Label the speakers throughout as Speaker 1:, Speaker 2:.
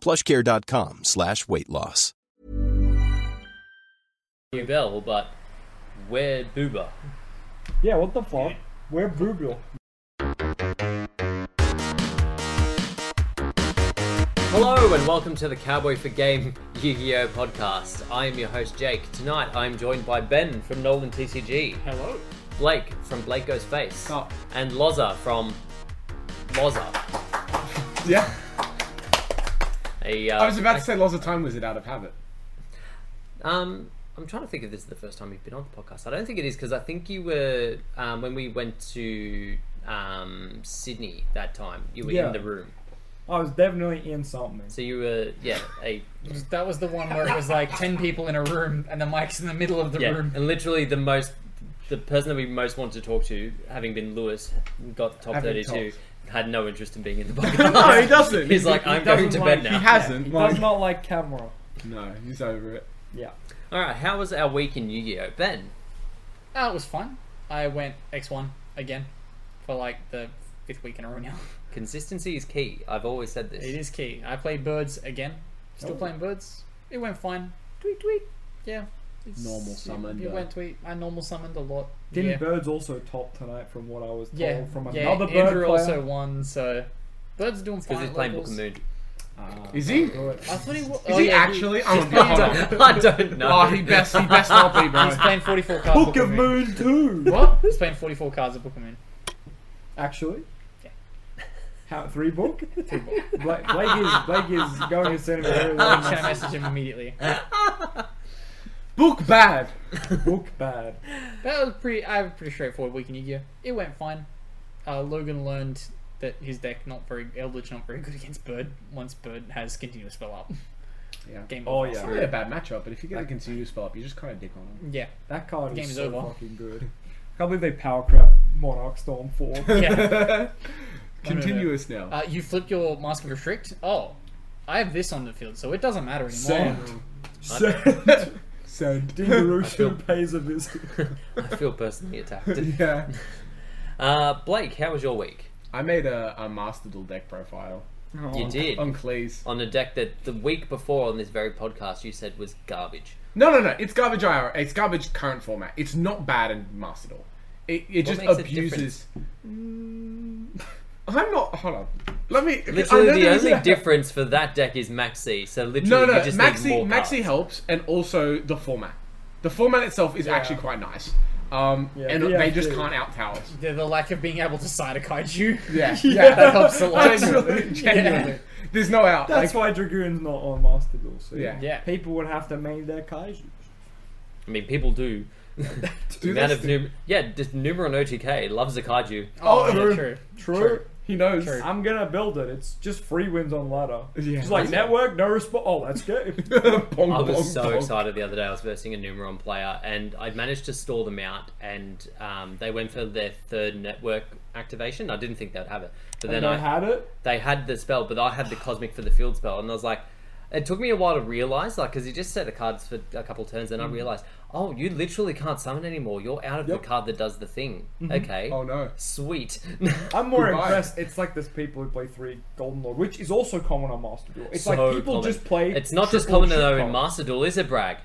Speaker 1: Plushcare.com slash weight loss.
Speaker 2: New Bell, but where Booba?
Speaker 3: Yeah, what the fuck? We're brutal.
Speaker 2: Hello and welcome to the Cowboy for Game Yu-Gi-Oh podcast. I am your host Jake. Tonight I am joined by Ben from Nolan TCG,
Speaker 4: Hello.
Speaker 2: Blake from Blake Goes Face,
Speaker 4: Oh.
Speaker 2: and Loza from Loza.
Speaker 4: Yeah.
Speaker 2: A, uh,
Speaker 4: I was about to say lots of time wizard out of habit.
Speaker 2: Um, I'm trying to think if this is the first time you've been on the podcast. I don't think it is because I think you were um, when we went to um, Sydney that time. You were
Speaker 3: Yeah.
Speaker 2: in the room,
Speaker 3: I was definitely in something.
Speaker 2: so you were yeah a
Speaker 5: That was the one where it was like 10 people in a room and the mic's in the middle of the
Speaker 2: yeah,
Speaker 5: room.
Speaker 2: and literally the most the person that we most wanted to talk to, having been Lewis, got the top
Speaker 4: Having
Speaker 2: 32. Had no interest in being in the
Speaker 4: No,
Speaker 2: podcast.
Speaker 4: he doesn't.
Speaker 2: He's
Speaker 4: He-
Speaker 2: like,
Speaker 4: he
Speaker 2: I'm going to
Speaker 3: doesn't
Speaker 2: bed
Speaker 3: like-
Speaker 2: now.
Speaker 4: He hasn't.
Speaker 3: He
Speaker 4: like-
Speaker 3: does not like camera.
Speaker 4: No, he's over it.
Speaker 3: Yeah.
Speaker 2: All right, how was our week in Yu-Gi-Oh? Ben,
Speaker 5: Oh, it was fun. I went X1 again for like the fifth week in a row now.
Speaker 2: consistency is key. I've always said this.
Speaker 5: It is key. I played birds again. Still
Speaker 3: Oh.
Speaker 5: playing birds. It went fine. Tweet, tweet. Yeah. It's,
Speaker 4: Normal
Speaker 5: it-
Speaker 4: summoned,
Speaker 5: It,
Speaker 4: uh,
Speaker 5: went tweet. I normal summoned a lot.
Speaker 3: Didn't
Speaker 5: yeah.
Speaker 3: birds also top tonight from what I was told
Speaker 5: yeah.
Speaker 3: from
Speaker 5: yeah.
Speaker 3: another bird
Speaker 5: Andrew
Speaker 3: player?
Speaker 5: also won, so. Birds are doing fine.
Speaker 2: because he's
Speaker 5: at
Speaker 2: playing Book
Speaker 5: levels.
Speaker 2: and Moon.
Speaker 4: Is he? Is
Speaker 3: Good.
Speaker 5: I thought he was.
Speaker 4: Oh, he actually? Oh, I'm a bit
Speaker 5: playing-
Speaker 4: hot.
Speaker 2: I don't know.
Speaker 4: Oh, he best, he best not be, bro.
Speaker 5: He's playing 44 cards.
Speaker 3: Book of
Speaker 5: and
Speaker 3: Moon 2!
Speaker 5: What? He's playing 44 cards of Book of Moon.
Speaker 3: Actually?
Speaker 5: Yeah.
Speaker 3: How, three book? three book. Blake, Blake, is, Blake is going to send me a
Speaker 5: I'm
Speaker 3: long
Speaker 5: just gonna message him immediately.
Speaker 4: Book bad.
Speaker 3: book bad.
Speaker 5: That was pretty. I have a pretty straightforward week in Yu-Gi-Oh. It went fine. Uh, Logan learned that his deck not very Eldritch not very good against Bird once Bird has continuous spell up.
Speaker 4: Yeah.
Speaker 5: Game
Speaker 3: Oh,
Speaker 5: over.
Speaker 3: yeah.
Speaker 4: It's really a bad matchup, but if you get a continuous spell up, you just kind of dick on him.
Speaker 5: yeah,
Speaker 3: That card
Speaker 5: Game
Speaker 3: is
Speaker 5: is
Speaker 3: so
Speaker 5: over.
Speaker 3: fucking good. Can't believe they power crap Monarch Storm 4.
Speaker 5: yeah.
Speaker 4: Continuous now.
Speaker 5: Uh, you flip your Mask of Restrict. Oh, I have this on the field, so it doesn't matter anymore.
Speaker 4: Sand.
Speaker 3: Send.
Speaker 4: Sand.
Speaker 3: Dingarushu pays a visit.
Speaker 2: I feel personally attacked.
Speaker 4: yeah.
Speaker 2: Uh, Blake, how was your week?
Speaker 4: I made a, a Master Duel deck profile
Speaker 2: You did
Speaker 4: on Cleese.
Speaker 2: on a deck that the week before on this very podcast you said was garbage.
Speaker 4: No, no, no. It's garbage IR. It's garbage current format. It's not bad in Master Duel. It, it just
Speaker 2: makes it
Speaker 4: abuses. Mm, I'm not. Hold on. Let me. I know
Speaker 2: Literally, the
Speaker 4: there is
Speaker 2: only
Speaker 4: a-
Speaker 2: difference for that deck is Maxi. So literally,
Speaker 4: No, no.
Speaker 2: you just need
Speaker 4: Maxi,
Speaker 2: more
Speaker 4: Maxi
Speaker 2: cards.
Speaker 4: helps, and also the format. The format itself is actually quite nice. Um,
Speaker 3: Yeah,
Speaker 4: and
Speaker 3: yeah,
Speaker 4: they just
Speaker 3: too.
Speaker 4: can't out towers.
Speaker 5: The, the lack of being able to side a kaiju.
Speaker 4: Yeah,
Speaker 3: Yeah.
Speaker 5: that helps a lot. Oh,
Speaker 4: Genuinely, genuinely. There's no out.
Speaker 3: That's
Speaker 4: like,
Speaker 3: why Dragoon's not on Master Duel. So
Speaker 4: Yeah.
Speaker 5: Yeah.
Speaker 3: People would have to make their kaiju.
Speaker 2: I mean, people do.
Speaker 4: do
Speaker 2: Amount
Speaker 4: this
Speaker 2: of
Speaker 4: thing.
Speaker 2: num- yeah, just Numeron OTK loves a kaiju.
Speaker 5: Oh,
Speaker 4: Oh,
Speaker 5: yeah, true.
Speaker 3: True.
Speaker 4: He knows.
Speaker 5: True.
Speaker 3: I'm gonna build it. It's just free wins on ladder.
Speaker 4: Yeah.
Speaker 3: It's like network, no response. Oh, let's go.
Speaker 4: Pong,
Speaker 2: I
Speaker 4: pong,
Speaker 2: was so
Speaker 4: pong.
Speaker 2: excited the other day. I was versing a Numeron player, and I managed to stall them out. And um, they went for their third network activation. I didn't think they'd have it, but then
Speaker 3: and
Speaker 2: I
Speaker 3: I had it.
Speaker 2: they had the spell, but I had the cosmic for the field spell, and I was like, it took me a while to realize, like, because he just set the cards for a couple turns,
Speaker 4: Mm.
Speaker 2: and I realized, oh, you literally can't summon anymore. You're out of the card that does the thing. Okay.
Speaker 4: Oh no.
Speaker 2: Sweet.
Speaker 3: I'm more
Speaker 4: Goodbye.
Speaker 3: impressed. It's like this people who play three Golden Lord, which is also common on Master Duel. It's
Speaker 2: So
Speaker 3: like people
Speaker 2: common.
Speaker 3: just play.
Speaker 2: It's not just
Speaker 3: triple
Speaker 2: common though
Speaker 3: shit
Speaker 2: in
Speaker 3: cards.
Speaker 2: Master Duel, is it, Bragg?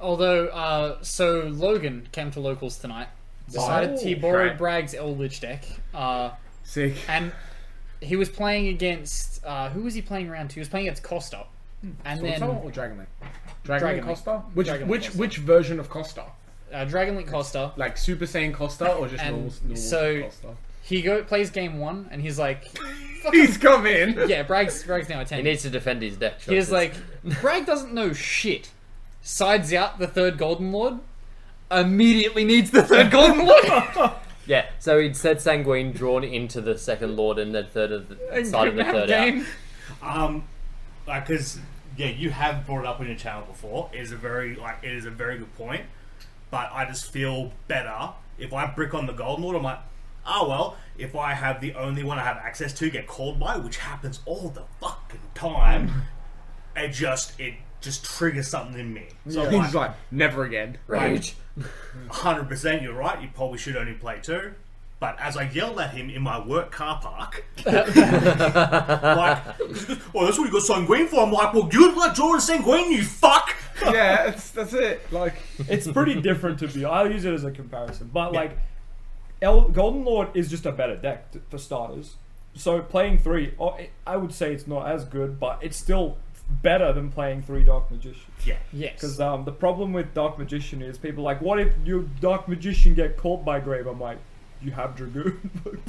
Speaker 5: Although, uh, so Logan came to locals tonight. Decided he
Speaker 3: Oh,
Speaker 5: borrowed
Speaker 2: crap.
Speaker 5: Bragg's Eldritch deck. Uh,
Speaker 4: Sick.
Speaker 5: and he was playing against uh, who was he playing round two? He was playing against Costa, and then
Speaker 4: Costa or Dragon Link?
Speaker 5: Dragon
Speaker 4: Dragon,
Speaker 5: Link.
Speaker 4: Link Costa? Which
Speaker 5: Dragon Link
Speaker 4: which
Speaker 5: Costa.
Speaker 4: which version of Costa?
Speaker 5: uh, Dragon Link Costa.
Speaker 4: Like Super Saiyan Costa or just
Speaker 5: And
Speaker 4: normal, normal
Speaker 5: so-
Speaker 4: Costa?
Speaker 5: He go plays game one, and he's like,
Speaker 4: He's come in.
Speaker 5: "Yeah, Bragg's Bragg's now a
Speaker 2: He
Speaker 5: ten.
Speaker 2: needs to defend his deck.
Speaker 5: He was
Speaker 2: choices.
Speaker 5: like, Bragg doesn't know shit. Sides out the third Golden Lord. Immediately needs the third Golden Lord.
Speaker 2: yeah. So he'd said Sanguine drawn into the second Lord and then third of the side of the
Speaker 5: Couldn't have
Speaker 2: third out.
Speaker 5: game.
Speaker 6: Um, because yeah, you have brought it up on your channel before. It is a very like it is a very good point, but I just feel better if I brick on the Golden Lord. I'm like, ah well, if I have the only one I have access to get called by, which happens all the fucking time, it just it just triggers something in me. So I'm
Speaker 4: He's
Speaker 6: like,
Speaker 4: like, never again.
Speaker 2: Rage.
Speaker 6: hundred percent, you're right. You probably should only play two. But as I yelled at him in my work car park, like, oh, that's what you got sanguine for. I'm like, well, you let Jordan sanguine, you fuck.
Speaker 4: Yeah, that's, that's it. Like,
Speaker 3: it's pretty different to be. I'll use it as a comparison, but like, El- Golden Lord is just a better deck t- for starters. So playing three, oh, it, I would say it's not as good, but it's still better than playing three Dark Magician.
Speaker 6: Yeah,
Speaker 5: Yes.
Speaker 3: Because um, the problem with Dark Magician is people are like, what if your Dark Magician get caught by Grave? I'm like, you have Dragoon.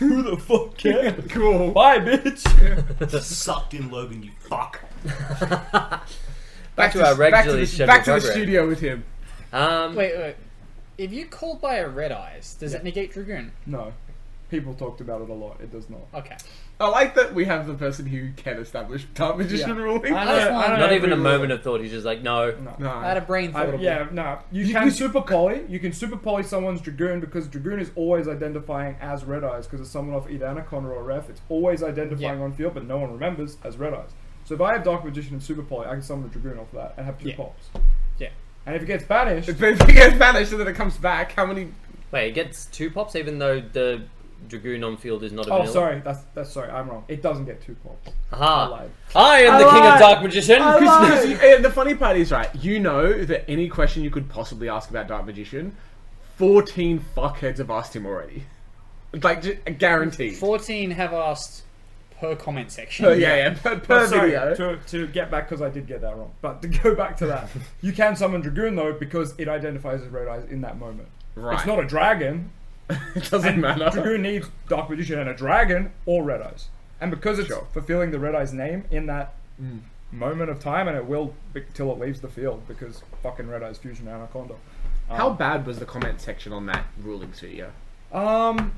Speaker 3: Who the fuck cares?
Speaker 4: cool.
Speaker 3: Bye, bitch.
Speaker 6: sucked in Logan, you fuck.
Speaker 2: Back to our
Speaker 4: back to
Speaker 2: regularly
Speaker 4: the,
Speaker 2: scheduled
Speaker 4: back to the
Speaker 2: program.
Speaker 4: studio with him.
Speaker 2: Um,
Speaker 5: Wait, wait. If you called by a red eyes, does it negate Dragoon?
Speaker 3: No, people talked about it a lot. It does not.
Speaker 5: Okay.
Speaker 4: I like that we have the person who can establish Dark Magician
Speaker 3: Yeah.
Speaker 4: ruling.
Speaker 3: I
Speaker 5: just
Speaker 3: don't,
Speaker 5: want-
Speaker 3: I don't
Speaker 2: not
Speaker 3: know
Speaker 2: even a
Speaker 3: if we
Speaker 2: moment of thought. He's just like, no.
Speaker 3: will.
Speaker 4: No.
Speaker 3: No.
Speaker 5: I had a brain
Speaker 3: I,
Speaker 5: thought. of
Speaker 3: yeah,
Speaker 5: it.
Speaker 3: no. You,
Speaker 4: You
Speaker 3: can
Speaker 4: can-
Speaker 3: super poly. You can super poly someone's dragoon because dragoon is always identifying as red eyes because it's someone off either Anacon or a ref. It's always identifying
Speaker 5: Yeah.
Speaker 3: on field, but no one remembers as red eyes. So if I have dark magician and super poly, I can summon a dragoon off that and have two
Speaker 5: Yeah.
Speaker 3: pops.
Speaker 5: Yeah.
Speaker 3: And if it gets banished,
Speaker 4: But if he gets banished and then it comes back, how many?
Speaker 2: Wait, it gets two pops even though the Dragoon on field is not a
Speaker 3: oh
Speaker 2: vanilla?
Speaker 3: sorry, that's that's sorry, I'm wrong. It doesn't get two pops.
Speaker 4: Ah.
Speaker 3: I
Speaker 2: Aha.
Speaker 3: lied.
Speaker 2: I am the king of
Speaker 3: lied.
Speaker 2: Dark Magician.
Speaker 3: I lied.
Speaker 4: Because you- and the funny part is, right? You know that any question you could possibly ask about Dark Magician, fourteen fuckheads have asked him already. Like, ju- guaranteed.
Speaker 5: Fourteen have asked per comment section.
Speaker 4: Per- yeah, yeah, per, per
Speaker 3: But sorry,
Speaker 4: video.
Speaker 3: to, to get back because I did get that wrong. But to go back to that, you can summon dragoon though because it identifies as red eyes in that moment.
Speaker 4: Right.
Speaker 3: It's not a dragon.
Speaker 4: it doesn't matter.
Speaker 3: Dragoon needs Dark Magician and a dragon or Red Eyes. And because it's
Speaker 4: Sure. Mm.
Speaker 3: fulfilling the Red Eyes name in that moment of time, and it will be- till it leaves the field because fucking Red Eyes Fusion Anaconda.
Speaker 4: How bad was the comment section on that ruling studio?
Speaker 3: Um,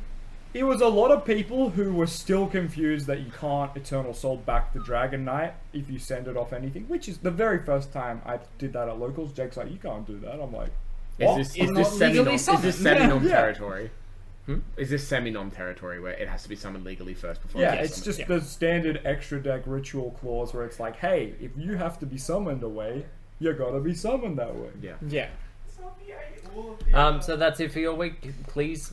Speaker 3: it was a lot of people who were still confused that you can't Eternal Soul back the Dragon Knight if you send it off anything, which is the very first time I did that at locals. Jake's like, you can't do that. I'm like,
Speaker 4: Is
Speaker 3: What?
Speaker 4: this is
Speaker 5: I'm
Speaker 4: this
Speaker 5: not
Speaker 4: semi nom
Speaker 5: legally
Speaker 4: is this
Speaker 5: summoned.
Speaker 4: semi nom
Speaker 3: Yeah.
Speaker 4: territory? Is this semi nom territory where it has to be summoned legally first before?
Speaker 3: Yeah,
Speaker 4: it gets
Speaker 3: it's
Speaker 4: summoned?
Speaker 3: just the standard extra deck ritual clause where it's like, hey, if you have to be summoned away, you gotta be summoned that way.
Speaker 4: Yeah.
Speaker 5: Yeah.
Speaker 2: Um, so that's it for your week, please.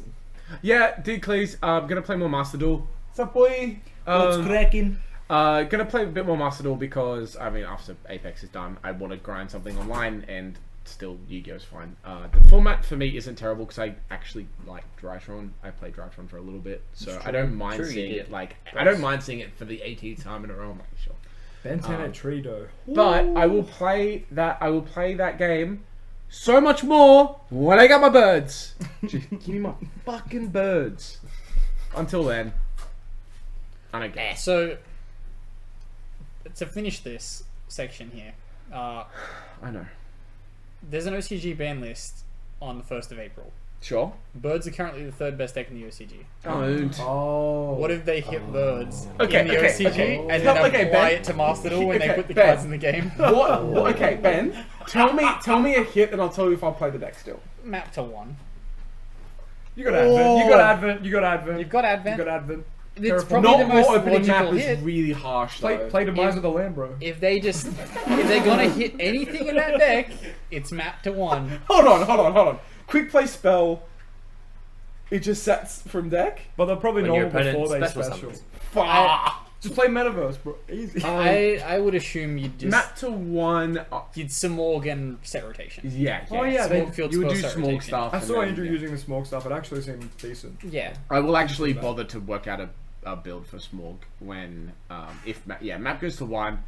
Speaker 4: Yeah, D Cleese, uh, gonna play more Master Duel. Sup boy? Um,
Speaker 3: cracking?
Speaker 4: uh, gonna play a bit more Master Duel because I mean after Apex is done, I want to grind something online and still Yu-Gi-Oh's fine. Uh, the format for me isn't terrible because I actually like Drytron. I played Drytron for a little bit, so I don't mind
Speaker 2: True, you
Speaker 4: seeing
Speaker 2: did.
Speaker 4: it like I don't mind seeing it for the 18th time in a row. I'm like, sure.
Speaker 3: Ben 10 at Trido.
Speaker 4: But I will play that. I will play that game so much more when I get my birds. Jeez, give me my fucking birds. Until then, I don't care.
Speaker 5: So to finish this section here, uh,
Speaker 4: I know.
Speaker 5: there's an OCG ban list on the first of April.
Speaker 4: Sure.
Speaker 5: Birds are currently the third best deck in the OCG.
Speaker 4: Don't.
Speaker 3: Oh.
Speaker 5: What if they hit birds
Speaker 4: Okay,
Speaker 5: in the
Speaker 4: okay,
Speaker 5: OCG
Speaker 4: okay.
Speaker 5: and then
Speaker 4: Okay,
Speaker 5: apply
Speaker 4: Ben.
Speaker 5: it to Master Duel when
Speaker 4: Okay,
Speaker 5: they put the
Speaker 4: Ben.
Speaker 5: cards in the game?
Speaker 4: What, what- Okay, Ben. Tell me. Tell me a hit, and I'll tell you if I'll play the deck still.
Speaker 5: Map to one.
Speaker 3: You got Advent.
Speaker 4: Oh.
Speaker 3: You got Advent. You got Advent.
Speaker 5: You've got
Speaker 3: You
Speaker 5: Advent.
Speaker 3: got Advent.
Speaker 5: it's
Speaker 3: Terraform.
Speaker 5: probably
Speaker 4: Not
Speaker 5: the most
Speaker 4: more opening map
Speaker 5: logical
Speaker 4: is
Speaker 5: hit.
Speaker 4: really harsh.
Speaker 3: Play,
Speaker 4: though.
Speaker 3: play Demise
Speaker 5: If-
Speaker 3: of the Land, bro.
Speaker 5: if they just if they're gonna hit anything in that deck, it's map to one.
Speaker 4: Hold on. Hold on. Hold on. Quick play spell. It just sets from deck.
Speaker 3: But they're probably
Speaker 2: When your
Speaker 3: normal before
Speaker 2: opponent
Speaker 3: they
Speaker 2: special
Speaker 3: special.
Speaker 2: summons.
Speaker 4: Fuck.
Speaker 3: Ah.
Speaker 4: Uh,
Speaker 3: Just play Metaverse, bro. Easy.
Speaker 5: I I would assume you'd just
Speaker 4: Map to one. uh,
Speaker 5: you'd Smorg and set rotation.
Speaker 4: Yeah.
Speaker 3: oh, yeah.
Speaker 5: Smorg
Speaker 3: They,
Speaker 5: field
Speaker 4: You would
Speaker 5: spell,
Speaker 4: do
Speaker 5: set
Speaker 4: small
Speaker 5: rotation.
Speaker 4: stuff.
Speaker 3: I
Speaker 4: and
Speaker 3: saw
Speaker 4: then-
Speaker 3: Andrew
Speaker 4: yeah.
Speaker 3: using the smoke stuff. It actually seemed decent.
Speaker 5: Yeah.
Speaker 4: I will actually bother to work out a, a build for Smorg when, um, if ma- yeah, map goes to one,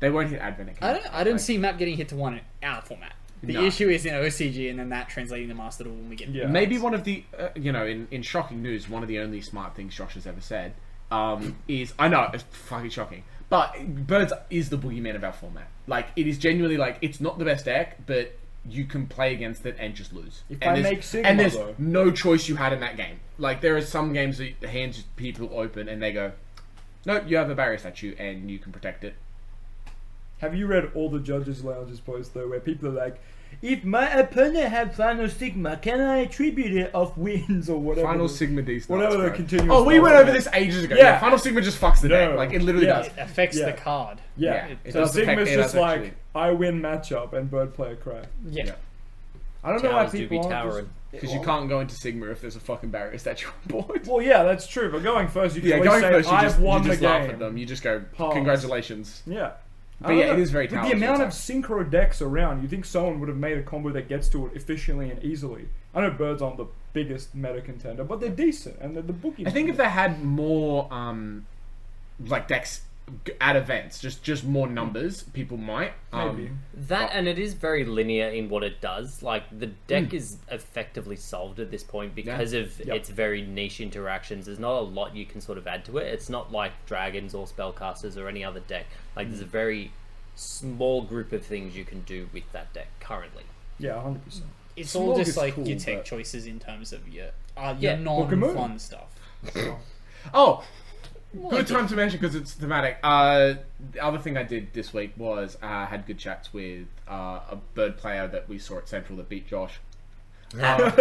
Speaker 4: they won't hit Advent.
Speaker 5: I don't I don't see map getting hit to one in our format. The
Speaker 4: No.
Speaker 5: issue is in OCG and then that translating to Master Duel when we get
Speaker 3: Yeah.
Speaker 4: Maybe one of the, uh, you know, in, in shocking news, one of the only smart things Josh has ever said um, is I know it's fucking shocking, but Birds is the boogeyman of our format. Like it is genuinely like it's not the best deck, but you can play against it and just lose.
Speaker 3: If
Speaker 4: and
Speaker 3: I
Speaker 4: there's-
Speaker 3: make Sigma,
Speaker 4: and there's
Speaker 3: though.
Speaker 4: no choice you had in that game. Like there are some games that the hands people open and they go, no, you have a barrier statue and you can protect it.
Speaker 3: Have you read all the judges' lounges posts though, where people are like, "If my opponent had final sigma, can I attribute it of wins or whatever?"
Speaker 4: Final
Speaker 3: the-
Speaker 4: Sigma D starts,
Speaker 3: Whatever the
Speaker 4: bro.
Speaker 3: continuous
Speaker 4: Oh, we
Speaker 3: style
Speaker 4: went over
Speaker 3: is.
Speaker 4: this ages ago.
Speaker 3: Yeah.
Speaker 4: Yeah, Final Sigma just fucks the
Speaker 3: No.
Speaker 4: deck. Like it literally
Speaker 3: Yeah.
Speaker 4: does.
Speaker 5: affects
Speaker 3: Yeah.
Speaker 5: the card.
Speaker 3: Yeah.
Speaker 4: Yeah, it
Speaker 3: so
Speaker 4: does affect-
Speaker 3: sigma's
Speaker 4: it
Speaker 3: just
Speaker 4: does
Speaker 3: like
Speaker 4: actually.
Speaker 3: I win matchup and bird player crap.
Speaker 5: Yeah.
Speaker 4: Yeah.
Speaker 3: I don't know why
Speaker 2: Towers do be
Speaker 3: people aren't just-
Speaker 2: towering.
Speaker 4: Because you can't go into Sigma if there's a fucking barrier statue on board.
Speaker 3: Well, yeah, that's true. But going first, you can
Speaker 4: Yeah,
Speaker 3: always
Speaker 4: going
Speaker 3: say,
Speaker 4: first, you
Speaker 3: "I've
Speaker 4: just,
Speaker 3: won
Speaker 4: you just
Speaker 3: the
Speaker 4: laugh
Speaker 3: game."
Speaker 4: at them. You just go,
Speaker 3: Pause.
Speaker 4: congratulations.
Speaker 3: Yeah.
Speaker 4: But yeah, it is very
Speaker 3: With the
Speaker 4: talented
Speaker 3: amount of
Speaker 4: attack.
Speaker 3: synchro decks around, you think someone would have made a combo that gets to it efficiently and easily. I know birds aren't the biggest meta contender, but they're decent and they're the bookie.
Speaker 4: I think if they had more, um, like decks g- at events, just just more numbers, people might. Um,
Speaker 3: Maybe.
Speaker 2: That
Speaker 3: Oh.
Speaker 2: and it is very linear in what it does. Like the deck is effectively solved at this point because of
Speaker 3: Hmm. Yep.
Speaker 2: its very niche interactions. There's not a lot you can sort of add to it. It's not like dragons or spellcasters or any other deck. Like
Speaker 3: Hmm.
Speaker 2: there's a very small group of things you can do with that deck currently.
Speaker 3: Yeah, hundred percent.
Speaker 5: It's
Speaker 4: Smog
Speaker 5: all just
Speaker 4: is
Speaker 5: like
Speaker 4: cool,
Speaker 5: your tech
Speaker 4: but-
Speaker 5: choices in terms of your uh,
Speaker 2: Yeah,
Speaker 5: your
Speaker 3: Pokemon.
Speaker 5: non-fun stuff.
Speaker 4: Oh, good time to mention because it's thematic. Uh, the other thing I did this week was uh, I had good chats with uh, a bird player that we saw at Central that beat Josh. Um,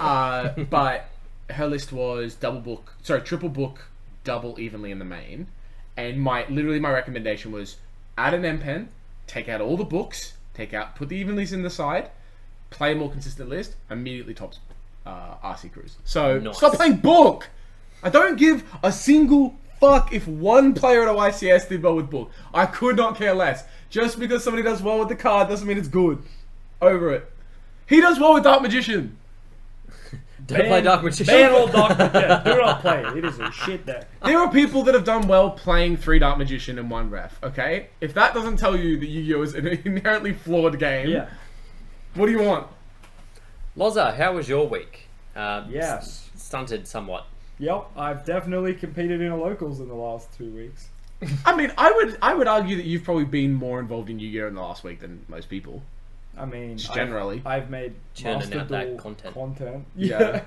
Speaker 4: uh, but her list was double book, sorry, triple book, double evenly in the main. And my literally my recommendation was add an M pen, take out all the books, take out put the evenlies in the side, play a more consistent list, immediately tops uh, RC Cruise. So
Speaker 2: Nice.
Speaker 4: stop playing book. I don't give a single fuck if one player at OICS did well with book. I could not care less. Just because somebody does well with the card doesn't mean it's good. Over it. He does well with Dark Magician.
Speaker 2: Don't play Dark Magician.
Speaker 3: Ban all Dark Magician. Do not play. it. It is a shit deck.
Speaker 4: There are people that have done well playing three Dark Magician and one ref, okay? If that doesn't tell you that Yu-Gi-Oh! is an inherently flawed game,
Speaker 3: Yeah.
Speaker 4: what do you want?
Speaker 2: Loza, how was your week? Um,
Speaker 3: Yes.
Speaker 2: Stunted somewhat.
Speaker 3: Yep. I've definitely competed in a locals in the last two weeks.
Speaker 4: I mean, I would I would argue that you've probably been more involved in Yu-Gi-Oh! in the last week than most people.
Speaker 3: I mean,
Speaker 4: Just
Speaker 3: I've-
Speaker 4: generally.
Speaker 3: I've, made
Speaker 2: Churning
Speaker 3: master
Speaker 2: out that
Speaker 3: duel
Speaker 2: content.
Speaker 3: Content. Yeah.
Speaker 4: Yeah.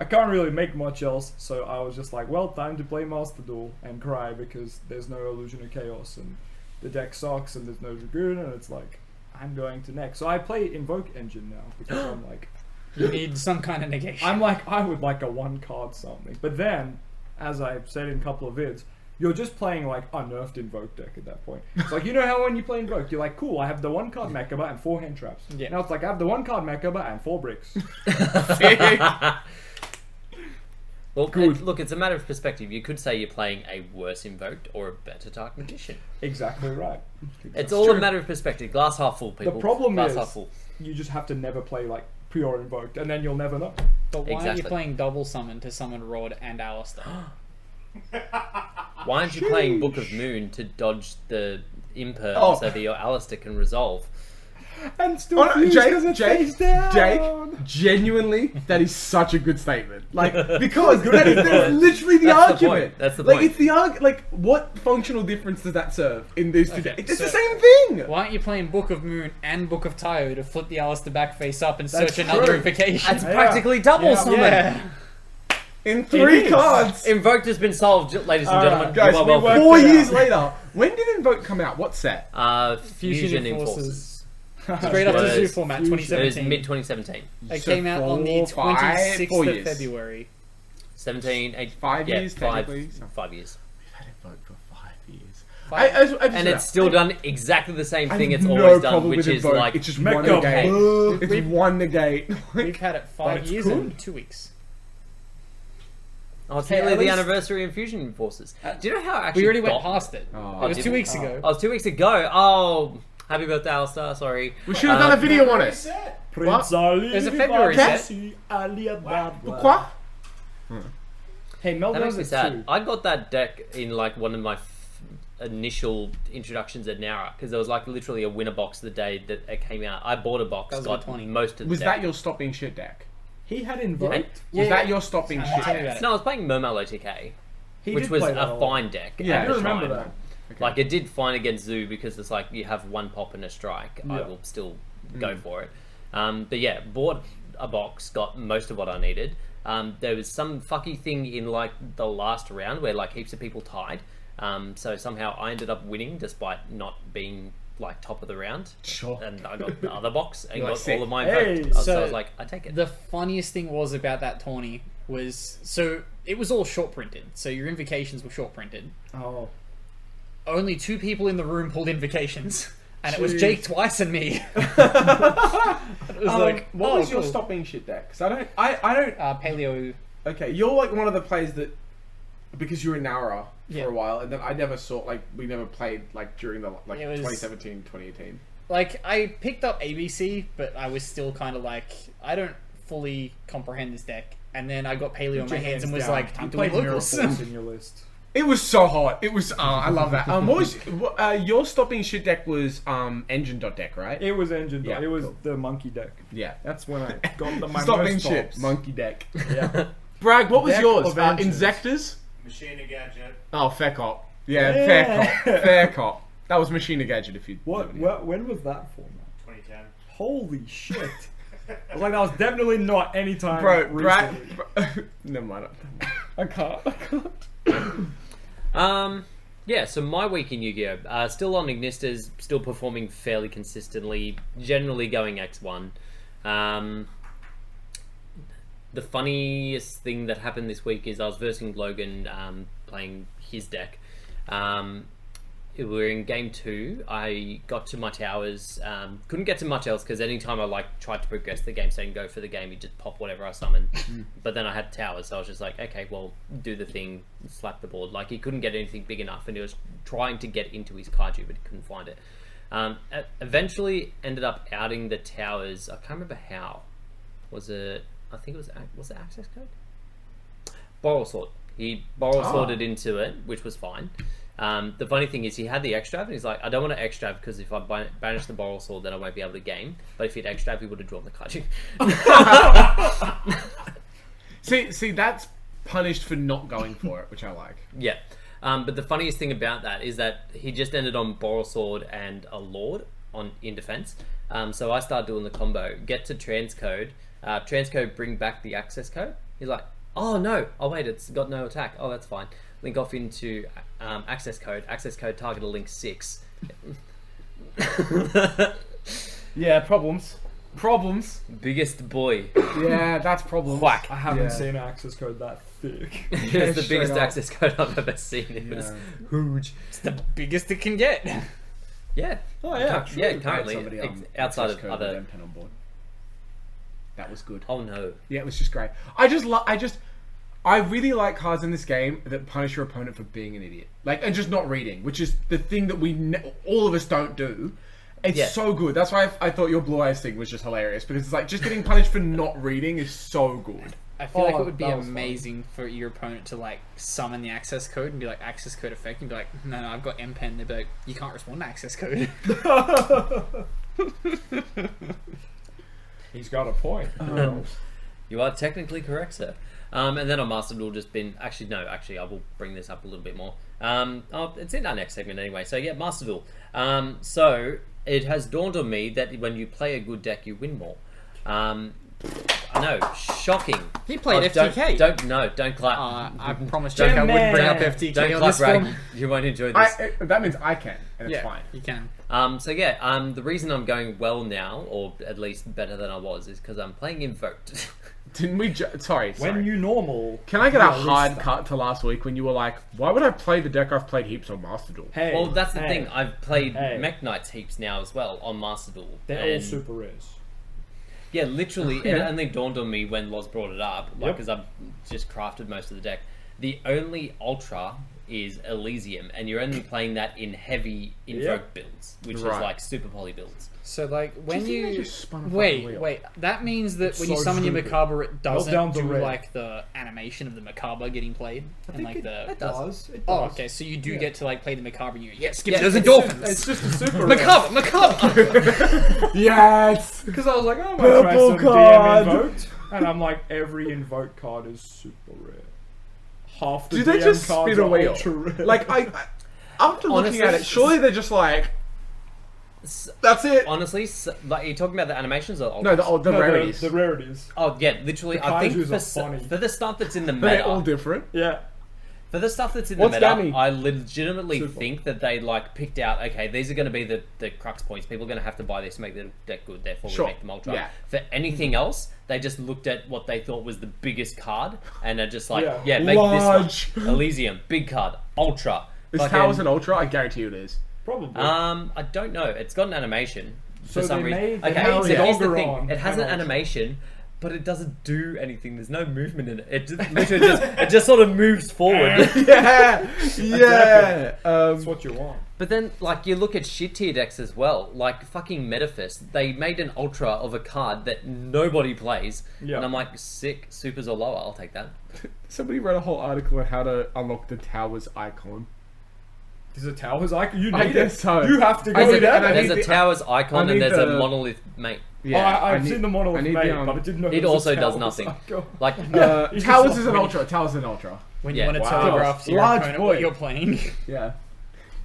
Speaker 3: I can't really make much else, so I was just like, well, time to play Master Duel and cry because there's no Illusion of Chaos and the deck sucks and there's no Dragoon and it's like, I'm going to next. So I play Invoke Engine now because I'm like,
Speaker 5: You need some kind of negation.
Speaker 3: I'm like, I would like a one card something. But then, as I've said in a couple of vids, you're just playing like unnerved invoke deck at that point. It's like you know how when you play invoke, you're like, cool, I have the one card Mechaba and four hand traps.
Speaker 5: Yeah.
Speaker 3: Now it's like I have the one card Mechaba and four bricks.
Speaker 2: Well, it- look, it's a matter of perspective. You could say you're playing a worse invoked or a better Dark Magician.
Speaker 3: exactly right.
Speaker 2: It's all a matter of perspective. Glass half full, people.
Speaker 3: problem
Speaker 2: Glass
Speaker 3: is-
Speaker 2: half full.
Speaker 3: You just have to never play like pure invoked, and then you'll never know.
Speaker 5: but why are you
Speaker 2: exactly.
Speaker 5: playing double summon to summon Rod and Alistair?
Speaker 2: Why aren't you playing Book of Moon to dodge the imperm
Speaker 4: Oh.
Speaker 2: so that your Alistair can resolve?
Speaker 3: And still,
Speaker 4: Oh, no,
Speaker 3: fuse 'cause
Speaker 4: Jake,
Speaker 3: it
Speaker 4: Jake,
Speaker 3: face down.
Speaker 4: Jake, genuinely, that is such a good statement. Like, because that is, that is literally the
Speaker 2: That's the point.
Speaker 4: argument.
Speaker 2: That's the
Speaker 4: like,
Speaker 2: point.
Speaker 4: it's the argument. Like, what functional difference does that serve in these two?
Speaker 5: Okay,
Speaker 4: decks? It's the
Speaker 5: so-
Speaker 4: same thing.
Speaker 5: Why aren't you playing Book of Moon and Book of Tayo to flip the Alistair back face up and
Speaker 3: That's
Speaker 5: search another
Speaker 4: true.
Speaker 5: invocation?
Speaker 2: That's practically double
Speaker 3: Yeah.
Speaker 2: summon.
Speaker 5: Yeah.
Speaker 4: In three
Speaker 3: is.
Speaker 4: cards.
Speaker 2: Invoked has been solved, ladies and
Speaker 3: All
Speaker 2: gentlemen.
Speaker 3: right,
Speaker 4: Guys,
Speaker 2: Well,
Speaker 4: we
Speaker 2: well,
Speaker 4: worked
Speaker 2: well.
Speaker 4: four
Speaker 3: it out.
Speaker 4: years later. When did Invoke come out? What set?
Speaker 2: Uh, Fusion,
Speaker 5: Fusion
Speaker 2: Enforcers.
Speaker 5: Straight up to
Speaker 2: It
Speaker 5: Zoo
Speaker 2: is
Speaker 5: format,
Speaker 3: fusion.
Speaker 2: It is mid 2017.
Speaker 5: 2017. It
Speaker 4: So
Speaker 5: came out on the
Speaker 4: four, five,
Speaker 5: 26th
Speaker 4: four
Speaker 5: of
Speaker 4: years.
Speaker 5: February.
Speaker 2: 17, eight,
Speaker 4: Five
Speaker 2: yeah,
Speaker 4: years,
Speaker 2: five,
Speaker 4: technically, so-
Speaker 2: five years.
Speaker 4: I've had Invoke for five years.
Speaker 5: Five-
Speaker 4: I, I, I just-
Speaker 2: And it's still done exactly the same
Speaker 4: I
Speaker 2: thing
Speaker 4: have
Speaker 2: it's
Speaker 4: no
Speaker 2: always done,
Speaker 4: problem
Speaker 2: which
Speaker 4: with
Speaker 2: is
Speaker 4: Invoke.
Speaker 2: like
Speaker 4: it's just one
Speaker 3: Mecha
Speaker 4: negate. It's one negate.
Speaker 5: We've had it five
Speaker 3: it's
Speaker 5: years
Speaker 3: good.
Speaker 5: and two weeks.
Speaker 2: Oh, it's
Speaker 5: Hey,
Speaker 2: nearly
Speaker 5: at
Speaker 2: the
Speaker 5: least-
Speaker 2: anniversary of Fusion Enforcers.
Speaker 4: Uh,
Speaker 2: Do you know how I actually
Speaker 5: We already went
Speaker 2: got-
Speaker 5: past it.
Speaker 4: Oh.
Speaker 5: it was two
Speaker 2: Didn't-
Speaker 5: weeks ago.
Speaker 2: Oh, it was two weeks ago. Oh, happy birthday, Alistair. Sorry. Uh,
Speaker 4: We should have done a video on it.
Speaker 3: Prince Ali.
Speaker 5: There's a February
Speaker 3: Baba,
Speaker 5: set.
Speaker 3: see Ali Baba.
Speaker 4: Pourquoi?
Speaker 3: Hey, Mel
Speaker 2: That makes
Speaker 3: does
Speaker 2: me
Speaker 3: it
Speaker 2: sad.
Speaker 3: too.
Speaker 2: I got that deck in like one of my f- initial introductions at Nara because there was like literally a winner box the day that it came out. I bought a box,
Speaker 5: was
Speaker 2: got
Speaker 5: good money.
Speaker 2: most of
Speaker 4: Was
Speaker 2: the
Speaker 4: that
Speaker 2: deck.
Speaker 4: your stopping shit deck?
Speaker 3: He had invoked.
Speaker 4: Was that your stopping shit
Speaker 5: Tell me about
Speaker 4: deck?
Speaker 5: it.
Speaker 2: No, I was playing Mermal OTK,
Speaker 3: He
Speaker 2: which
Speaker 3: did
Speaker 2: was
Speaker 3: play that
Speaker 2: a
Speaker 3: lot.
Speaker 2: fine deck.
Speaker 4: Yeah,
Speaker 2: at
Speaker 3: I
Speaker 2: the
Speaker 3: do remember
Speaker 2: time.
Speaker 3: that.
Speaker 2: Like it did fine against Zoo because it's like you have one pop and a strike. I
Speaker 3: Yeah. Mm.
Speaker 2: will still go for it. Um, but yeah, bought a box, got most of what I needed. Um, there was some fucky thing in like the last round where like heaps of people tied. Um, so somehow I ended up winning despite not being like top of the round.
Speaker 4: Sure.
Speaker 2: And I got the other box and
Speaker 4: You're
Speaker 2: got
Speaker 4: like, sick.
Speaker 2: all of my
Speaker 3: Hey.
Speaker 2: votes. So,
Speaker 5: So-
Speaker 2: I was like, I take it.
Speaker 5: The funniest thing was about that tawny was so it was all short printed. So your invocations were short printed.
Speaker 3: Oh.
Speaker 5: Only two people in the room pulled invocations, and it was
Speaker 3: Jeez.
Speaker 5: Jake twice and me. it was
Speaker 4: Um,
Speaker 5: like,
Speaker 4: what
Speaker 5: oh,
Speaker 4: was your
Speaker 5: cool.
Speaker 4: stopping shit deck? Because I don't, I, I don't.
Speaker 5: Uh, paleo.
Speaker 4: Okay, you're like one of the players that because you were in Nara for
Speaker 5: Yeah.
Speaker 4: a while, and then I never saw like we never played like during the like
Speaker 5: It was-
Speaker 4: 2017, 2018.
Speaker 5: Like I picked up ABC, but I was still kind of like I don't fully comprehend this deck. And then I got paleo on my hands and was like,
Speaker 3: you
Speaker 5: time to win
Speaker 3: played
Speaker 5: locals.
Speaker 3: Miracles in your list.
Speaker 4: It was so hot. It was. Uh, I love that. Um, what was wh- uh, your stopping shit deck was um engine dot deck, right?
Speaker 3: It was engine.
Speaker 4: Yeah,
Speaker 3: it was
Speaker 4: cool.
Speaker 3: the monkey deck.
Speaker 4: yeah.
Speaker 3: That's when I got the my
Speaker 4: Stopping
Speaker 3: most
Speaker 4: shit
Speaker 3: tops.
Speaker 4: monkey deck.
Speaker 3: Yeah.
Speaker 4: Bragg, what was
Speaker 3: Deck
Speaker 4: yours?
Speaker 3: of
Speaker 4: Uh,
Speaker 3: engines.
Speaker 4: Insectors.
Speaker 6: Machine gadget.
Speaker 4: Oh, fair cop. Yeah,
Speaker 3: Yeah.
Speaker 4: fair cop. Fair cop. That was Machine Gadget. If you
Speaker 3: What? What? When was that for? Man?
Speaker 6: 2010.
Speaker 3: Holy shit! I was like, that was definitely not any time.
Speaker 4: bro, Bragg.
Speaker 3: recently.
Speaker 4: Never mind.
Speaker 3: I can't. I can't.
Speaker 2: Um, yeah, so my week in Yu-Gi-Oh! Uh, still on Ignistas, still performing fairly consistently, generally going X1. Um, the funniest thing that happened this week is I was versing Logan um, playing his deck. Um, we were in game two. I got to my towers. Um, couldn't get to much else because anytime I like tried to progress the game, so I can go for the game, you just pop whatever I summoned. but then I had towers, so I was just like, okay, well, do the thing, slap the board. Like he couldn't get anything big enough, and he was trying to get into his kaiju, but he couldn't find it. Um, e- eventually, ended up outing the towers. I can't remember how. Was it? I think it was. ac- Was it access code? borrow sort. He borrow sorted into it, which was fine. Um, the funny thing is, he had the extrav, and he's like, I don't want to extrav because if I ban- banish the borrow sword, then I won't be able to game. But if he'd extrav, he would have drawn the kaiju.
Speaker 4: See, see, that's punished for not going for it, which I like.
Speaker 2: yeah. Um, but the funniest thing about that is that he just ended on borrow sword and a lord on in defense. Um, so I start doing the combo, get to transcode, uh, transcode, bring back the access code. He's like, oh no, oh wait, it's got no attack. Oh, that's fine. Link off into um, access code, access code, target a link six.
Speaker 4: Yeah, problems. Problems.
Speaker 2: Biggest boy.
Speaker 4: Yeah, that's problems.
Speaker 2: Whack.
Speaker 3: I haven't
Speaker 4: Yeah.
Speaker 3: seen access code that thick.
Speaker 2: It's the
Speaker 4: straight
Speaker 2: biggest
Speaker 4: up.
Speaker 2: access code I've ever seen. It was huge.
Speaker 5: It's the biggest it can get.
Speaker 2: Yeah.
Speaker 3: Oh yeah.
Speaker 2: Cu-
Speaker 3: sure.
Speaker 2: yeah, currently. ex- outside of other.
Speaker 4: pen on board. That was good.
Speaker 2: Oh no.
Speaker 4: Yeah, it was just great. I just love. I just. I really like cards in this game that punish your opponent for being an idiot, like and just not reading, which is the thing that we ne- all of us don't do. It's
Speaker 2: Yeah.
Speaker 4: so good. That's why I, I thought your blue eyes thing was just hilarious because it's like just getting punished for not reading is so good.
Speaker 5: I feel like
Speaker 3: Oh,
Speaker 5: it would be
Speaker 3: that was
Speaker 5: amazing for your opponent to like summon the access code and be like access code effect and be like, no, no, I've got M pen. They'd be like, you can't respond to access code.
Speaker 3: He's got a point. Um,
Speaker 2: You are technically correct, sir. Um, and then on Master Duel, just been actually no, actually I will bring this up a little bit more. Um, oh, it's in our next segment anyway. So yeah, Master Duel. Um, so it has dawned on me that when you play a good deck, you win more. Um, I know, shocking.
Speaker 5: He played
Speaker 2: Oh, don't-
Speaker 5: FTK.
Speaker 2: Don't no, don't clap.
Speaker 5: uh, I promised Jake
Speaker 2: Don't
Speaker 5: I wouldn't bring
Speaker 3: man.
Speaker 5: up FTK
Speaker 2: don't
Speaker 5: on
Speaker 2: clap,
Speaker 5: this
Speaker 2: Bragg.
Speaker 5: one.
Speaker 2: You won't enjoy
Speaker 4: I,
Speaker 2: this.
Speaker 4: it- that means I can, and it's
Speaker 5: Yeah,
Speaker 4: fine.
Speaker 5: you can.
Speaker 2: Um, so yeah, um, the reason I'm going well now, or at least better than I was, is because I'm playing Invoked.
Speaker 4: Didn't we? Ju- sorry, sorry.
Speaker 3: when you normal.
Speaker 4: Can I get a
Speaker 3: list
Speaker 4: hard
Speaker 3: that.
Speaker 4: cut to last week when you were like, why would I play the deck I've played heaps on Master Duel?
Speaker 3: Hey.
Speaker 2: well, that's the
Speaker 3: hey,
Speaker 2: thing. I've played
Speaker 3: Hey.
Speaker 2: Mech Knights heaps now as well on Master Duel.
Speaker 3: They're all
Speaker 2: and-
Speaker 3: super rares.
Speaker 2: Yeah, literally, it
Speaker 4: Yeah.
Speaker 2: only dawned on me when Loz brought it up, like
Speaker 3: Yep.
Speaker 2: because I've just crafted most of the deck. The only ultra is Elysium, and you're only playing that in heavy Invoke builds, which is
Speaker 4: Right.
Speaker 2: like super poly builds.
Speaker 5: So like when
Speaker 4: think they
Speaker 5: you
Speaker 4: just spun a fucking
Speaker 5: wait,
Speaker 4: wheel?
Speaker 5: wait, that means that when you
Speaker 3: so
Speaker 5: summon your
Speaker 3: stupid.
Speaker 5: macabre, it doesn't
Speaker 3: down to
Speaker 5: do
Speaker 3: red.
Speaker 5: like the animation of the macabre getting played and like the.
Speaker 3: does. It does.
Speaker 5: Oh, okay. So you do get to like play the macabre. And you yes, give me
Speaker 2: Yeah,
Speaker 5: those
Speaker 2: it's
Speaker 5: endorphins.
Speaker 3: It's just a super rare.
Speaker 5: Macabre, macabre.
Speaker 4: Yes!
Speaker 3: Because I was like, oh, I'm gonna try
Speaker 4: Purple
Speaker 3: some
Speaker 4: card.
Speaker 3: DM invoked, and I'm like, every invoke card is super rare. Half the
Speaker 4: Do they
Speaker 3: DM
Speaker 4: just
Speaker 3: cards
Speaker 4: spin a
Speaker 3: are
Speaker 4: wheel?
Speaker 3: ultra rare.
Speaker 4: Like, I, I after looking at it, surely they're just like, that's it.
Speaker 2: Honestly, s like you're talking about the animations or
Speaker 4: No, the, oh, the
Speaker 3: No,
Speaker 4: rarities.
Speaker 3: The, the rarities.
Speaker 2: Oh yeah, literally. I think
Speaker 3: kaijus
Speaker 2: for,
Speaker 3: are
Speaker 2: s-
Speaker 3: funny.
Speaker 2: for the stuff that's in the
Speaker 4: they're
Speaker 2: meta,
Speaker 4: all different.
Speaker 3: Yeah.
Speaker 2: For the stuff that's in
Speaker 4: What's
Speaker 2: the meta,
Speaker 4: gammy?
Speaker 2: I legitimately
Speaker 3: Super.
Speaker 2: think that they like picked out. Okay, these are going to be the, the crux points. People are going to have to buy this to make the deck good. Therefore,
Speaker 4: Sure.
Speaker 2: we make them ultra.
Speaker 4: Yeah.
Speaker 2: For anything else, they just looked at what they thought was the biggest card and are just like,
Speaker 3: Yeah.
Speaker 2: yeah, make
Speaker 4: Large.
Speaker 2: this one. Elysium, big card, ultra.
Speaker 4: Is
Speaker 2: Fucking-
Speaker 4: Towers an Ultra? I guarantee you it is.
Speaker 3: Probably.
Speaker 4: Uh,
Speaker 2: Um, I don't know. It's got an animation
Speaker 3: So
Speaker 2: for some
Speaker 3: they
Speaker 2: reason.
Speaker 3: made the
Speaker 2: okay,
Speaker 3: Mount
Speaker 2: so here's the thing.
Speaker 3: Dongaron
Speaker 2: It has an
Speaker 3: an ultra.
Speaker 2: animation, but it doesn't do anything. There's no movement in it. It just literally just it just sort of moves forward.
Speaker 4: Yeah, yeah. Um,
Speaker 3: That's what you want.
Speaker 2: But then, like, you look at shit tier decks as well. Like, fucking Metafist, they made an ultra of a card that nobody plays.
Speaker 3: Yeah.
Speaker 2: And I'm like, sick, supers or lower, I'll take that.
Speaker 4: somebody wrote a whole article on how to unlock the Towers icon.
Speaker 3: There's a towers icon. You need
Speaker 4: I guess
Speaker 3: it.
Speaker 4: so.
Speaker 3: You have to go
Speaker 4: There's a-
Speaker 3: there.
Speaker 4: and I
Speaker 2: There's
Speaker 4: need
Speaker 2: a
Speaker 4: the-
Speaker 2: Towers icon
Speaker 4: I
Speaker 2: and
Speaker 4: need
Speaker 2: there's
Speaker 4: the-
Speaker 2: a Monolith, mate.
Speaker 4: Yeah,
Speaker 3: oh, I,
Speaker 4: I
Speaker 3: I've
Speaker 4: need-
Speaker 3: seen the model
Speaker 4: I
Speaker 3: of
Speaker 4: need
Speaker 3: made,
Speaker 4: the, um,
Speaker 3: but I didn't know
Speaker 2: It
Speaker 3: was
Speaker 2: also
Speaker 3: a
Speaker 2: does
Speaker 4: Oh
Speaker 3: towers
Speaker 2: nothing.
Speaker 3: icon.
Speaker 2: Like,
Speaker 4: Uh,
Speaker 3: He's
Speaker 4: Towers
Speaker 3: just
Speaker 4: is an
Speaker 3: like-
Speaker 4: ultra. Towers is an ultra.
Speaker 5: When
Speaker 2: Yeah.
Speaker 5: you want to
Speaker 4: Wow.
Speaker 5: telegraph to your
Speaker 4: Large
Speaker 5: opponent
Speaker 4: boy.
Speaker 5: what you're playing.
Speaker 4: Yeah.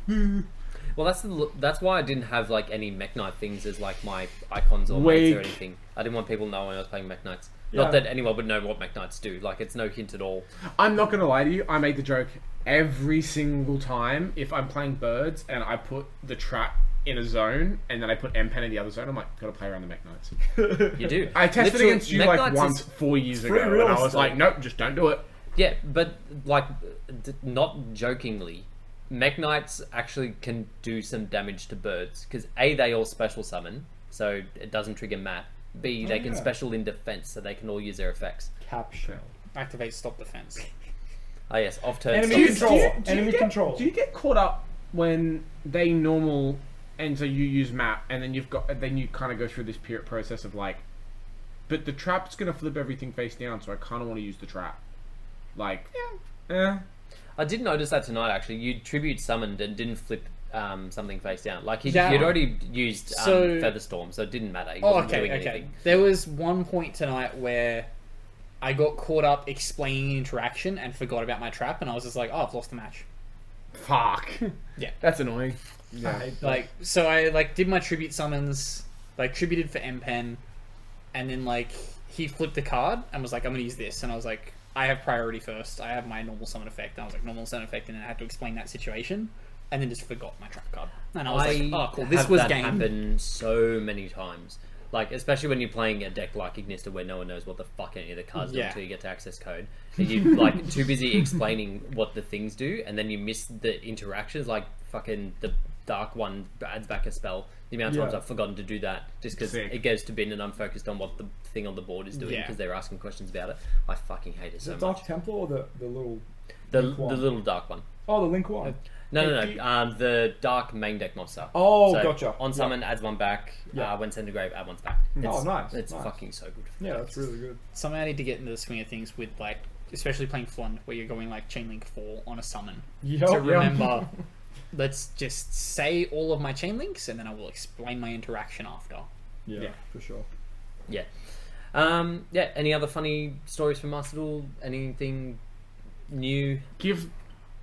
Speaker 2: well, that's the, l- that's why I didn't have like any Mech Knight things as like my icons or mates or
Speaker 4: Weak.
Speaker 2: anything. I didn't want people knowing I was playing Mech Knights.
Speaker 3: Yeah.
Speaker 2: Not that anyone would know what Mech Knights do. Like, it's no hint at all.
Speaker 4: I'm not gonna lie to you. I made the joke every single time if I'm playing birds and I put the trap in a zone and then I put M pen in the other zone. I'm like, gotta play around the Mech Knights.
Speaker 2: You do.
Speaker 4: I tested
Speaker 2: Literally,
Speaker 4: against you
Speaker 2: Mech
Speaker 4: like
Speaker 2: Knights is-
Speaker 4: once four years ago,
Speaker 3: pretty
Speaker 4: and
Speaker 3: real
Speaker 4: I was
Speaker 3: still.
Speaker 4: like, nope, just don't do it.
Speaker 2: Yeah, but like, d- not jokingly, Mech Knights actually can do some damage to birds because a they all special summon, so it doesn't trigger map. B
Speaker 5: Oh,
Speaker 2: they can
Speaker 3: yeah.
Speaker 2: special in defense, so they can all use their effects.
Speaker 3: Cap shell.
Speaker 5: Activate stop defense.
Speaker 2: Oh yes, off turn. stop.
Speaker 3: Enemy is- Control. Enemy
Speaker 4: get,
Speaker 3: control.
Speaker 4: Do you get caught up when they normal and so you use map and then you've got and then you kind of go through this period process of like, but the trap's gonna flip everything face down, so I kind of want to use the trap. Like, yeah, eh.
Speaker 2: I did notice that tonight actually. You tribute summoned and didn't flip um, something face down. Like he'd,
Speaker 5: Yeah.
Speaker 2: he'd already used um,
Speaker 5: So-
Speaker 2: Featherstorm, so it didn't matter. He
Speaker 5: Oh,
Speaker 2: wasn't
Speaker 5: okay,
Speaker 2: doing
Speaker 5: okay.
Speaker 2: anything.
Speaker 5: There was one point tonight where I got caught up explaining interaction and forgot about my trap, and I was just like, oh, I've lost the match.
Speaker 4: fuck.
Speaker 5: Yeah.
Speaker 4: that's annoying. Yeah.
Speaker 5: Like, so I like did my tribute summons, like tributed for M Pen, and then like he flipped a card and was like, I'm gonna use this, and I was like, I have priority first. I have my normal summon effect. And I was like, normal summon effect, and then I had to explain that situation, and then just forgot my trap card. And I was like, oh cool, this
Speaker 2: have
Speaker 5: was
Speaker 2: that
Speaker 5: game.
Speaker 2: happen so many times. Like especially when you're playing a deck like Ignista, where no one knows what the fuck any of the cards do
Speaker 5: Yeah.
Speaker 2: until you get to access code, and you're like too busy explaining what the things do, and then you miss the interactions. Like fucking the dark one adds back a spell. The amount of times
Speaker 3: Yeah.
Speaker 2: I've forgotten to do that just because
Speaker 4: Sick.
Speaker 2: it goes to bin and I'm focused on what the thing on the board is doing
Speaker 5: Yeah.
Speaker 2: because they're asking questions about it. I fucking hate it
Speaker 3: Is
Speaker 2: so
Speaker 3: it
Speaker 2: much.
Speaker 3: Dark Templar or the, the little.
Speaker 2: The,
Speaker 3: Link
Speaker 2: the
Speaker 3: one?
Speaker 2: little dark one.
Speaker 3: Oh, the Link one.
Speaker 2: No,
Speaker 5: Hey,
Speaker 2: no,
Speaker 5: do-
Speaker 2: no. Um, the dark main deck monster.
Speaker 3: Oh, gotcha.
Speaker 2: On
Speaker 3: Yeah.
Speaker 2: summon, adds one back.
Speaker 3: Yeah.
Speaker 2: Uh, when send to grave, add one back.
Speaker 3: oh, nice.
Speaker 2: It's
Speaker 3: nice.
Speaker 2: fucking so good.
Speaker 3: Yeah, that's really good.
Speaker 5: somehow I need to get into the swing of things with like, especially playing Flon, where you're going like chain link four on a summon.
Speaker 3: Yep.
Speaker 5: to remember, let's just say all of my chain links, and then I will explain my interaction after.
Speaker 3: Yeah,
Speaker 4: Yeah.
Speaker 3: for sure.
Speaker 2: Yeah. Um, yeah. Any other funny stories from us at all? Anything new?
Speaker 4: Give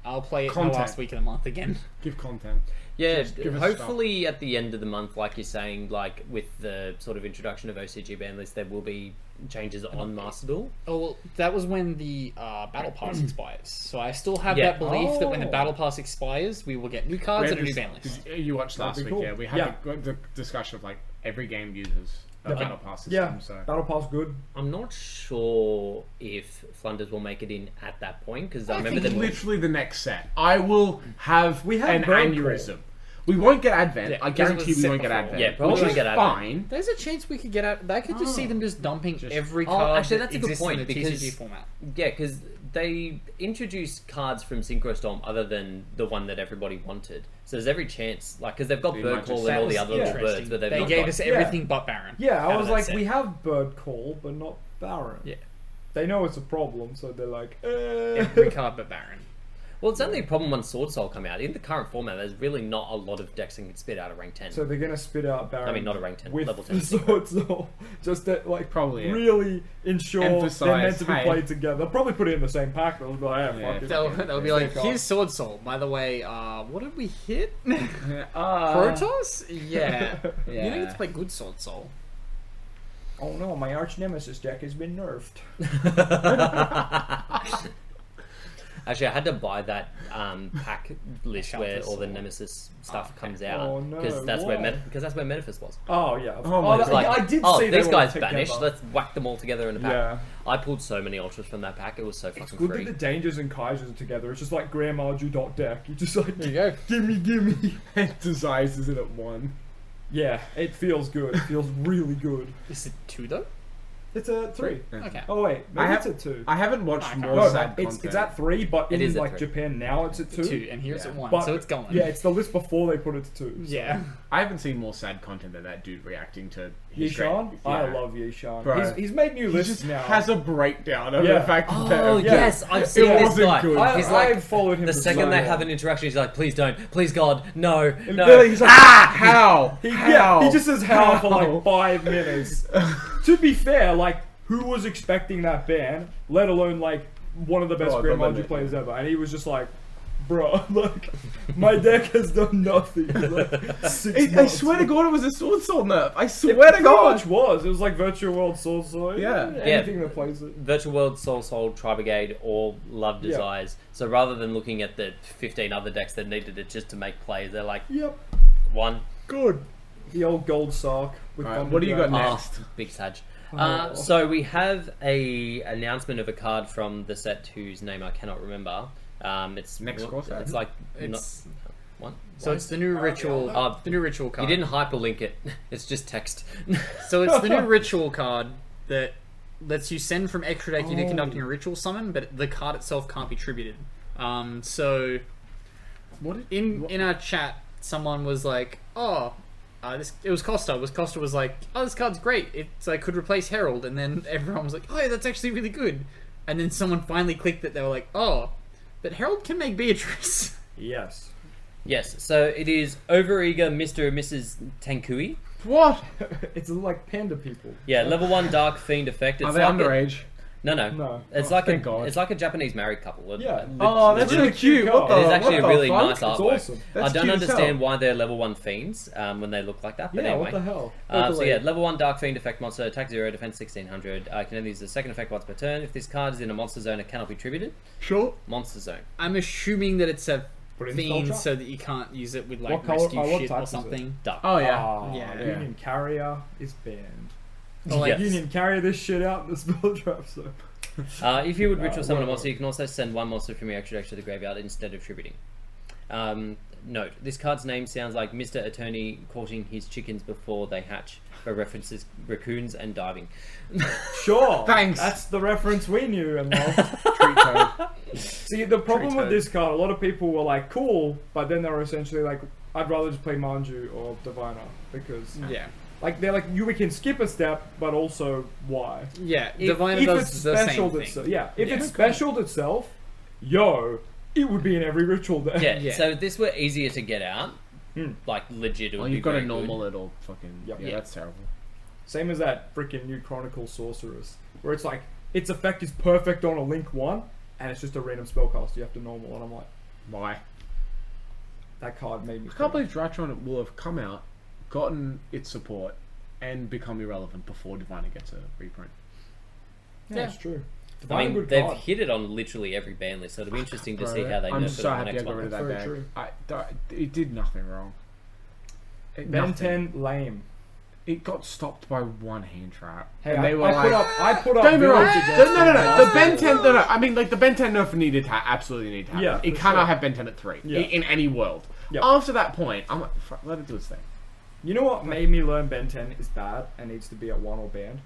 Speaker 5: I'll play it my
Speaker 4: Content.
Speaker 5: last week of the month again.
Speaker 4: give content.
Speaker 2: Yeah.
Speaker 4: Just give us
Speaker 2: hopefully, at the end of the month, like you're saying, like with the sort of introduction of OCG ban list, there will be changes on Master Duel.
Speaker 5: Oh, well, that was when the uh, battle pass expires. So I still have
Speaker 2: Yeah.
Speaker 5: that belief that when the
Speaker 3: Oh.
Speaker 5: battle pass expires, we will get new cards and a new
Speaker 4: this-
Speaker 5: ban list.
Speaker 4: did You you watched last
Speaker 3: That'd
Speaker 4: week,
Speaker 3: be cool.
Speaker 4: yeah. We had
Speaker 3: Yeah.
Speaker 4: The, the discussion of like every game uses a battle pass system,
Speaker 3: Yeah,
Speaker 4: so
Speaker 3: Battle Pass good.
Speaker 2: I'm not sure if Flunders will make it in at that point because I, remember
Speaker 4: think
Speaker 2: them.
Speaker 4: literally the next set. I will have
Speaker 3: We have
Speaker 4: an
Speaker 3: Burn Call.
Speaker 4: aneurysm. We won't get Advent.
Speaker 5: Yeah,
Speaker 4: I
Speaker 5: because it was
Speaker 4: guarantee we
Speaker 5: set
Speaker 4: won't get
Speaker 5: before.
Speaker 4: Advent.
Speaker 2: Yeah, probably
Speaker 4: which
Speaker 2: won't
Speaker 4: is
Speaker 2: get Advent.
Speaker 4: fine.
Speaker 5: There's a chance we could get out. I could just
Speaker 3: Oh.
Speaker 5: see them just dumping every
Speaker 2: Oh,
Speaker 5: card.
Speaker 2: actually,
Speaker 5: that
Speaker 2: that's a good
Speaker 5: exists in
Speaker 2: point,
Speaker 5: the TCG
Speaker 2: because-
Speaker 5: format.
Speaker 2: Yeah, because they introduced cards from Synchro Storm other than the one that everybody wanted. So there's every chance, like, because they've got
Speaker 4: They might
Speaker 2: Bird Call
Speaker 4: just-
Speaker 2: and all the
Speaker 5: That
Speaker 2: other
Speaker 5: was
Speaker 2: little birds,
Speaker 5: interesting.
Speaker 2: but they've
Speaker 5: they
Speaker 2: not
Speaker 5: gave
Speaker 2: got-
Speaker 3: e-
Speaker 5: us everything but Baron.
Speaker 3: Yeah, I
Speaker 2: Out of
Speaker 3: was
Speaker 2: that
Speaker 3: like,
Speaker 2: set.
Speaker 3: we have Bird Call, but not Baron.
Speaker 5: Yeah.
Speaker 3: They know it's a problem, so they're like, eh.
Speaker 5: Every card but Baron.
Speaker 2: Well, it's only a problem when Sword Soul come out. In the current format, there's really not a lot of decks that can spit out a rank ten.
Speaker 3: So they're gonna spit out Baron.
Speaker 2: I mean, not a rank 10,
Speaker 3: with
Speaker 2: level 10
Speaker 3: Sword Soul. Just that, like,
Speaker 4: Probably, yeah.
Speaker 3: really ensure they're meant
Speaker 4: Emphasize,
Speaker 3: to be
Speaker 4: hey.
Speaker 3: played together. They'll probably put it in the same pack. They'll be like, eh,
Speaker 4: Yeah.
Speaker 3: fuck it.
Speaker 5: They'll, they'll be like,
Speaker 3: Take off.
Speaker 5: here's Sword Soul. By the way, uh, what did we hit?
Speaker 4: Uh,
Speaker 5: Protoss? Yeah. You
Speaker 4: Yeah.
Speaker 5: don't get to play good Sword Soul.
Speaker 3: Oh no, my arch nemesis deck has been nerfed.
Speaker 2: Actually, I had to buy that um, pack list
Speaker 5: Shall
Speaker 2: where
Speaker 5: this
Speaker 2: all the
Speaker 5: one?
Speaker 2: Nemesis stuff comes out
Speaker 3: Oh,
Speaker 2: because
Speaker 3: no,
Speaker 2: that's where
Speaker 3: why?
Speaker 2: because that's where Metaphys was.
Speaker 3: Oh yeah.
Speaker 4: Oh my
Speaker 3: that-
Speaker 4: God.
Speaker 3: I, I did
Speaker 2: oh,
Speaker 3: see
Speaker 2: these
Speaker 3: they were
Speaker 2: guys
Speaker 3: together.
Speaker 2: banished. Let's whack them all together in a pack.
Speaker 3: Yeah.
Speaker 2: I pulled so many ultras from that pack. It was so fucking
Speaker 3: It's good
Speaker 2: free.
Speaker 3: that the dangers and kaijus are together. It's just like Grandma do dot deck. You just like
Speaker 4: There you go.
Speaker 3: gimme, gimme.
Speaker 4: Desires isn't at one.
Speaker 3: Yeah, it feels good. It feels really good.
Speaker 5: Is it two though?
Speaker 3: It's a three.
Speaker 5: Okay.
Speaker 3: Oh wait, maybe
Speaker 4: I have-
Speaker 3: it's a two.
Speaker 4: I haven't watched more
Speaker 3: no,
Speaker 4: sad
Speaker 3: it's,
Speaker 4: content.
Speaker 3: it's at three, but
Speaker 2: It
Speaker 3: in
Speaker 2: is at
Speaker 3: like
Speaker 2: three.
Speaker 3: Japan now it's at two.
Speaker 5: Two and here's
Speaker 4: Yeah.
Speaker 5: at one,
Speaker 3: But-
Speaker 5: so it's going.
Speaker 3: Yeah, it's the list before they put it to two.
Speaker 5: Yeah.
Speaker 4: I haven't seen more sad content than that dude reacting to his
Speaker 3: Yishan,
Speaker 4: great-
Speaker 3: I
Speaker 4: Yeah.
Speaker 3: love Yishan.
Speaker 4: Bro.
Speaker 3: He's, he's made new
Speaker 4: He
Speaker 3: lists
Speaker 4: just
Speaker 3: now.
Speaker 4: has a breakdown over
Speaker 3: Yeah.
Speaker 4: the fact that
Speaker 2: Oh
Speaker 4: yeah.
Speaker 2: yes, I've seen
Speaker 4: It
Speaker 2: this
Speaker 4: wasn't
Speaker 2: guy.
Speaker 4: good.
Speaker 3: I,
Speaker 2: He's like
Speaker 3: I've followed him.
Speaker 2: the
Speaker 3: for
Speaker 2: second
Speaker 3: so
Speaker 2: they
Speaker 3: long.
Speaker 2: have an interaction, he's like, "Please don't, please God, no,
Speaker 3: Really,
Speaker 2: no."
Speaker 3: he's like,
Speaker 4: ah how
Speaker 3: He,
Speaker 4: how
Speaker 3: Yeah, he just says how, for
Speaker 4: How?
Speaker 3: like five minutes. to be fair, like who was expecting that ban? Let alone like one of the best
Speaker 4: Oh, I
Speaker 3: Grand
Speaker 4: remember
Speaker 3: Magic
Speaker 4: that,
Speaker 3: players ever, and he was just like, "Bro, like my deck has done nothing." for, Like, six
Speaker 4: It- I
Speaker 3: months."
Speaker 4: swear to God, it was a sword sword nerf. I
Speaker 3: It
Speaker 4: swear to
Speaker 3: pretty
Speaker 4: God.
Speaker 3: much was. It was like Virtual World Sword Sword.
Speaker 4: Yeah.
Speaker 3: anything that plays it.
Speaker 2: Virtual World, Soul Soul, Tri Brigade, all love
Speaker 3: Yeah.
Speaker 2: desires. So rather than looking at the 15 other decks that needed it just to make plays, they're like
Speaker 3: Yep,
Speaker 2: one
Speaker 4: Good.
Speaker 3: the old gold sock. With
Speaker 4: Alright, what do you got
Speaker 3: Thunderdragon.
Speaker 4: next?
Speaker 2: big sag. Uh, so we have a announcement of a card from the set whose name I cannot remember. Um, it's
Speaker 4: Next
Speaker 2: what-
Speaker 4: course, Adam.
Speaker 2: It's like
Speaker 5: It's-
Speaker 2: not- one.
Speaker 5: So it's the new ritual.
Speaker 2: Uh,
Speaker 5: the new ritual
Speaker 2: You
Speaker 5: card.
Speaker 2: didn't hyperlink it. It's just text.
Speaker 5: So it's the new ritual card that lets you send from extra deck into conducting a ritual summon, but the card itself can't be tributed. Um, so
Speaker 4: What did,
Speaker 5: in in our chat, someone was like, "Oh, uh, this it was Costa." It was Costa was like, "Oh, this card's great. It's I could replace Herald." And then everyone was like, "Oh, that's actually really good." And then someone finally clicked that they were like, "Oh, but Herald can make Beatrice."
Speaker 3: Yes.
Speaker 2: yes. So it is overeager Mr. and Mrs. Tankui.
Speaker 4: what?
Speaker 3: It's like panda people.
Speaker 2: Yeah, level one dark fiend effect. It's
Speaker 4: Are they
Speaker 2: like a-
Speaker 4: underage? Oh,
Speaker 2: No, no,
Speaker 3: No.
Speaker 2: It's like a
Speaker 4: thank God.
Speaker 2: it's like a Japanese married couple.
Speaker 3: Yeah.
Speaker 4: Oh, that's really
Speaker 3: really
Speaker 4: cute.
Speaker 3: cute
Speaker 4: What the?
Speaker 3: card.
Speaker 2: It is actually
Speaker 4: what
Speaker 2: a really
Speaker 4: the fuck?
Speaker 2: nice artwork.
Speaker 3: awesome.
Speaker 4: That's
Speaker 2: I don't
Speaker 4: cute as hell.
Speaker 2: understand why they're level one fiends um, when they look like that. But
Speaker 3: Yeah,
Speaker 2: anyway.
Speaker 3: what the hell?
Speaker 2: Uh, so yeah, level one dark fiend effect monster, attack zero, defense sixteen hundred. I can only use the second effect once per turn. If this card is in a monster zone, it cannot be tributed.
Speaker 4: Sure.
Speaker 2: Monster zone.
Speaker 5: I'm assuming that it's a
Speaker 3: Put it in
Speaker 5: fiend,
Speaker 3: Soldier.
Speaker 5: so that you can't use it with like
Speaker 3: What colour-
Speaker 5: rescue
Speaker 3: oh, what
Speaker 5: shit
Speaker 3: type
Speaker 5: or
Speaker 3: is it?
Speaker 5: something.
Speaker 2: Dark.
Speaker 4: Oh yeah.
Speaker 3: Ah,
Speaker 5: Yeah.
Speaker 3: Union Carrier is banned.
Speaker 5: Or, like,
Speaker 2: Yes.
Speaker 3: Union Carrier this shit out in the spell trap zone.
Speaker 2: Uh, if you would ritual
Speaker 3: Uh,
Speaker 2: summon a
Speaker 3: whatever.
Speaker 2: monster, you can also send one monster from your extra deck to the graveyard instead of tributing. Um, note: This card's name sounds like Mr. Attorney courting his chickens before they hatch, but references raccoons and diving.
Speaker 3: Sure.
Speaker 4: Thanks.
Speaker 3: That's the reference we knew and loved.
Speaker 4: Treat code.
Speaker 3: See, the problem with
Speaker 4: Toad.
Speaker 3: this card, a lot of people were like, cool, but then they were essentially like, I'd rather just play Manju or Diviner because,
Speaker 5: Yeah.
Speaker 3: like, they're like, you we can skip a step, but also why?
Speaker 5: Yeah,
Speaker 3: If-
Speaker 5: Diviner
Speaker 3: if
Speaker 5: does
Speaker 3: it's
Speaker 5: the same
Speaker 3: specialed
Speaker 5: thing.
Speaker 3: itself, yeah. If
Speaker 5: Yeah.
Speaker 3: it's specialed itself, yo, it would be in every ritual deck.
Speaker 2: Yeah,
Speaker 5: Yeah.
Speaker 2: So if this were easier to get out,
Speaker 4: Hmm.
Speaker 2: like legit. It would
Speaker 4: Well,
Speaker 2: be
Speaker 4: Oh, you've got a
Speaker 2: very good.
Speaker 4: normal little fucking.
Speaker 3: Yep.
Speaker 4: Yeah,
Speaker 3: Yeah.
Speaker 4: that's terrible.
Speaker 3: Same as that freaking new Chronicle Sorceress, where it's like its effect is perfect on a link one, and it's just a random spellcast you have to normal. And I'm like,
Speaker 4: Why?
Speaker 3: that card made me.
Speaker 4: I can't believe Drytron will have come out, gotten its support, and become irrelevant before Diviner gets a reprint.
Speaker 3: Yeah, it's true.
Speaker 2: I
Speaker 3: Not a
Speaker 2: mean,
Speaker 3: good
Speaker 2: they've
Speaker 3: card.
Speaker 2: hit it on literally every ban list, so it'll be interesting to
Speaker 4: Bro,
Speaker 2: see how they
Speaker 4: I'm
Speaker 2: nerf it
Speaker 4: so
Speaker 2: on the
Speaker 4: happy I
Speaker 2: next
Speaker 4: got rid
Speaker 2: one.
Speaker 4: of that
Speaker 3: Very
Speaker 4: deck.
Speaker 3: true.
Speaker 4: I, that- it did nothing wrong. It,
Speaker 3: Ben
Speaker 4: nothing.
Speaker 3: 10 lame.
Speaker 4: it got stopped by one hand trap.
Speaker 3: Hey,
Speaker 4: and
Speaker 3: I,
Speaker 4: they were
Speaker 3: I
Speaker 4: like,
Speaker 3: put up. I put up.
Speaker 4: Don't get me wrong.
Speaker 3: Village against
Speaker 4: No, no, no,
Speaker 3: them
Speaker 4: no. The
Speaker 3: last
Speaker 4: Ben
Speaker 3: year.
Speaker 4: 10, no, no. I mean, like, the Ben 10 nerf needed to ha- absolutely need to happen.
Speaker 3: Yeah,
Speaker 4: it
Speaker 3: for
Speaker 4: cannot
Speaker 3: sure.
Speaker 4: have Ben 10 at 3 i-
Speaker 3: Yeah.
Speaker 4: in any world.
Speaker 3: Yep.
Speaker 4: After that point, I'm like, fuck, let it do its thing.
Speaker 3: You know what made me learn Ben 10 is bad and needs to be at one or banned?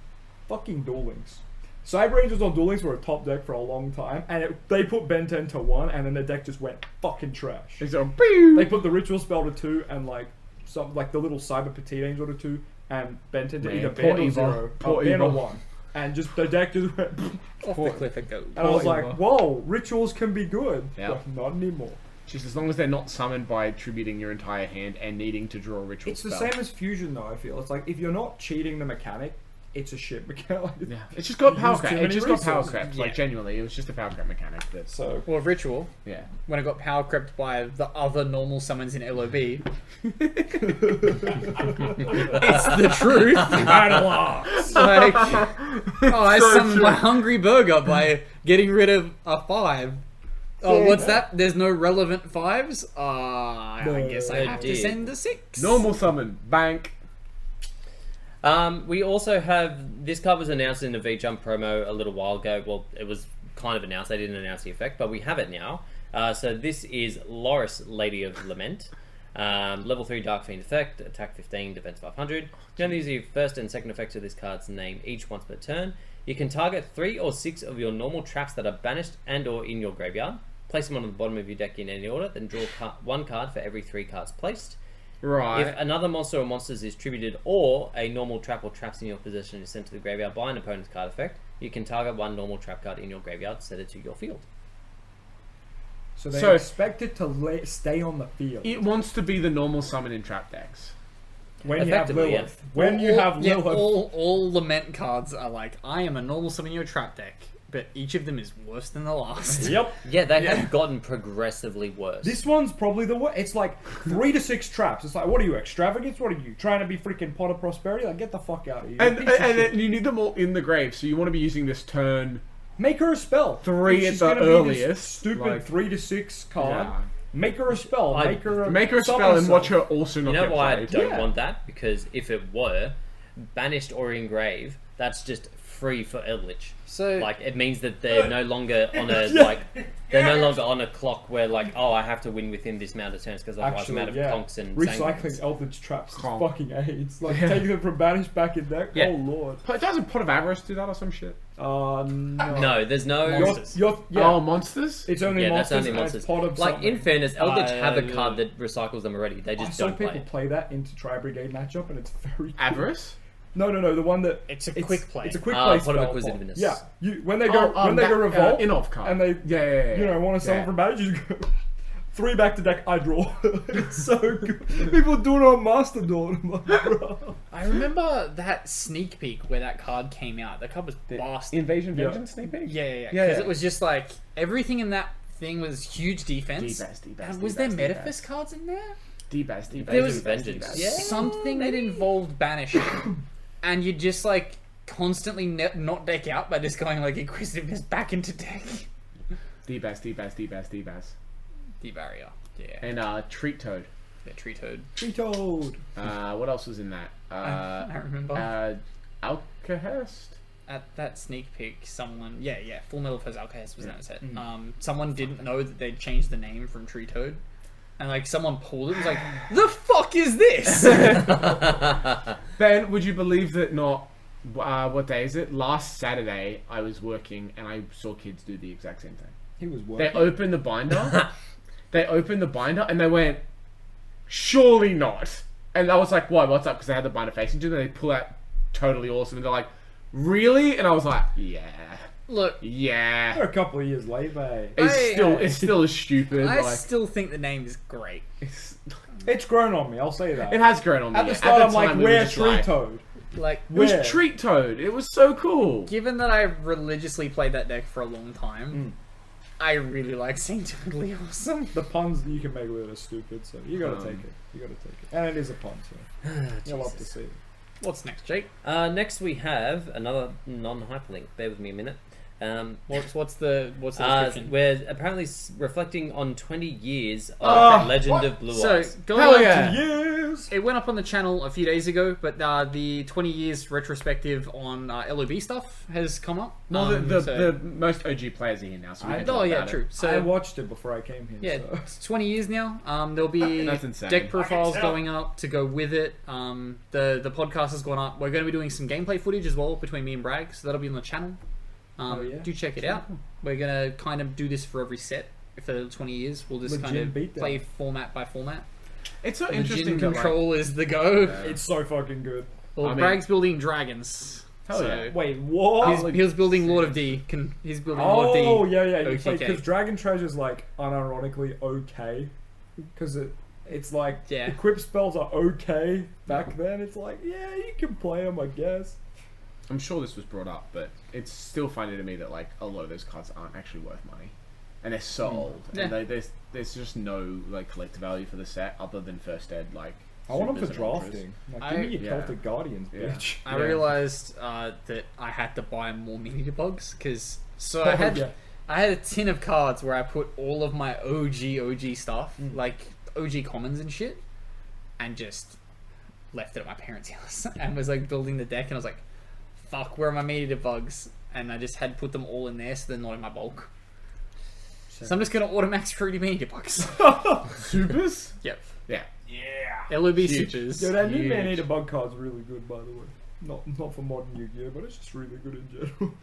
Speaker 3: Fucking Duel Links. Cyber Angels on Duel Links were a top deck for a long time, and it, they put Ben 10 to one, and then the deck just went fucking trash.
Speaker 4: It's a boo.
Speaker 3: They put the ritual spell to two and like some like the little cyber petite angel to two and Benton to
Speaker 4: Man,
Speaker 3: either
Speaker 4: poor
Speaker 3: ban or
Speaker 4: Eva.
Speaker 3: zero,
Speaker 4: Poor
Speaker 3: or ban or
Speaker 4: Eva.
Speaker 3: one, and just the deck just went. and
Speaker 5: Off the cliff it goes.
Speaker 3: I was
Speaker 4: Poor
Speaker 3: like,
Speaker 4: Eva.
Speaker 3: whoa, rituals can be good,
Speaker 4: Yeah.
Speaker 3: but not anymore.
Speaker 4: Just as long as they're not summoned by tributing your entire hand and needing to draw a ritual
Speaker 3: It's the
Speaker 4: spell.
Speaker 3: same as fusion though. I feel it's like if you're not cheating the mechanic, it's a shit mechanic.
Speaker 4: Yeah, it's just got
Speaker 3: You
Speaker 4: power
Speaker 3: use
Speaker 4: crap.
Speaker 3: too
Speaker 4: It
Speaker 3: many
Speaker 4: just got power
Speaker 3: resources.
Speaker 4: crap.
Speaker 5: Yeah.
Speaker 4: Like genuinely, it was just a power crap mechanic. That's
Speaker 3: So
Speaker 5: Well, ritual.
Speaker 4: yeah.
Speaker 5: When I got power crept by the other normal summons in LOB, it's the truth. like, oh, I summoned my hungry burger by getting rid of a five. Oh, what's that? There's no relevant fives. Ah, I guess I
Speaker 2: No,
Speaker 5: have to
Speaker 2: dude.
Speaker 5: send the six.
Speaker 4: Normal summon, bank.
Speaker 2: Um, we also have this card was announced in the V Jump promo a little while ago. Well, it was kind of announced. They didn't announce the effect, but we have it now. Uh, so this is Loris, Lady of Lament. Um, level 3 Dark Fiend effect, attack 15, defense 500. You only use the first and second effects of this card's name each once per turn. You can target 3 or 6 of your normal traps that are banished and or in your graveyard. Place them on the bottom of your deck in any order, then draw car- one card for every 3 cards placed.
Speaker 4: Right.
Speaker 2: If another monster or monsters is tributed or a normal trap or traps in your possession is sent to the graveyard by an opponent's card effect, you can target one normal trap card in your graveyard, set it to your field.
Speaker 3: So they
Speaker 4: So-
Speaker 3: expect it to la stay on the field
Speaker 4: it wants to be the normal summon in trap decks.
Speaker 3: when you have
Speaker 2: effectively, yeah.
Speaker 3: Lilith. When you have
Speaker 5: yeah,
Speaker 3: Lilith,
Speaker 5: all, all lament cards are like, I am a normal summon your trap deck, but each of them is worse than the last.
Speaker 3: yep.
Speaker 2: Yeah, they have gotten progressively worse.
Speaker 3: This one's probably the worst. It's like three to six traps. It's like, what are you extravagance? What are you trying to be freaking Potter prosperity? Like, get the fuck out of here!
Speaker 4: And,
Speaker 3: Piece
Speaker 4: and,
Speaker 3: of shit.
Speaker 4: then you need them all in the grave, so you want to be using this turn.
Speaker 3: Make her a spell.
Speaker 4: Three
Speaker 3: If
Speaker 4: at
Speaker 3: she's
Speaker 4: the
Speaker 3: gonna be this
Speaker 4: earliest,
Speaker 3: Stupid
Speaker 4: like-
Speaker 3: three to six card.
Speaker 4: Yeah.
Speaker 3: Make her a spell.
Speaker 2: I-
Speaker 3: make her a
Speaker 4: Make her a
Speaker 3: summon
Speaker 4: spell and watch
Speaker 3: herself.
Speaker 4: her also not
Speaker 2: you know
Speaker 4: get
Speaker 2: why I
Speaker 4: played.
Speaker 2: don't
Speaker 3: Yeah.
Speaker 2: want that? Because if it were banished or engraved, that's just free for Eldritch.
Speaker 5: So-
Speaker 2: like it means that they're no longer on a
Speaker 3: Yeah.
Speaker 2: like they're no longer on a clock where like oh I have to win within this amount of turns because otherwise
Speaker 3: Actually,
Speaker 2: I'm out of
Speaker 3: yeah.
Speaker 2: conks and
Speaker 3: Recycling
Speaker 2: Zangrams.
Speaker 3: Eldritch traps is
Speaker 4: Conk.
Speaker 3: fucking aids. Like taking them from banished back in deck.
Speaker 2: Yeah.
Speaker 3: Oh lord.
Speaker 4: But doesn't Pot of Avarice do that or some shit?
Speaker 3: Uh, no.
Speaker 2: No, there's no
Speaker 3: You're, you're, yeah.
Speaker 4: Oh, monsters?
Speaker 3: it's only
Speaker 2: Yeah, that's
Speaker 3: monsters.
Speaker 2: only monsters.
Speaker 3: And pot of
Speaker 2: Like
Speaker 3: something.
Speaker 2: in fairness, Eldritch have a
Speaker 5: Uh,
Speaker 2: card that recycles them already. They
Speaker 3: I
Speaker 2: just
Speaker 3: saw
Speaker 2: don't
Speaker 3: people
Speaker 2: play.
Speaker 3: play,
Speaker 2: it.
Speaker 3: that into tri brigade matchup, and it's very
Speaker 4: Avarice?
Speaker 3: No, no, no. The one that
Speaker 5: It's a quick play.
Speaker 3: It's a quick
Speaker 2: Ah,
Speaker 3: play.
Speaker 2: Pot of
Speaker 3: spell.
Speaker 2: Inquisitiveness.
Speaker 3: Yeah, you when
Speaker 4: Oh,
Speaker 3: they go when they go revolt
Speaker 4: um, in off uh, card.
Speaker 3: and they
Speaker 4: yeah, yeah, yeah,
Speaker 3: you know want to summon
Speaker 4: yeah.
Speaker 3: from badge, you go three back to deck. I draw. it's so good. People do it on Master Dawn. I'm like, "Bruh."
Speaker 5: I remember that sneak peek where that card came out. That card was bastard.
Speaker 4: Invasion
Speaker 3: Yeah.
Speaker 4: Vengeance sneak peek?
Speaker 5: yeah, yeah, yeah.
Speaker 4: Yeah,
Speaker 5: Because
Speaker 4: yeah.
Speaker 5: it was just like everything in that thing was huge defense.
Speaker 4: Defense, defense,
Speaker 5: and was
Speaker 4: defense,
Speaker 5: there
Speaker 4: defense.
Speaker 5: Metaphys cards in there?
Speaker 4: D-Bass, D-Bass.
Speaker 5: There was-
Speaker 4: D-Bass,
Speaker 2: Vengeance.
Speaker 4: D-Bass.
Speaker 2: Yeah.
Speaker 5: something that involved banishing, and you just like constantly ne- not deck out by just going like inquisitiveness back into deck.
Speaker 4: D-Bass, D-Bass, D-Bass, D-Bass.
Speaker 5: The barrier, yeah,
Speaker 4: And uh, Treat Toad.
Speaker 5: the tree toad.
Speaker 3: Be told.
Speaker 4: Uh, what else was in that?
Speaker 5: I
Speaker 4: Uh,
Speaker 5: remember
Speaker 4: uh, Alkahest?
Speaker 5: at that sneak peek, someone yeah yeah Full Metal Alchemist Alchemist was in that set.
Speaker 2: Mm-hmm.
Speaker 5: Um, someone didn't know that they'd changed the name from Tree Toad, and like someone pulled it and was like, "The fuck is this?"
Speaker 4: Ben, would you believe that not? Uh, what day is it? Last Saturday, I was working and I saw kids do the exact same thing.
Speaker 3: He was
Speaker 4: They
Speaker 3: working.
Speaker 4: opened the binder, they opened the binder, and they went, "Surely not!" And I was like, "Why? What's up?" Because they had the binder facing to them. They pull out, totally awesome, and they're like, "Really?" And I was like, "Yeah,
Speaker 5: Look,
Speaker 4: yeah."
Speaker 3: a couple of years later.
Speaker 4: It's
Speaker 5: I-
Speaker 4: still, it's still as stupid.
Speaker 5: I
Speaker 4: like,
Speaker 5: still think the name is great.
Speaker 4: it's,
Speaker 3: It's grown on me. I'll say that.
Speaker 4: it has grown on me.
Speaker 3: At the start, I'm like,
Speaker 4: time, it was
Speaker 3: "Where's
Speaker 4: just
Speaker 3: Tree
Speaker 4: like-
Speaker 3: Toad?"
Speaker 5: Like
Speaker 4: It was
Speaker 3: Where?
Speaker 4: Treat Toad. It was so cool.
Speaker 5: given that I religiously played that deck for a long
Speaker 4: Mm.
Speaker 5: time, I really like seeing totally awesome.
Speaker 3: The puns that you can make with it are stupid, so you gotta
Speaker 4: Um,
Speaker 3: take it. You gotta take it, and it is a pun, so you'll love to see it.
Speaker 5: What's next, Jake?
Speaker 2: Uh, next, we have another non-hyperlink. Bear with me a minute. Um,
Speaker 5: What's what's the what's the
Speaker 2: uh,
Speaker 5: description?
Speaker 2: we're apparently s- reflecting on 20 years of
Speaker 4: Oh,
Speaker 2: the Legend
Speaker 4: what?
Speaker 2: of Blue
Speaker 5: so
Speaker 2: Eyes.
Speaker 5: go
Speaker 4: Hell
Speaker 5: on
Speaker 4: yeah.
Speaker 5: to
Speaker 3: Yes.
Speaker 5: It went up on the channel a few days ago, but uh, the 20 years retrospective on uh, LOB stuff has come up.
Speaker 4: Well,
Speaker 5: Um,
Speaker 4: the, the,
Speaker 5: so-
Speaker 4: the most OG players are here now, so we
Speaker 3: I-
Speaker 4: can
Speaker 5: oh
Speaker 4: talk
Speaker 5: yeah,
Speaker 4: about it.
Speaker 5: true. So
Speaker 3: I watched it before I came here.
Speaker 5: yeah,
Speaker 3: so.
Speaker 5: it's 20 years now. Um, there'll be
Speaker 4: That's insane.
Speaker 5: deck profiles
Speaker 6: I can tell.
Speaker 5: going up to go with it. Um, the the podcast has gone up. We're going to be doing some gameplay footage as well between me and Bragg, so that'll be on the channel. Um,
Speaker 3: Oh, yeah.
Speaker 5: Do check it out. We're gonna kind of do this for every set. If the 20 years, we'll just kind
Speaker 3: Legit
Speaker 5: of
Speaker 3: beat that.
Speaker 5: play format by format.
Speaker 4: It's so
Speaker 5: Interesting
Speaker 4: interesting. that, like-
Speaker 5: control is the go.
Speaker 3: It's so fucking good.
Speaker 5: Well,
Speaker 4: I mean-
Speaker 5: Bragg's building dragons.
Speaker 4: Hell
Speaker 5: so
Speaker 4: yeah.
Speaker 3: Wait, what?
Speaker 5: He's, he was building Lord of D. Can he's building Lord
Speaker 3: oh
Speaker 5: of D?
Speaker 3: yeah, yeah.
Speaker 5: OKK.
Speaker 3: Because Dragon Treasure's like unironically okay, because it it's like
Speaker 5: Yeah.
Speaker 3: equip spells are okay back then. It's like yeah, you can play them, I guess.
Speaker 4: I'm sure this was brought up, but it's still funny to me that like a lot of those cards aren't actually worth money, and they're so old,
Speaker 5: Yeah.
Speaker 4: and they, there's there's just no like collector value for the set other than first ed. Like
Speaker 3: I want them for
Speaker 4: supers and ultras.
Speaker 3: drafting. Like,
Speaker 5: I-
Speaker 3: give me your
Speaker 4: yeah.
Speaker 3: Celtic Guardians,
Speaker 4: Yeah.
Speaker 3: bitch.
Speaker 5: I
Speaker 4: Yeah.
Speaker 5: realized uh, that I had to buy more mini debugs because so I
Speaker 3: Oh,
Speaker 5: had
Speaker 3: yeah.
Speaker 5: I had a tin of cards where I put all of my OG OG stuff,
Speaker 3: Mm.
Speaker 5: like OG commons and shit, and just left it at my parents' house and was like building the deck and I was like, fuck, where are my meat eater bugs? And I just had put them all in there so they're not in my bulk. So I'm just gonna automax fruity meat eater bugs.
Speaker 4: Supers?
Speaker 5: yep.
Speaker 4: Yeah.
Speaker 6: Yeah.
Speaker 5: LOB
Speaker 4: Huge.
Speaker 5: supers.
Speaker 3: Yeah, that new
Speaker 4: huge.
Speaker 3: Man Eater Bug card's really good, by the way. Not not for modern Yu-Gi-Oh, but it's just really good in general.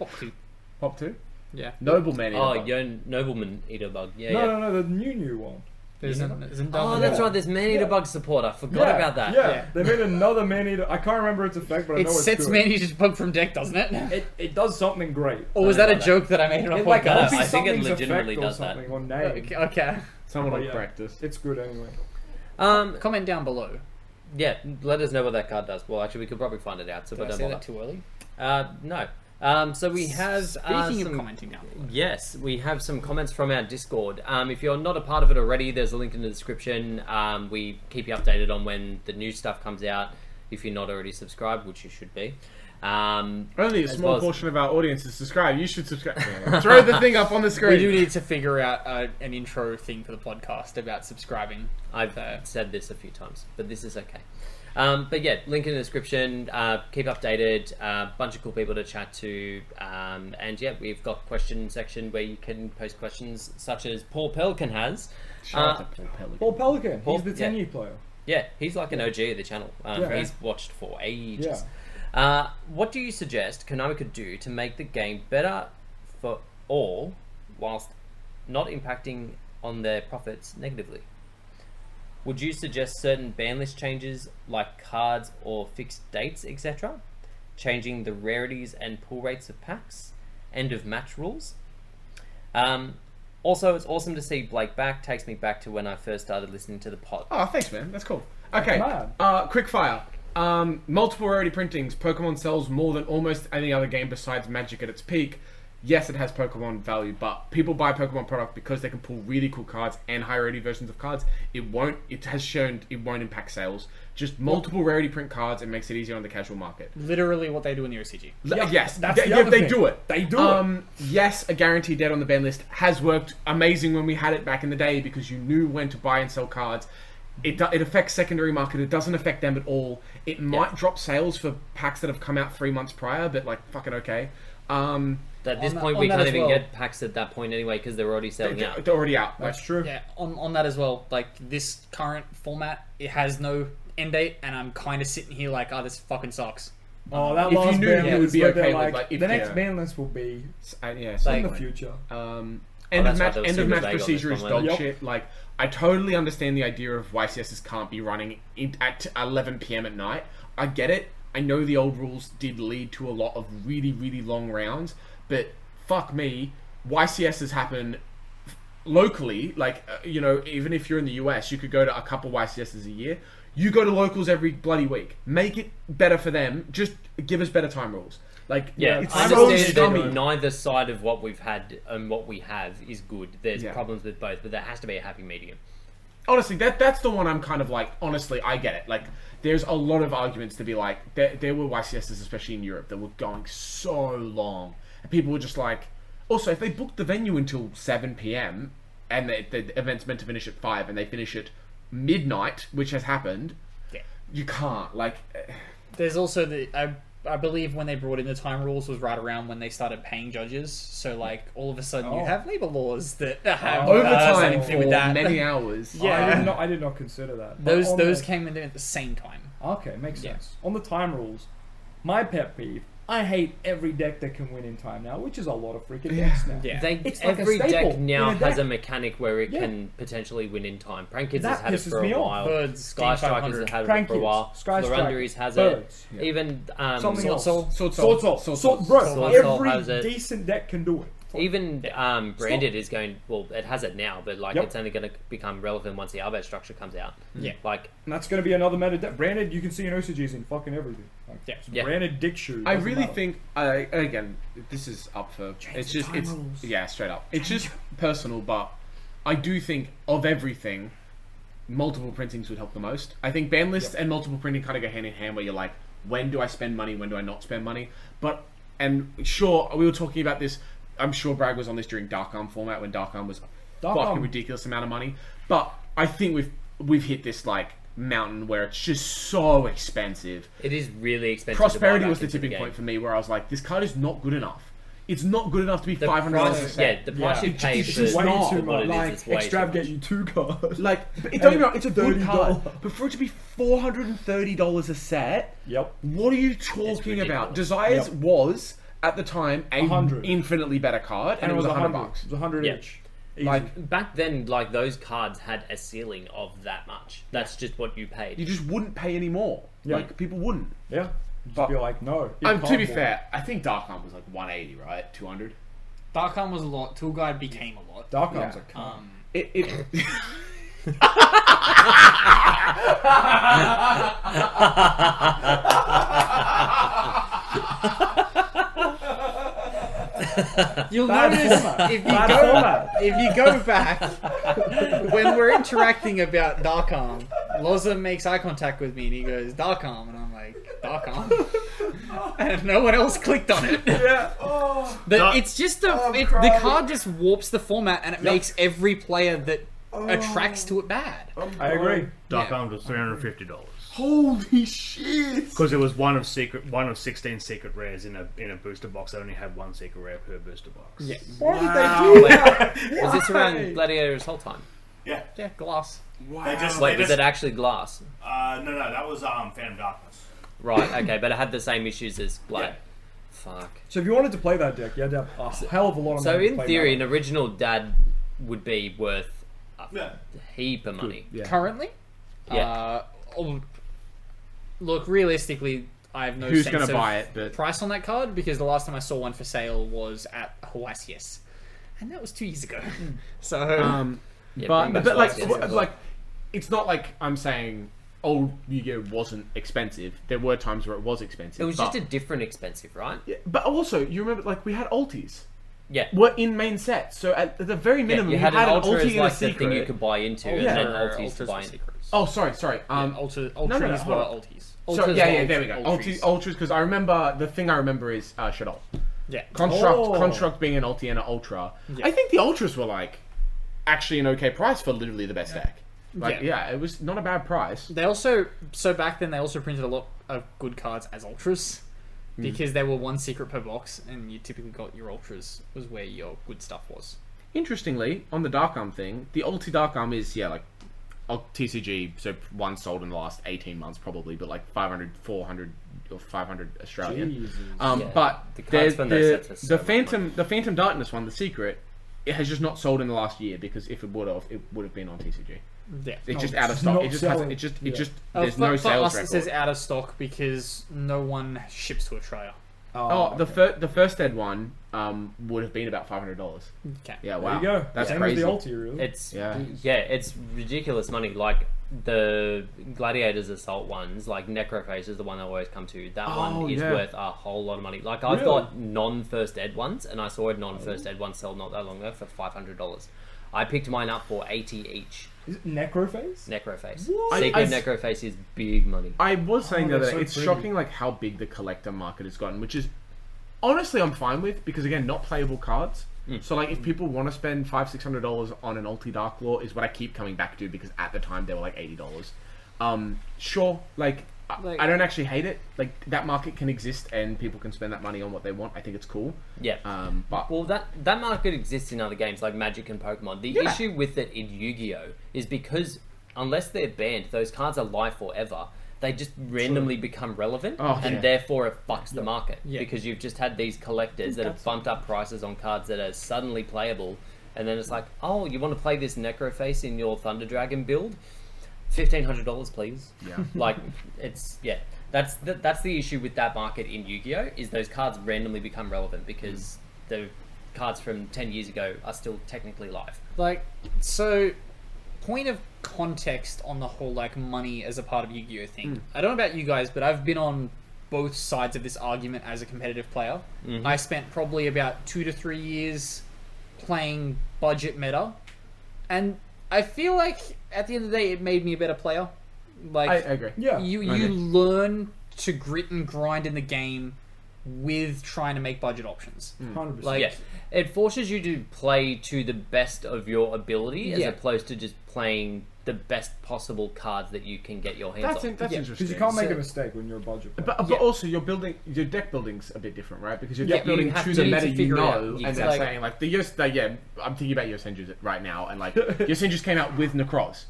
Speaker 4: Pop two?
Speaker 5: Yeah.
Speaker 4: Nobleman.
Speaker 2: Oh,
Speaker 4: yeah.
Speaker 2: Yo Nobleman Eater Bug. Yeah,
Speaker 3: no,
Speaker 2: yeah.
Speaker 3: no, no, the new new one.
Speaker 5: There's an, there's an
Speaker 2: Oh,
Speaker 5: double-
Speaker 2: that's
Speaker 3: Yeah.
Speaker 2: right. There's Man Eater
Speaker 3: Yeah.
Speaker 2: Bug support. I forgot
Speaker 3: yeah,
Speaker 2: about that.
Speaker 3: Yeah,
Speaker 5: Yeah.
Speaker 3: they made another Man Eater. I can't remember its effect, but I
Speaker 5: It
Speaker 3: know it's
Speaker 5: sets
Speaker 3: good.
Speaker 5: man eaters bug from deck, doesn't it?
Speaker 3: It it does something great.
Speaker 5: Or was that a
Speaker 2: about that.
Speaker 5: joke that I made on a
Speaker 3: It like
Speaker 2: does.
Speaker 5: podcast?
Speaker 3: copies
Speaker 2: I think it
Speaker 3: something's
Speaker 2: legitimately
Speaker 3: effect
Speaker 2: does
Speaker 3: or
Speaker 2: that.
Speaker 3: something, or name.
Speaker 5: Okay, okay.
Speaker 4: Someone
Speaker 3: But
Speaker 4: will
Speaker 3: Oh, yeah.
Speaker 4: practice.
Speaker 3: It's good anyway.
Speaker 2: Um,
Speaker 5: Comment down below.
Speaker 2: yeah. Let us know what that card does. Well, actually, we could probably find it out. So,
Speaker 5: Did
Speaker 2: but
Speaker 5: I
Speaker 2: don't
Speaker 5: say
Speaker 2: bother.
Speaker 5: that too early?
Speaker 2: Uh, no. Um, so we have uh,
Speaker 5: Speaking of
Speaker 2: some-
Speaker 5: commenting down below.
Speaker 2: Yes, we have some comments from our Discord. Um, if you're not a part of it already, there's a link in the description. Um, we keep you updated on when the new stuff comes out. If you're not already subscribed, which you should be. Um,
Speaker 4: Only a
Speaker 2: As
Speaker 4: small
Speaker 2: well as-
Speaker 4: portion of our audience is subscribed. You should subscribe. Throw the thing up on the screen.
Speaker 5: We do need to figure out uh, an intro thing for the podcast about subscribing.
Speaker 2: I've
Speaker 5: Fair.
Speaker 2: said this a few times, but this is okay. Um, but yeah, link in the description. Uh, keep updated. A bunch of cool people to chat to. Um, and yeah, we've got question section where you can post questions such as Paul Pelican has.
Speaker 4: Shout out
Speaker 2: Uh,
Speaker 4: to Paul Pelican.
Speaker 3: Paul Pelican,
Speaker 2: Paul-
Speaker 3: he's the
Speaker 2: yeah.
Speaker 3: ten year player.
Speaker 2: Yeah, he's like an OG of the channel. Um,
Speaker 3: Yeah.
Speaker 2: He's watched for ages. Uh, what do you suggest Konami could do to make the game better for all whilst not impacting on their profits negatively? Would you suggest certain ban list changes like cards or fixed dates, etc.? Changing the rarities and pull rates of packs? End of match rules? Um, also, it's awesome to see Blake back. Takes me back to when I first started listening to the pod.
Speaker 4: Oh, thanks, man. That's cool. Okay.
Speaker 3: Mad.
Speaker 4: Uh, quick fire. Um, multiple rarity printings. Pokemon sells more than almost any other game besides Magic at its peak. Yes, it has Pokemon value, but people buy Pokemon product because they can pull really cool cards and high rarity versions of cards. It won't. It has shown it won't impact sales. Just multiple rarity print cards. It makes it easier on the casual market.
Speaker 5: Literally what they do in the OCG.
Speaker 4: L-
Speaker 3: Yeah,
Speaker 4: yes,
Speaker 3: that's
Speaker 4: they,
Speaker 3: the
Speaker 4: yeah,
Speaker 3: other
Speaker 4: they
Speaker 3: thing.
Speaker 4: do it.
Speaker 3: They do it.
Speaker 4: um, Yes, a guaranteed dead on the ban list has worked amazing when we had it back in the day because you knew when to buy and sell cards. It, do- it affects secondary market. It doesn't affect them at all. It might drop sales for packs that have come out three months prior, but like fucking okay. Um,
Speaker 2: At this
Speaker 5: On that-
Speaker 2: point,
Speaker 5: on
Speaker 2: we
Speaker 5: that
Speaker 2: can't
Speaker 5: as
Speaker 2: even
Speaker 5: well.
Speaker 2: get packs at that point anyway because they're already selling
Speaker 4: they're,
Speaker 2: out.
Speaker 4: they're already out.
Speaker 3: That's
Speaker 4: Like,
Speaker 3: true.
Speaker 5: Yeah, on, on that as well, like this current format, it has no end date, and I'm kind of sitting here like, oh, this fucking sucks.
Speaker 3: Oh, that
Speaker 4: If you
Speaker 3: last
Speaker 4: knew,
Speaker 3: ban
Speaker 4: you would
Speaker 3: list
Speaker 4: be
Speaker 3: where
Speaker 4: okay
Speaker 3: they're
Speaker 4: with,
Speaker 3: like,
Speaker 4: like, if
Speaker 3: the
Speaker 4: they
Speaker 3: next
Speaker 4: are.
Speaker 3: ban list will be
Speaker 4: s- uh, yeah.
Speaker 3: in
Speaker 4: something
Speaker 3: the
Speaker 4: like-
Speaker 3: future.
Speaker 4: Um, end of
Speaker 2: Oh, that's right,
Speaker 4: match,
Speaker 2: that was
Speaker 4: end of
Speaker 2: super
Speaker 4: match
Speaker 2: vague on this
Speaker 4: procedure is
Speaker 2: one,
Speaker 4: dog
Speaker 2: wasn't
Speaker 3: it?
Speaker 4: shit. Like, I totally understand the idea of why CSs can't be running in, at 11 p.m. at night. I get it. I know the old rules did lead to a lot of really, really long rounds, but fuck me, YCSs happen locally, like uh, you know, even if you're in the US, you could go to a couple YCSs a year. You go to locals every bloody week. Make it better for them. Just give us better time rules. Like
Speaker 2: Yeah,
Speaker 4: it's
Speaker 2: I
Speaker 4: so
Speaker 2: understand that
Speaker 4: scummy.
Speaker 2: neither side of what we've had and what we have is good. There's
Speaker 4: Yeah.
Speaker 2: problems with both, but there has to be a happy medium.
Speaker 4: honestly, that that's the one I'm kind of like. Honestly, I get it. Like, there's a lot of arguments to be like. There, there were YCSs, especially in Europe, that were going so long, and people were just like. Also, if they booked the venue until seven p.m. and the, the event's meant to finish at five, and they finish at midnight, which has happened,
Speaker 5: Yeah.
Speaker 4: you can't. Like,
Speaker 5: There's also the I I believe when they brought in the time rules was right around when they started paying judges. So like all of a sudden you
Speaker 3: Oh.
Speaker 5: have labor laws that have
Speaker 3: Oh.
Speaker 5: uh,
Speaker 4: overtime
Speaker 5: something to
Speaker 4: for
Speaker 5: do with that.
Speaker 4: many hours.
Speaker 5: Yeah.
Speaker 3: I did not. I did not consider that. But
Speaker 5: those
Speaker 3: on
Speaker 5: those
Speaker 3: the-
Speaker 5: came in at the same time.
Speaker 3: Okay, makes
Speaker 5: Yeah.
Speaker 3: sense. On the time rules, my pet peeve. I hate every deck that can win in time now, which is a lot of freaking decks now.
Speaker 5: Yeah.
Speaker 2: They,
Speaker 3: It's like a
Speaker 2: every deck
Speaker 3: staple
Speaker 2: now
Speaker 3: in a
Speaker 2: has
Speaker 3: deck.
Speaker 2: a mechanic where it
Speaker 3: Yeah.
Speaker 2: can potentially win in time. Prank Kids
Speaker 3: That
Speaker 2: has had it
Speaker 3: pisses
Speaker 2: for a
Speaker 3: me off.
Speaker 2: while.
Speaker 5: Birds,
Speaker 2: Sky
Speaker 5: Steam
Speaker 2: Strikers has
Speaker 5: 500.
Speaker 2: had it
Speaker 3: Prank
Speaker 2: for a while.
Speaker 3: Kids, Sky
Speaker 2: Florundaries
Speaker 3: Strikers,
Speaker 2: has
Speaker 3: Birds.
Speaker 2: it. Even um,
Speaker 3: Something else.
Speaker 2: Soul-
Speaker 4: Sword
Speaker 3: Sword
Speaker 4: Soul.
Speaker 3: Soul.
Speaker 4: Sword Soul.
Speaker 3: Sword, bro,
Speaker 2: Sword Soul
Speaker 3: every
Speaker 2: has it.
Speaker 3: decent deck can do it.
Speaker 2: Even um, branded is going well. It has it now, but like
Speaker 3: Yep.
Speaker 2: it's only going to become relevant once the Arbet structure comes out.
Speaker 5: Yeah.
Speaker 2: like
Speaker 3: And that's going to be another meta deck. Branded, you can see in OCGs in fucking everything. Like,
Speaker 5: Yeah.
Speaker 3: it's
Speaker 2: Yeah.
Speaker 3: Branded dick shoe.
Speaker 4: I
Speaker 3: doesn't
Speaker 4: really
Speaker 3: matter.
Speaker 4: think I again this is up for it's
Speaker 3: the
Speaker 4: just
Speaker 3: time
Speaker 4: it's
Speaker 3: rules.
Speaker 4: yeah straight up it's just personal but I do think of everything multiple printings would help the most I think ban lists and multiple printing kind of go hand in hand where you're like when do I spend money when do I not spend money but and sure we were talking about this I'm sure Bragg was on this during Dark Arm format when Dark Arm was
Speaker 3: Dark
Speaker 4: fucking
Speaker 3: Arm-
Speaker 4: ridiculous amount of money. But I think we've we've hit this like mountain where it's just so expensive.
Speaker 2: It is really expensive. to buy
Speaker 4: Prosperity
Speaker 2: back
Speaker 4: was the
Speaker 2: into
Speaker 4: tipping
Speaker 2: game.
Speaker 4: point for me where I was like, this card is not good enough. It's not good enough to be
Speaker 2: The
Speaker 4: five hundred
Speaker 2: price,
Speaker 4: dollars.
Speaker 2: yeah, the price
Speaker 3: Yeah.
Speaker 2: you pay
Speaker 4: It's
Speaker 2: for
Speaker 4: just
Speaker 3: way
Speaker 2: for
Speaker 4: not
Speaker 3: too
Speaker 2: what it
Speaker 3: much.
Speaker 2: is,
Speaker 3: Like,
Speaker 2: it's way too
Speaker 3: extrav
Speaker 2: much.
Speaker 3: get you two cards.
Speaker 4: Like, but it- don't get me wrong, it's a good
Speaker 3: $30.
Speaker 4: card, but for it to be four hundred and thirty dollars a set,
Speaker 3: Yep.
Speaker 4: What are you talking about?
Speaker 2: ridiculous.
Speaker 4: Desires
Speaker 3: Yep.
Speaker 4: was at the time a
Speaker 3: 100.
Speaker 4: infinitely better card, and, it was a hundred bucks.
Speaker 3: It was a hundred
Speaker 2: Yeah.
Speaker 3: each.
Speaker 4: Like
Speaker 2: Back then, like those cards had a ceiling of that much. That's just what you paid.
Speaker 4: you just wouldn't pay any more.
Speaker 3: Yeah.
Speaker 4: Like people wouldn't.
Speaker 3: Yeah. Just
Speaker 4: But-
Speaker 3: be like, no. you
Speaker 4: Um, to
Speaker 3: can't
Speaker 4: be
Speaker 3: buy-
Speaker 4: fair, I think Dark Arm was like one eighty, right? Two hundred.
Speaker 5: Dark Arm was a lot. Tool Guide became a lot. Um,
Speaker 3: Dark Arms
Speaker 4: Yeah.
Speaker 3: are cunt.
Speaker 4: It. it
Speaker 5: You'll
Speaker 3: Bad
Speaker 5: notice
Speaker 3: format.
Speaker 5: if you
Speaker 3: Bad
Speaker 2: Uh,
Speaker 5: go
Speaker 3: format.
Speaker 5: if you go back when we're interacting about Dark Arm, Loza makes eye contact with me and he goes Dark Arm, and I'm like Dark Arm, and no one else clicked on it.
Speaker 3: Yeah. Oh.
Speaker 5: But it's just the
Speaker 4: Oh,
Speaker 3: I'm
Speaker 5: it, the
Speaker 3: crying.
Speaker 5: card just warps the format and it makes every player that
Speaker 4: Oh.
Speaker 5: attracts to it bad.
Speaker 3: I agree.
Speaker 6: Dark
Speaker 5: Yeah.
Speaker 6: Arms was three hundred fifty dollars
Speaker 4: Holy shit!
Speaker 6: because it was one of secret, one of sixteen secret rares in a in a booster box. They only had one secret rare per booster box.
Speaker 5: Yeah,
Speaker 4: Why did they do that?
Speaker 2: Oh, Was this around Gladiator Assault time?
Speaker 6: yeah.
Speaker 5: yeah, glass.
Speaker 6: They just,
Speaker 2: Wait,
Speaker 6: they
Speaker 2: was
Speaker 6: just-
Speaker 2: it actually glass?
Speaker 6: uh, no, no, that was um, Phantom Darkness.
Speaker 2: Right, okay, but it had the same issues as Blood. Fuck.
Speaker 3: So if you wanted to play that deck, you had to have a hell of a lot of
Speaker 2: So
Speaker 3: money to
Speaker 2: in
Speaker 3: play
Speaker 2: theory, an
Speaker 3: Magic.
Speaker 2: original dad would be worth a
Speaker 6: Yeah.
Speaker 2: heap of money.
Speaker 5: Currently,
Speaker 2: Yeah.
Speaker 5: Uh, oh, look, realistically, I have no
Speaker 4: Who's
Speaker 5: sense
Speaker 4: gonna
Speaker 5: of
Speaker 4: buy it, but-
Speaker 5: price on that card because the last time I saw one for sale was at Hawasius. And that was two years ago. so
Speaker 4: Um,
Speaker 2: Yeah,
Speaker 4: but
Speaker 2: pretty much
Speaker 4: but like
Speaker 2: last year's
Speaker 4: w-
Speaker 2: result.
Speaker 4: like it's not like I'm saying old Yu-Gi-Oh wasn't expensive. There were times where it was expensive.
Speaker 2: it was
Speaker 4: but,
Speaker 2: just a different expensive, right?
Speaker 4: Yeah, but also you remember like we had alties.
Speaker 2: Yeah.
Speaker 4: were in main sets. So at the very
Speaker 2: Yeah,
Speaker 4: minimum,
Speaker 2: you had an altar
Speaker 4: ulti
Speaker 2: as
Speaker 4: and
Speaker 2: like
Speaker 4: a
Speaker 2: the
Speaker 4: secret.
Speaker 2: thing you could buy into, and
Speaker 4: yeah.
Speaker 2: then
Speaker 5: Or
Speaker 2: altis to
Speaker 5: Ultras
Speaker 2: buy
Speaker 5: for
Speaker 2: in.
Speaker 5: secrets.
Speaker 4: Oh, sorry, sorry. Um,
Speaker 5: Um, Ultra,
Speaker 4: no,
Speaker 5: Ultras
Speaker 4: no, hold
Speaker 5: were
Speaker 4: on.
Speaker 5: Ultis.
Speaker 4: so,
Speaker 5: Ultras
Speaker 4: yeah,
Speaker 5: were
Speaker 4: yeah,
Speaker 5: Ult-
Speaker 4: there we go. Ulti,
Speaker 5: Ultras.
Speaker 4: ultras, because I remember the thing I remember is uh, Shadow.
Speaker 5: yeah.
Speaker 4: Construct,
Speaker 3: Oh.
Speaker 4: construct being an ulti and an ultra.
Speaker 5: Yeah.
Speaker 4: I think the ultras were like actually an okay price for literally the best deck. Like, yeah.
Speaker 5: Yeah.
Speaker 4: it was not a bad price.
Speaker 5: They also so back then they also printed a lot of good cards as ultras
Speaker 4: Hmm.
Speaker 5: because they were one secret per box, and you typically got your ultras was where your good stuff was.
Speaker 4: Interestingly, on the Dark Arm thing, the ulti Dark Arm is yeah like. ult- TCG, so one sold in the last 18 months probably, but like 500, 400, or 500 Australian.
Speaker 3: Jesus.
Speaker 4: Um,
Speaker 2: Yeah,
Speaker 4: but
Speaker 2: the cards
Speaker 4: there's
Speaker 2: from
Speaker 4: the,
Speaker 2: those sets are so
Speaker 4: the
Speaker 2: much
Speaker 4: Phantom the Phantom Darkness one, the secret, it has just not sold in the last year because if it would have, it would have been on TCG.
Speaker 5: Yeah.
Speaker 4: It's
Speaker 3: it's
Speaker 4: just out of stock.
Speaker 3: not
Speaker 4: It just
Speaker 3: selling.
Speaker 4: hasn't. It just it
Speaker 3: Yeah.
Speaker 4: just
Speaker 5: Uh,
Speaker 4: there's
Speaker 5: for,
Speaker 4: no
Speaker 5: for
Speaker 4: sales
Speaker 5: us, it says
Speaker 4: record.
Speaker 5: out of stock because no one ships to Australia.
Speaker 4: Oh, the
Speaker 3: okay.
Speaker 4: fir- the first dead one um would have been about five hundred dollars.
Speaker 5: Okay.
Speaker 4: Yeah,
Speaker 3: There
Speaker 4: wow,
Speaker 3: you go.
Speaker 4: that's
Speaker 3: Same as
Speaker 4: crazy.
Speaker 3: the ulti, really.
Speaker 2: It's
Speaker 4: Yeah.
Speaker 2: yeah. it's ridiculous money. Like the Gladiators Assault ones, like Necrophase is the one I always come to. That one
Speaker 4: Oh,
Speaker 2: is
Speaker 4: yeah.
Speaker 2: worth a whole lot of money. Like I've
Speaker 3: Really?
Speaker 2: got non first ed ones, and I saw a non
Speaker 4: Oh.
Speaker 2: first ed one sell not that long ago for five hundred dollars. I picked mine up for eighty each.
Speaker 3: Is it Necrophase?
Speaker 2: Necroface.
Speaker 3: What?
Speaker 2: Secret
Speaker 4: I- I-
Speaker 2: Necroface is big money.
Speaker 4: I was saying
Speaker 3: they're
Speaker 4: the other day,
Speaker 3: Oh, so
Speaker 4: it's
Speaker 3: pretty.
Speaker 4: shocking like how big the collector market has gotten, which is honestly I'm fine with because again, not playable cards.
Speaker 3: Mm.
Speaker 4: So like, if people want to spend five six hundred dollars on an Ulti Dark Law, is what I keep coming back to because at the time they were like eighty dollars. Um, sure, like. I-
Speaker 5: Like-
Speaker 4: I don't actually hate it. Like that market can exist, and people can spend that money on what they want. I think it's cool.
Speaker 2: yeah.
Speaker 4: Um, but
Speaker 2: Well, that that market exists in other games like Magic and Pokemon. The
Speaker 4: Yeah.
Speaker 2: issue with it in Yu-Gi-Oh is because unless they're banned, those cards are live forever. They just randomly become relevant,
Speaker 4: Oh,
Speaker 2: and
Speaker 4: yeah.
Speaker 2: therefore it fucks the market
Speaker 5: Yeah.
Speaker 2: because you've just had these collectors that have bumped up prices on cards that are suddenly playable, and then it's like, oh, you want to play this Necroface in your Thunder Dragon build? Fifteen hundred dollars, please.
Speaker 4: Yeah.
Speaker 2: like it's yeah. That's the, that's the issue with that market in Yu-Gi-Oh is those cards randomly become relevant because
Speaker 5: Mm.
Speaker 2: the cards from ten years ago are still technically live.
Speaker 5: Like, so, point of context on the whole, like, money as a part of Yu Gi Oh
Speaker 4: Hmm.
Speaker 5: thing. I don't know about you guys, but I've been on both sides of this argument as a competitive player.
Speaker 4: Mm-hmm.
Speaker 5: I spent probably about two to three years playing budget meta, and I feel like at the end of the day, it made me a better player. Like,
Speaker 4: I, I agree.
Speaker 3: Yeah.
Speaker 5: you
Speaker 4: Okay.
Speaker 5: you learn to grit and grind in the game with trying to make budget options.
Speaker 4: Hmm.
Speaker 3: Hundred percent.
Speaker 2: Like
Speaker 5: Yes.
Speaker 2: it forces you to play to the best of your ability as
Speaker 5: Yeah.
Speaker 2: opposed to just playing the best possible cards that you can get your hands
Speaker 4: That's
Speaker 2: on.
Speaker 4: in, that's
Speaker 5: Yeah,
Speaker 4: interesting.
Speaker 3: Because you can't make
Speaker 5: So-
Speaker 3: a mistake when you're a budget. player.
Speaker 4: But, but
Speaker 5: Yeah.
Speaker 4: also, your building, your deck building's a bit different, right? Because your
Speaker 3: Yeah,
Speaker 4: deck
Speaker 3: you
Speaker 4: building
Speaker 2: have
Speaker 4: to
Speaker 2: to-
Speaker 4: the
Speaker 2: you
Speaker 4: meta
Speaker 2: need to
Speaker 4: you
Speaker 2: figure it out.
Speaker 4: know,
Speaker 2: You
Speaker 4: and
Speaker 2: need
Speaker 4: they're
Speaker 2: to, like-
Speaker 4: saying like the Yos, like, yeah, I'm thinking about Yosenju's right now, and like Yosenju's came out with Necroz,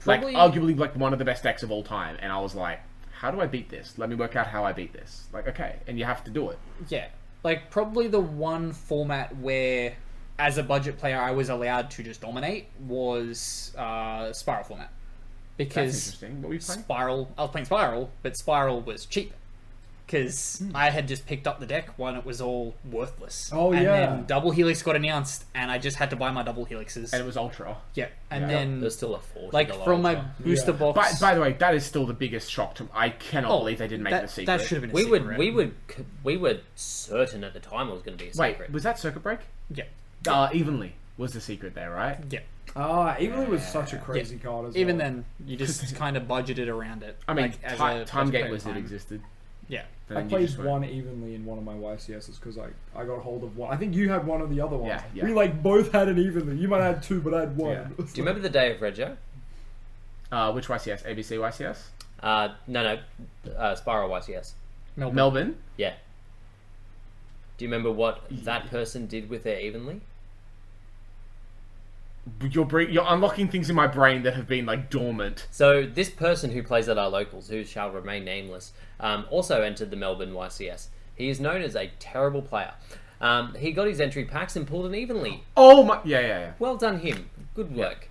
Speaker 2: Probably-
Speaker 4: like arguably like one of the best decks of all time, and I was like, how do I beat this? Let me work out how I beat this. Like, okay, and you have to do it.
Speaker 5: Yeah. Like probably the one format where as a budget player I was allowed to just dominate was uh, spiral format.
Speaker 4: That's
Speaker 5: Because
Speaker 4: interesting. What were you playing?
Speaker 5: Spiral. I was playing Spiral, but Spiral was cheap because
Speaker 4: Hmm.
Speaker 5: I had just picked up the deck when it was all worthless.
Speaker 3: Oh,
Speaker 5: and
Speaker 3: yeah.
Speaker 5: then Double Helix got announced, and I just had to buy my Double Helixes.
Speaker 4: and it was Ultra.
Speaker 5: yeah, and
Speaker 4: Yeah.
Speaker 5: then
Speaker 2: There's still a forty.
Speaker 5: like from my booster
Speaker 3: Yeah.
Speaker 4: By,
Speaker 5: box.
Speaker 4: by the way, that is still the biggest shock to me. I cannot
Speaker 5: Oh,
Speaker 4: believe they didn't make
Speaker 5: that,
Speaker 4: the secret.
Speaker 5: that should have been. A
Speaker 2: we
Speaker 5: secret.
Speaker 2: would we would c- we were certain at the time it was going to be a
Speaker 4: Wait,
Speaker 2: secret.
Speaker 4: was that Circuit Break?
Speaker 5: Yeah,
Speaker 4: Uh, evenly was the secret there, right?
Speaker 5: yeah.
Speaker 3: ah, even though it was such a crazy card as
Speaker 5: Even
Speaker 3: well.
Speaker 5: then, you just kind of budgeted around it.
Speaker 4: I mean,
Speaker 5: like, as
Speaker 4: Ti-
Speaker 5: a
Speaker 4: Time
Speaker 5: budget
Speaker 4: Gate
Speaker 5: player
Speaker 4: Wizard
Speaker 5: time.
Speaker 4: existed.
Speaker 5: Yeah,
Speaker 4: and
Speaker 3: I
Speaker 4: you
Speaker 3: played
Speaker 4: just went-
Speaker 3: one evenly in one of my YCSs because I, I got hold of one. I think you had one of the other ones.
Speaker 4: Yeah, yeah.
Speaker 3: We like both had it evenly. You might have had two, but I had one.
Speaker 4: Yeah.
Speaker 2: Do you remember the day of Reggio?
Speaker 4: Uh, which YCS? ABC YCS?
Speaker 2: Uh, no, no, uh, Spiral YCS.
Speaker 5: Melbourne.
Speaker 4: Melbourne.
Speaker 2: Yeah. Do you remember what that person did with their evenly?
Speaker 4: You're bring, you're unlocking things in my brain that have been like dormant.
Speaker 2: So this person who plays at our locals, who shall remain nameless, um, also entered the Melbourne YCS. He is known as a terrible player. Um, he got his entry packs and pulled an evenly.
Speaker 4: Oh my! Yeah, yeah, yeah.
Speaker 2: Well done him. Good work.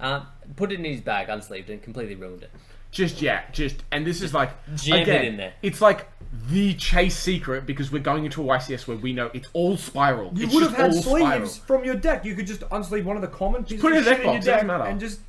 Speaker 2: Um, put it in his bag, unsleeved, and completely ruined it.
Speaker 4: Just yeah, just and this is like
Speaker 2: jam it
Speaker 4: again,
Speaker 2: in there.
Speaker 4: It's like the chase secret because we're going into a YCS where we know it's all spiral.
Speaker 3: You
Speaker 4: it's
Speaker 3: would have
Speaker 4: just
Speaker 3: had
Speaker 4: all
Speaker 3: sleeves
Speaker 4: spiral.
Speaker 3: from your deck. You could just unsleeve one of the common pieces
Speaker 4: put it
Speaker 3: of
Speaker 4: in the
Speaker 3: shit in your
Speaker 4: deck box, doesn't
Speaker 3: deck
Speaker 4: matter.
Speaker 3: and just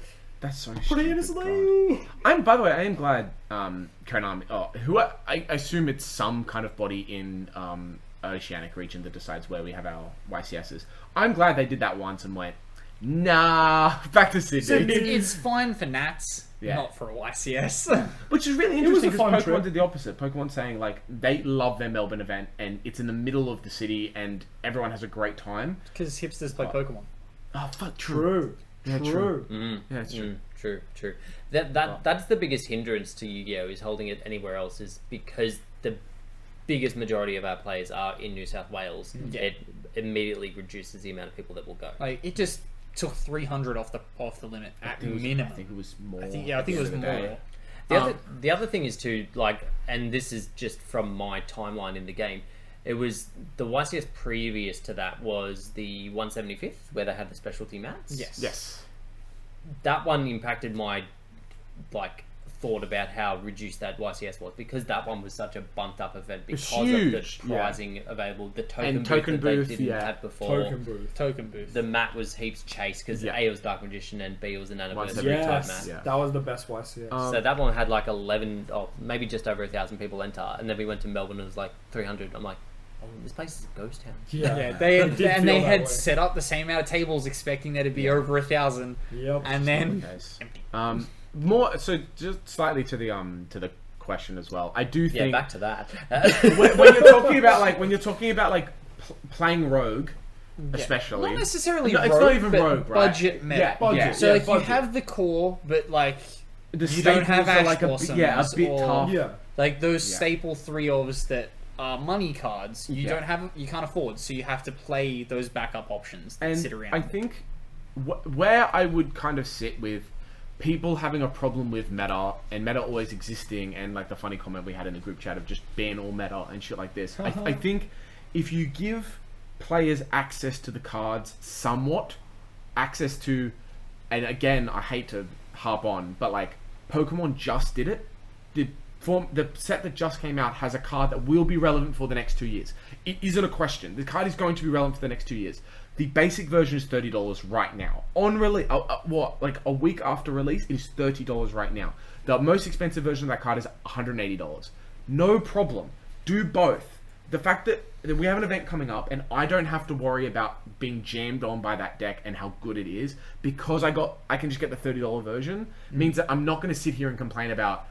Speaker 4: That's so.
Speaker 3: put it in a sleeve.
Speaker 4: I'm by the way, I am glad um, Konami, oh, who I, I assume it's some kind of body in um, Oceanic region that decides where we have our YCSs. I'm glad they did that once and went, nah, back to Sydney,
Speaker 3: Sydney.
Speaker 5: It's fine for Nats,
Speaker 4: Yeah.
Speaker 5: not for a YCS.
Speaker 4: which is really
Speaker 3: was
Speaker 4: interesting
Speaker 3: a
Speaker 4: because
Speaker 3: fun
Speaker 4: Pokemon
Speaker 3: trip.
Speaker 4: did the opposite. Pokemon saying like they love their Melbourne event and it's in the middle of the city and everyone has a great time.
Speaker 5: Because hipsters play Pokemon.
Speaker 4: Oh fuck,
Speaker 3: Ah, True. True.
Speaker 4: Yeah, it's
Speaker 2: Mm,
Speaker 4: true.
Speaker 2: true, true. That that that's the biggest hindrance to Yu-Gi-Oh is holding it anywhere else is because the biggest majority of our players are in New South Wales. It immediately reduces the amount of people that will go.
Speaker 5: Mm, Like it just took 300 off the off the limit at
Speaker 4: It was-
Speaker 5: minimum.
Speaker 3: Mm.
Speaker 4: I think it was more.
Speaker 5: I think- yeah, I
Speaker 4: at
Speaker 5: think it
Speaker 4: the
Speaker 5: was
Speaker 4: end
Speaker 5: more.
Speaker 4: of the day.
Speaker 2: The other
Speaker 5: um,
Speaker 2: the other thing is too like, and this is just from my timeline in the game. It was the YCS previous to that was the 175th where they had the specialty mats.
Speaker 5: Yes.
Speaker 4: Yes.
Speaker 2: that one impacted my like thought about how reduced that YCS was because that one was such a bumped up event because
Speaker 4: huge,
Speaker 2: of the
Speaker 4: yeah.
Speaker 2: pricing available, the token
Speaker 4: And
Speaker 2: booth
Speaker 4: token
Speaker 2: that
Speaker 4: booth,
Speaker 2: they didn't
Speaker 4: yeah.
Speaker 2: have before.
Speaker 3: Token booth.
Speaker 5: Token booth.
Speaker 2: The mat was heaps chase because
Speaker 4: Yeah.
Speaker 2: A was Dark Magician and B was an anniversary
Speaker 4: every
Speaker 2: type
Speaker 3: Yes.
Speaker 2: mat.
Speaker 4: Yeah.
Speaker 3: That was the best YCS.
Speaker 4: Uh, um,
Speaker 2: So that one had like 11, oh, maybe just over a thousand people enter, and then we went to Melbourne and it was like 300. I'm like, oh, this place is a ghost town.
Speaker 3: yeah.
Speaker 5: yeah, they
Speaker 3: That
Speaker 5: had,
Speaker 3: did
Speaker 5: and
Speaker 3: feel
Speaker 5: they
Speaker 3: that
Speaker 5: had
Speaker 3: way.
Speaker 5: set up the same amount of tables, expecting there to be over a thousand,
Speaker 3: Yep.
Speaker 5: and then
Speaker 4: Guys. Um, more so, just slightly to the um to the question as well. I do
Speaker 2: Yeah,
Speaker 4: think
Speaker 2: back to that.
Speaker 4: when, when you're talking about like when you're talking about like pl- playing rogue, especially
Speaker 5: not necessarily
Speaker 4: No,
Speaker 5: rogue,
Speaker 4: it's not even
Speaker 5: but
Speaker 4: rogue, right?
Speaker 5: budget meta.
Speaker 4: Yeah, budget,
Speaker 5: So
Speaker 3: yeah,
Speaker 5: like
Speaker 3: budget.
Speaker 5: you have the core, but like
Speaker 4: the
Speaker 5: you don't have
Speaker 4: staples are, like a
Speaker 5: Ash
Speaker 4: bit- yeah a
Speaker 5: Blossoms
Speaker 4: bit
Speaker 5: or-
Speaker 4: tough.
Speaker 3: yeah.
Speaker 5: like those
Speaker 4: Yeah.
Speaker 5: staple three ofs that are money cards. You
Speaker 4: Yeah.
Speaker 5: don't have, you can't afford, so you have to play those backup options that
Speaker 4: and
Speaker 5: sit around.
Speaker 4: I think wh- where I would kind of sit with people having a problem with meta and meta always existing and like the funny comment we had in the group chat of just ban all meta and shit like this. I, I think if you give players access to the cards somewhat, access to, and again I hate to harp on, but like Pokemon just did it. The form, the set that just came out has a card that will be relevant for the next two years. It isn't a question. The card is going to be relevant for the next two years. The basic version is thirty dollars right now on release. Uh, uh, what like a week after release it is thirty dollars right now. The most expensive version of that card is one hundred eighty dollars. No problem. Do both. The fact that, that we have an event coming up and I don't have to worry about being jammed on by that deck and how good it is
Speaker 5: Mm.
Speaker 4: because I got I can just get the thirty dollar version means that I'm not going to sit here and complain about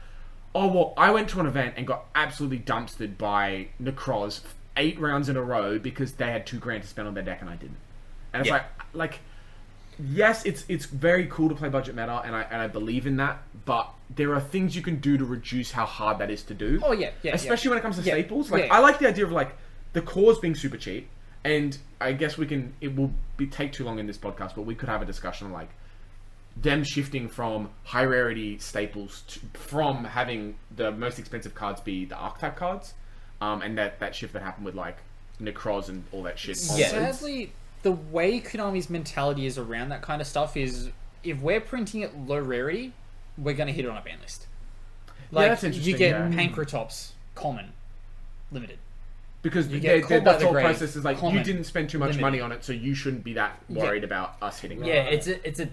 Speaker 4: oh well, I went to an event and got absolutely dumpstered by Necroz f- eight rounds in a row because they had two grand to spend on their deck and I didn't. And it's
Speaker 2: Yeah.
Speaker 4: like, like, yes, it's it's very cool to play budget meta and I and I believe in that, but there are things you can do to reduce how hard that is to do.
Speaker 5: Oh, yeah, yeah, yeah.
Speaker 4: Especially when it comes to
Speaker 5: Yeah,
Speaker 4: staples. Like
Speaker 5: yeah.
Speaker 4: I like the idea of like the cores being super cheap, and I guess we can. It will be take too long in this podcast, but we could have a discussion on, like them shifting from high rarity staples to, from having the most expensive cards be the archetype cards, um, and that that shift that happened with like Necroz and all that shit.
Speaker 2: Yeah.
Speaker 5: Sadly, the way Konami's mentality is around that kind of stuff is if we're printing at low rarity, we're going to hit it on a ban list. Like,
Speaker 4: that's interesting,
Speaker 5: you get
Speaker 4: yeah.
Speaker 5: Pancratops, common, limited.
Speaker 4: because
Speaker 5: You get
Speaker 4: their,
Speaker 5: called
Speaker 4: their,
Speaker 5: by
Speaker 4: that
Speaker 5: the
Speaker 4: whole
Speaker 5: grave,
Speaker 4: process is like you
Speaker 5: comment,
Speaker 4: didn't spend too much
Speaker 5: limited.
Speaker 4: money on it, so you shouldn't be that worried about us hitting. it.
Speaker 2: Yeah, it's a it's a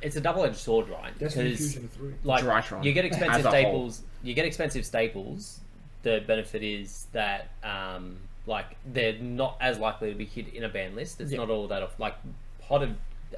Speaker 2: it's a double edged sword, right?
Speaker 3: Destiny
Speaker 2: Because
Speaker 3: Fusion 3.
Speaker 2: like
Speaker 4: Drytron,
Speaker 2: you get
Speaker 4: as
Speaker 2: expensive
Speaker 4: a whole.
Speaker 2: staples, you get expensive staples. The benefit is that um, like they're not as likely to be hit in a ban list. It's not all that off. Like Pot of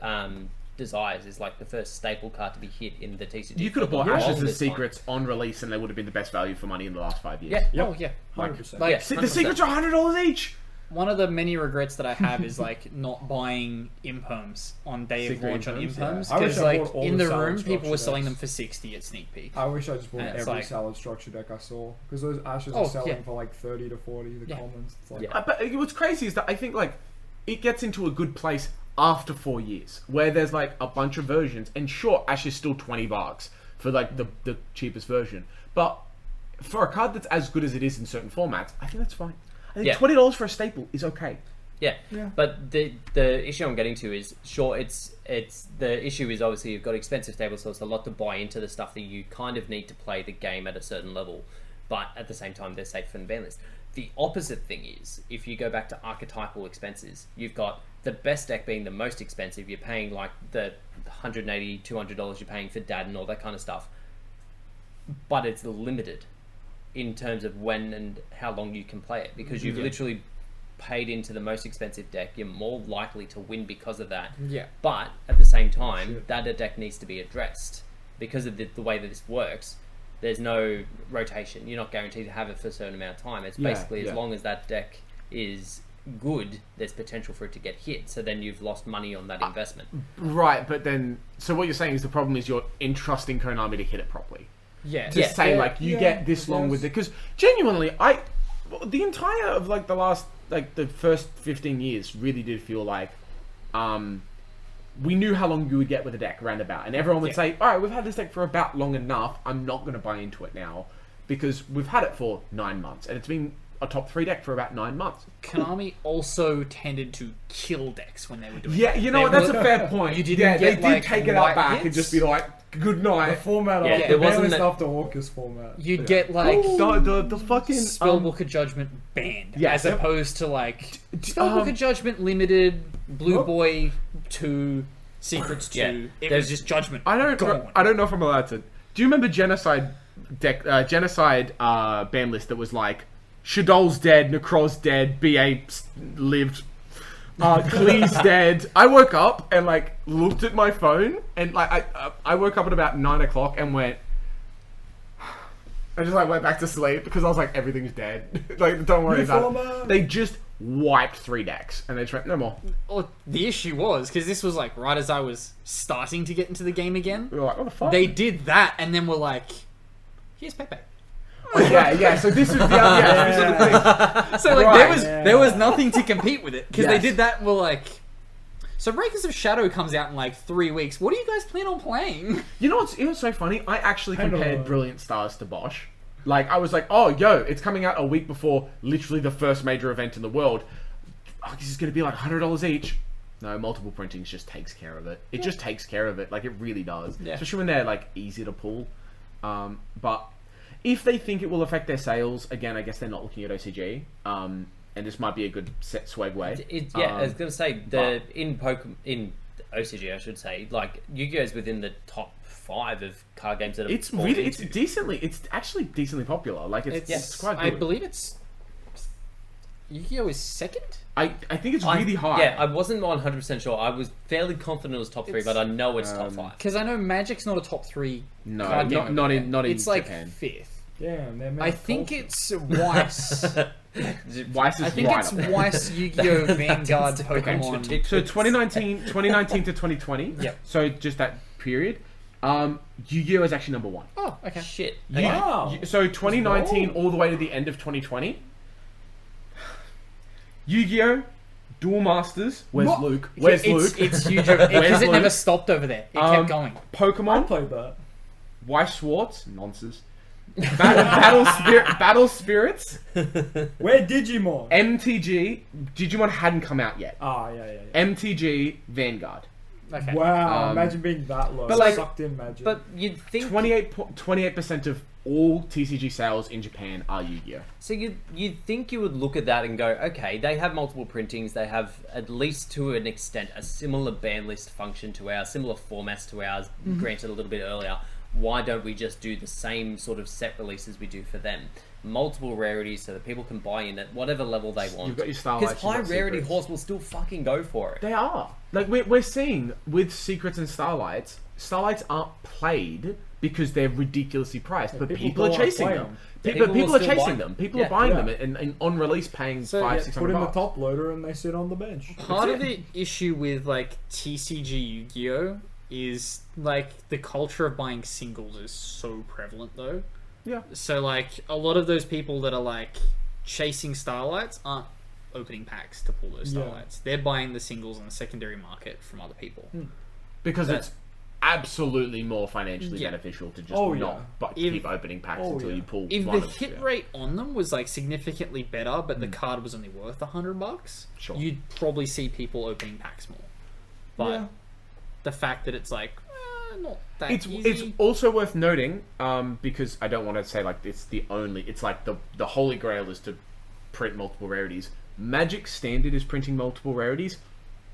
Speaker 2: um, Desires is like the first staple card to be hit in the TCG.
Speaker 4: You could have
Speaker 2: for
Speaker 4: bought
Speaker 2: the
Speaker 4: Ashes and
Speaker 2: longest time.
Speaker 4: Secrets on release, and they would have been the best value for money in the last five years.
Speaker 5: Yeah. Oh, yeah.
Speaker 3: 100%.
Speaker 5: Like,
Speaker 2: Yeah.
Speaker 4: Se- the secrets are hundred dollars each.
Speaker 5: one of the many regrets that I have is like not buying imperms on day
Speaker 4: Secret
Speaker 5: of launch on
Speaker 4: imperms,
Speaker 5: imperms
Speaker 3: yeah. I wish
Speaker 5: because
Speaker 3: I
Speaker 5: like
Speaker 3: bought all
Speaker 5: in
Speaker 3: the
Speaker 5: the
Speaker 3: salad
Speaker 5: room people were
Speaker 3: structure
Speaker 5: selling them
Speaker 3: decks.
Speaker 5: for sixty at sneak peek.
Speaker 3: I wish I just bought
Speaker 5: And it's
Speaker 3: every
Speaker 5: like-
Speaker 3: salad structure deck I saw because those ashes
Speaker 5: Oh,
Speaker 3: are selling
Speaker 5: yeah.
Speaker 3: for like thirty to forty. The
Speaker 5: Yeah.
Speaker 3: commons, it's like
Speaker 2: Yeah.
Speaker 4: Uh, But uh, what's crazy is that I think like it gets into a good place after four years, where there's like a bunch of versions, and sure, Ash is still twenty bucks for like the the cheapest version, but for a card that's as good as it is in certain formats, I think that's fine. I think
Speaker 2: Yeah.
Speaker 4: twenty dollars for a staple is okay.
Speaker 2: Yeah. But the the issue I'm getting to is sure it's it's the issue is obviously you've got expensive tables, so it's a lot to buy into the stuff that you kind of need to play the game at a certain level, but at the same time they're safe from ban list. The opposite thing is if you go back to archetypal expenses, you've got the best deck being the most expensive, you're paying like the 180 200 dollars you're paying for dad and all that kind of stuff. But it's limited in terms of when and how long you can play it because you've literally paid into the most expensive deck, you're more likely to win because of that.
Speaker 5: Yeah.
Speaker 2: But at the same time, that deck needs to be addressed because of the, the way that this works. There's no rotation. You're not guaranteed to have it for a certain amount of time. It's
Speaker 4: Yeah,
Speaker 2: basically
Speaker 4: yeah.
Speaker 2: as long as that deck is good, there's potential for it to get hit. So then you've lost money on that investment.
Speaker 4: Right, but then so what you're saying is the problem is you're entrusting Konami to hit it properly.
Speaker 5: Yeah.
Speaker 4: to
Speaker 2: Yeah.
Speaker 4: say
Speaker 3: Yeah,
Speaker 4: like you
Speaker 3: yeah,
Speaker 4: get this
Speaker 3: I
Speaker 4: long with it
Speaker 3: guess.
Speaker 4: because genuinely i well, the entire of like the last like the first 15 years really did feel like um we knew how long you would get with a deck roundabout and everyone would say all right we've had this deck for about long enough i'm not going to buy into it now because we've had it for nine months and it's been a top three deck for about nine months
Speaker 5: Konami also tended to kill decks when they were doing
Speaker 4: yeah
Speaker 5: it.
Speaker 4: you know
Speaker 5: They
Speaker 4: what that's
Speaker 5: were-
Speaker 4: a fair point
Speaker 5: You didn't
Speaker 4: yeah they
Speaker 5: get,
Speaker 4: did
Speaker 5: like,
Speaker 4: take it out
Speaker 5: light
Speaker 4: back and
Speaker 5: hits.
Speaker 4: just be like good night
Speaker 3: format.
Speaker 2: Yeah,
Speaker 3: Yeah,
Speaker 2: there
Speaker 3: there
Speaker 2: wasn't
Speaker 3: wasn't
Speaker 2: that-
Speaker 3: after Orcus format.
Speaker 5: You'd get like
Speaker 4: Oh, the, the, the fucking um,
Speaker 5: Spellbook of Judgment banned
Speaker 4: yeah,
Speaker 5: as
Speaker 4: yep.
Speaker 5: opposed to like Spellbook
Speaker 4: um,
Speaker 5: of Judgment limited, Blue Boy two, Secrets two.
Speaker 2: Yeah.
Speaker 5: It
Speaker 2: There's-
Speaker 5: was just Judgment.
Speaker 4: I don't.
Speaker 5: gone.
Speaker 4: I don't know if I'm allowed to. Do you remember genocide deck? Uh, genocide uh, ban list that was like Shadol's dead, Necroz dead, Ba s- lived, uh, Klee's dead. I woke up and like looked at my phone and like I uh, I woke up at about nine o'clock and went. I just like went back to sleep because I was like everything's dead. like don't worry about
Speaker 3: format.
Speaker 4: it. They just wiped three decks and they just went no more.
Speaker 5: Well, the issue was because this was like right as I was starting to get into the game again.
Speaker 4: We were like what the fuck?
Speaker 5: They did that, and then were like, "Here's Pepe."
Speaker 4: yeah yeah. So this is the other yeah, this is the thing.
Speaker 5: So like
Speaker 4: Right.
Speaker 5: there was there was nothing to compete with it because they did that. And were like, so Breakers of Shadow comes out in like three weeks. What do you guys plan on playing?
Speaker 4: You know what's it was so funny? I actually
Speaker 3: Hang
Speaker 4: compared
Speaker 3: on.
Speaker 4: Brilliant Stars to Bosch. Like I was like, oh yo, it's coming out a week before literally the first major event in the world. Oh, this is gonna be like hundred dollars each. No, multiple printings just takes care of it. It just takes care of it. Like it really does.
Speaker 5: Yeah.
Speaker 4: Especially when they're like easy to pull. Um, but if they think it will affect their sales, again, I guess they're not looking at OCG. Um, and this might be a good set swag way.
Speaker 2: It, yeah, I was
Speaker 4: Um,
Speaker 2: gonna say the in Pokemon in OCG, I should say, like Yu-Gi-Oh's within the top five of card games that are
Speaker 4: It's really, it's decently, it's actually decently popular. Like it's, it's quite
Speaker 5: I
Speaker 4: good.
Speaker 5: believe it's Yu-Gi-Oh is second.
Speaker 4: I, I think it's really hard.
Speaker 2: Yeah, I wasn't one hundred percent sure. I was fairly confident it was top three, but I
Speaker 4: um,
Speaker 2: know it's top five.
Speaker 5: Because I know Magic's not a top three
Speaker 4: No,
Speaker 5: card game.
Speaker 4: Uh, not, not in not in
Speaker 5: it's like
Speaker 4: Japan.
Speaker 5: fifth.
Speaker 3: Damn, that man.
Speaker 5: I think it's Weiss.
Speaker 4: Weiss is
Speaker 5: I think
Speaker 4: right
Speaker 5: it's
Speaker 4: up there.
Speaker 5: Weiss Yu-Gi-Oh Vanguard Pokemon.
Speaker 4: So 2019, 2019 to 2020.
Speaker 5: Yep.
Speaker 4: So just that period. Um, Yu-Gi-Oh is actually number one.
Speaker 5: Oh, okay.
Speaker 2: Shit.
Speaker 4: Yu-
Speaker 3: Wow.
Speaker 4: Yu- So 2019
Speaker 3: Whoa.
Speaker 4: all the way to the end of 2020. Yu-Gi-Oh, Duel Masters. Where's
Speaker 5: What?
Speaker 4: Luke? Where's
Speaker 5: it's,
Speaker 4: Luke?
Speaker 5: It's huge because it
Speaker 4: Luke?
Speaker 5: never stopped over there. It
Speaker 4: Um,
Speaker 5: kept going.
Speaker 3: I
Speaker 4: Pokemon.
Speaker 3: played that.
Speaker 4: Weiss Schwartz. Nonsense. Bat- Battle, Spirit, Battle Spirits.
Speaker 3: Where Digimon?
Speaker 4: Eh MTG. Digimon hadn't come out yet.
Speaker 3: Ah, yeah, yeah, yeah.
Speaker 4: MTG Vanguard.
Speaker 5: Okay.
Speaker 3: Wow,
Speaker 4: Um,
Speaker 3: imagine being that low.
Speaker 4: but, like-
Speaker 3: sucked in magic.
Speaker 2: But you'd think
Speaker 4: 28 percent of all TCG sales in Japan are Yu-Gi-Oh.
Speaker 2: so. You'd you'd think you would look at that and go, okay, they have multiple printings. They have at least to an extent a similar ban list function to ours, similar formats to ours. Granted, a little bit earlier. Why don't we just do the same sort of set releases we do for them? Multiple rarities so that people can buy in at whatever level they want.
Speaker 4: got your Starlights,
Speaker 2: Because
Speaker 4: you've got
Speaker 2: high rarity
Speaker 4: Secrets.
Speaker 2: horse will still fucking go for it.
Speaker 4: They are. Like we're, we're seeing with Secrets and Starlights, Starlights aren't played because they're ridiculously priced, but
Speaker 3: people
Speaker 4: people,
Speaker 3: go
Speaker 4: are
Speaker 3: out
Speaker 4: chasing
Speaker 3: playing
Speaker 4: them.
Speaker 3: them.
Speaker 4: People,
Speaker 2: People
Speaker 4: people,
Speaker 2: will
Speaker 4: are
Speaker 2: still buy
Speaker 4: chasing
Speaker 2: them.
Speaker 4: them. People
Speaker 2: Yeah.
Speaker 4: are buying
Speaker 3: Yeah.
Speaker 4: them and, and on release paying
Speaker 3: so,
Speaker 4: five,
Speaker 3: yeah,
Speaker 4: six
Speaker 3: put
Speaker 4: hundred
Speaker 3: in the
Speaker 4: bucks.
Speaker 3: top loader and they sit on the bench.
Speaker 5: Part of the issue with like TCG Yu-Gi-Oh is like the culture of buying singles is so prevalent though.
Speaker 4: Yeah.
Speaker 5: So like a lot of those people that are like chasing starlights aren't opening packs to pull those
Speaker 3: Yeah.
Speaker 5: starlights. They're buying the singles on the secondary market from other people.
Speaker 4: Because it's absolutely more financially
Speaker 5: Yeah.
Speaker 4: beneficial to just
Speaker 3: Oh,
Speaker 4: not
Speaker 3: yeah.
Speaker 4: but
Speaker 5: If-
Speaker 4: keep opening packs
Speaker 3: Oh,
Speaker 4: until
Speaker 3: yeah.
Speaker 4: you pull
Speaker 5: If
Speaker 4: one
Speaker 5: the
Speaker 4: of-
Speaker 5: hit
Speaker 4: yeah. Hmm.
Speaker 5: rate on them was like significantly better, but the card was only worth a hundred bucks,
Speaker 4: Sure.
Speaker 5: you'd probably see people opening packs more. But
Speaker 3: Yeah.
Speaker 5: the fact that it's like eh, not that
Speaker 4: it's
Speaker 5: easy.
Speaker 4: it's also worth noting um, because I don't want to say like it's the only it's like the the holy grail is to print multiple rarities. Magic Standard is printing multiple rarities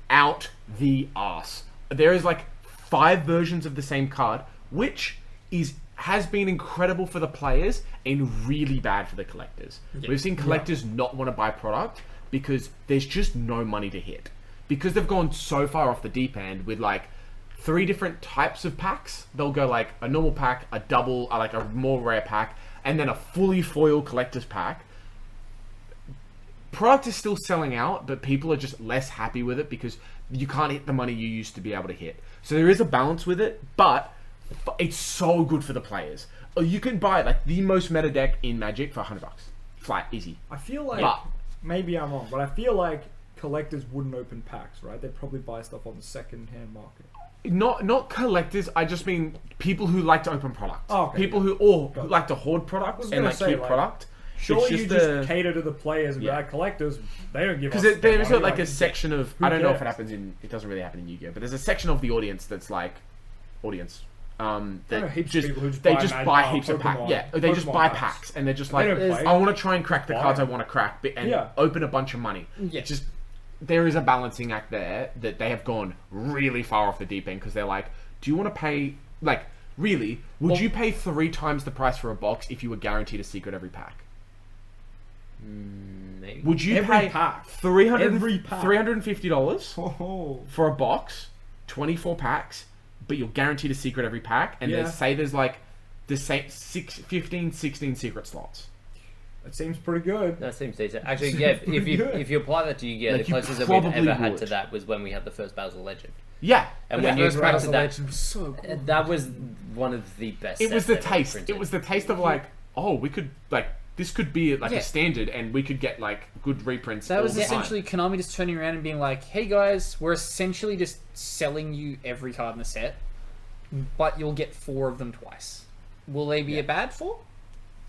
Speaker 4: out the ass. There is like five versions of the same card, which is has been incredible for the players and really bad for the collectors. We've seen collectors not want to buy product because there's just no money to hit. Because they've gone so far off the deep end with like three different types of packs. They'll go like a normal pack, a double, uh, like a more rare pack, and then a fully foil collector's pack. Product is still selling out, but people are just less happy with it because you can't hit the money you used to be able to hit. So there is a balance with it, but f- it's so good for the players. Uh, You can buy like the most meta deck in Magic for 100 bucks. Flat, easy.
Speaker 3: I feel like
Speaker 4: But-
Speaker 3: maybe I'm wrong, but I feel like collectors wouldn't open packs, right? They'd probably buy stuff on the second-hand market.
Speaker 4: Not not collectors. I just mean people who like to open products.
Speaker 3: Oh, okay,
Speaker 4: people who or who like to hoard products
Speaker 3: was
Speaker 4: and
Speaker 3: gonna
Speaker 4: like
Speaker 3: say,
Speaker 4: keep
Speaker 3: like,
Speaker 4: product.
Speaker 3: Surely
Speaker 4: it's
Speaker 3: you
Speaker 4: just
Speaker 3: just
Speaker 4: a-
Speaker 3: cater to the players and
Speaker 4: Yeah.
Speaker 3: yeah. collectors. They don't give us
Speaker 4: Because it,
Speaker 3: their
Speaker 4: there is
Speaker 3: money,
Speaker 4: like a section of
Speaker 3: who
Speaker 4: I don't know if it
Speaker 3: cares?
Speaker 4: happens in it doesn't really happen in Yu-Gi-Oh, but there's a section of the audience that's like audience. Um,
Speaker 3: know
Speaker 4: that
Speaker 3: heaps of
Speaker 4: just,
Speaker 3: people who just
Speaker 4: they
Speaker 3: buy
Speaker 4: just
Speaker 3: Mag-
Speaker 4: buy
Speaker 3: uh,
Speaker 4: heaps of packs.
Speaker 3: Pokemon-
Speaker 4: Yeah, they just
Speaker 3: Pokemon
Speaker 4: buy
Speaker 3: packs.
Speaker 4: packs and they're just
Speaker 3: They
Speaker 4: like,
Speaker 3: don't play.
Speaker 4: I want to try and crack the
Speaker 3: Buy
Speaker 4: cards I
Speaker 3: them.
Speaker 4: want to crack, but, and
Speaker 3: Yeah.
Speaker 4: open a bunch of money.
Speaker 5: Yeah.
Speaker 4: Just there is a balancing act there that they have gone really far off the deep end because they're like, do you want to pay like really? Would you pay three times the price for a box if you were guaranteed a secret every pack?
Speaker 2: Maybe.
Speaker 4: Would you
Speaker 3: Every
Speaker 4: pay
Speaker 3: pack.
Speaker 4: 300
Speaker 3: Every pack.
Speaker 4: $350
Speaker 3: Oh,
Speaker 4: for a box, 24 packs, but you're guaranteed a secret every pack, and
Speaker 3: Yeah.
Speaker 4: there's say there's like the same six, 15, 16 secret slots.
Speaker 3: it seems pretty good.
Speaker 2: That seems decent. Actually, yeah. If you
Speaker 3: Yeah.
Speaker 2: if you apply that to Yu-Gi-Oh,
Speaker 4: Like,
Speaker 2: the
Speaker 4: you
Speaker 2: closest that we've
Speaker 4: probably
Speaker 2: ever had
Speaker 4: would.
Speaker 2: to that was when we had the first Battles of Legend,
Speaker 4: Yeah.
Speaker 2: and
Speaker 4: Yeah.
Speaker 2: when you
Speaker 5: Those Battles
Speaker 2: crafted
Speaker 5: of
Speaker 2: that,
Speaker 5: Legend was so cool.
Speaker 2: that was one of the best.
Speaker 4: it
Speaker 2: sets
Speaker 4: was the
Speaker 2: ever
Speaker 4: taste. It
Speaker 2: printed.
Speaker 4: was the taste of like, oh, we could like this could be like
Speaker 5: Yeah.
Speaker 4: a standard, and we could get like good reprints.
Speaker 5: That
Speaker 4: all
Speaker 5: was
Speaker 4: the time.
Speaker 5: essentially Konami just turning around and being like, "Hey guys, we're essentially just selling you every card in the set, but you'll get four of them twice. Will they be a bad four?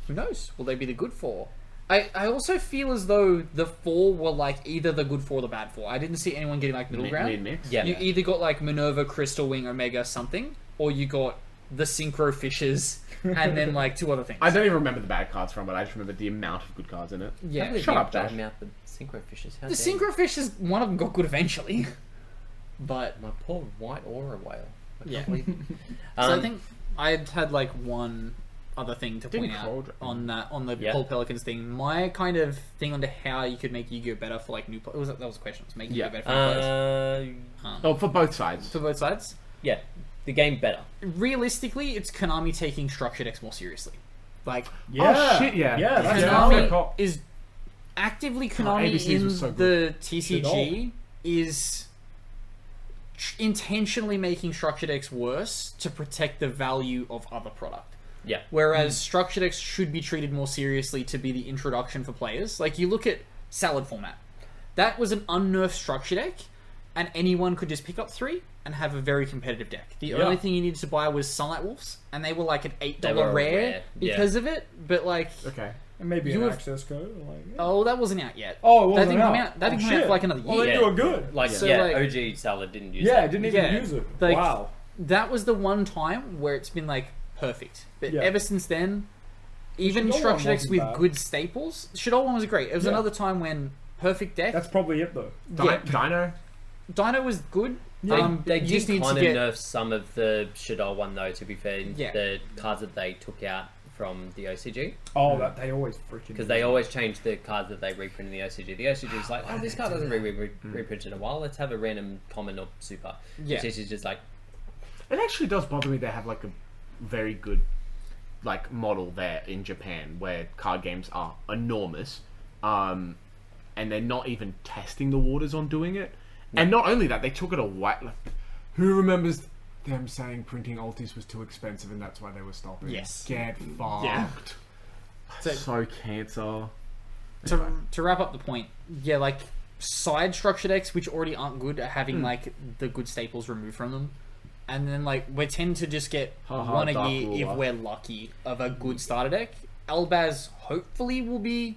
Speaker 5: Who knows? Will they be the good four? I, I also feel as though the four were like either the good four or the bad four. I didn't see anyone getting like middle
Speaker 4: Mi-
Speaker 5: ground.
Speaker 4: weird mix.
Speaker 2: yeah.
Speaker 5: You either got like Minerva, Crystal Wing, Omega, something, or you got the Synchro Fishes, and then like two other things.
Speaker 4: I don't even remember the bad cards from it. I just remember the amount of good cards in it.
Speaker 2: Can't
Speaker 5: yeah,
Speaker 2: believe
Speaker 4: Shut
Speaker 2: you
Speaker 4: up, Josh.
Speaker 2: bottomed out the synchro fishes. How
Speaker 5: the
Speaker 2: dare you.
Speaker 5: Synchro Fishes one of them got good eventually, but
Speaker 2: My poor white aura whale. I can't
Speaker 5: Yeah.
Speaker 2: believe it.
Speaker 5: So
Speaker 2: Um,
Speaker 5: I think I had had like one other thing to
Speaker 4: Didn't
Speaker 5: point out
Speaker 4: Cauldron-
Speaker 5: on that on the
Speaker 2: Yeah.
Speaker 5: Paul Pelicans thing. My kind of thing onto how you could make Yu-Gi-Oh better for like new players. Was that, that was a question? It was making
Speaker 4: Yeah.
Speaker 5: Yu-Gi-Oh better for new players
Speaker 2: Uh,
Speaker 4: Oh, for both sides.
Speaker 5: for both sides.
Speaker 2: yeah, the game better.
Speaker 5: Realistically, it's Konami taking structured X more seriously. Like
Speaker 4: Oh, shit, yeah.
Speaker 3: Yeah, that's
Speaker 4: Yeah.
Speaker 3: right.
Speaker 4: Fair
Speaker 5: Konami
Speaker 4: call.
Speaker 5: is actively
Speaker 4: Oh,
Speaker 5: Konami
Speaker 4: ABCs
Speaker 5: in
Speaker 4: was so
Speaker 5: the
Speaker 4: good.
Speaker 5: TCG is tr- intentionally making structured X worse to protect the value of other product.
Speaker 2: Yeah.
Speaker 5: Whereas
Speaker 3: Hmm.
Speaker 5: structured X should be treated more seriously to be the introduction for players. Like you look at salad format. That was an unnerved structure deck, and anyone could just pick up three and have a very competitive deck. The only thing you needed to buy was Sunlight Wolves, and they were like an eight
Speaker 2: were
Speaker 5: dollar
Speaker 2: a
Speaker 5: rare,
Speaker 2: rare, yeah.
Speaker 5: because of it. But like,
Speaker 4: Okay.
Speaker 3: And maybe
Speaker 5: You
Speaker 3: an
Speaker 5: have-
Speaker 3: access code. Like, yeah.
Speaker 5: oh, that wasn't out yet.
Speaker 3: Oh, it
Speaker 5: that
Speaker 3: wasn't
Speaker 5: didn't
Speaker 3: out.
Speaker 5: come out. That
Speaker 3: Oh,
Speaker 5: didn't come out
Speaker 3: shit.
Speaker 5: for like another
Speaker 3: Well,
Speaker 5: year.
Speaker 3: then
Speaker 2: Yeah.
Speaker 3: you were good.
Speaker 2: Like
Speaker 5: So,
Speaker 2: yeah,
Speaker 5: like-
Speaker 2: OG salad didn't use.
Speaker 3: yeah,
Speaker 2: that.
Speaker 3: I didn't even
Speaker 5: Yeah.
Speaker 3: use it.
Speaker 5: Like-
Speaker 3: wow.
Speaker 5: That was the one time where it's been like perfect. But
Speaker 3: Yeah.
Speaker 5: ever since then, even
Speaker 3: Shadowrun
Speaker 5: structure decks
Speaker 3: wasn't
Speaker 5: with
Speaker 3: bad.
Speaker 5: good staples, Shadow one was great. It was
Speaker 3: Yeah.
Speaker 5: another time when perfect deck.
Speaker 3: That's probably it though.
Speaker 4: Di-
Speaker 5: yeah,
Speaker 4: Dino.
Speaker 5: Dino was good.
Speaker 2: They,
Speaker 5: um,
Speaker 2: they
Speaker 5: you
Speaker 2: did
Speaker 5: just need
Speaker 2: kind
Speaker 5: to
Speaker 2: of
Speaker 5: get
Speaker 2: nerf some of the Shadol one though. To be fair,
Speaker 5: Yeah.
Speaker 2: the cards that they took out from the OCG
Speaker 3: Oh, that they always freaking.
Speaker 2: because they always change the cards that they reprint in the OCG. The OCG is like, oh, this card doesn't re- re- re-
Speaker 4: Mm.
Speaker 2: reprint in a while. Let's have a random common or super.
Speaker 5: Yeah.
Speaker 2: Which is just like
Speaker 4: It actually does bother me they have like a very good like model there in Japan where card games are enormous. Um and they're not even testing the waters on doing it. And not only that, they took it away like, who remembers them saying printing altis was too expensive and that's why they were stopping.
Speaker 5: Yes.
Speaker 4: Get fucked.
Speaker 5: Yeah. So-
Speaker 4: So cancer.
Speaker 5: to, to wrap up the point, yeah, like side structure decks which already aren't good are having
Speaker 4: Hmm.
Speaker 5: like the good staples removed from them, and then like we tend to just get
Speaker 4: Ha ha,
Speaker 5: one a
Speaker 4: Dark
Speaker 5: year
Speaker 4: Ruler. Hmm.
Speaker 5: if we're lucky of a good starter deck. Elbaz hopefully will be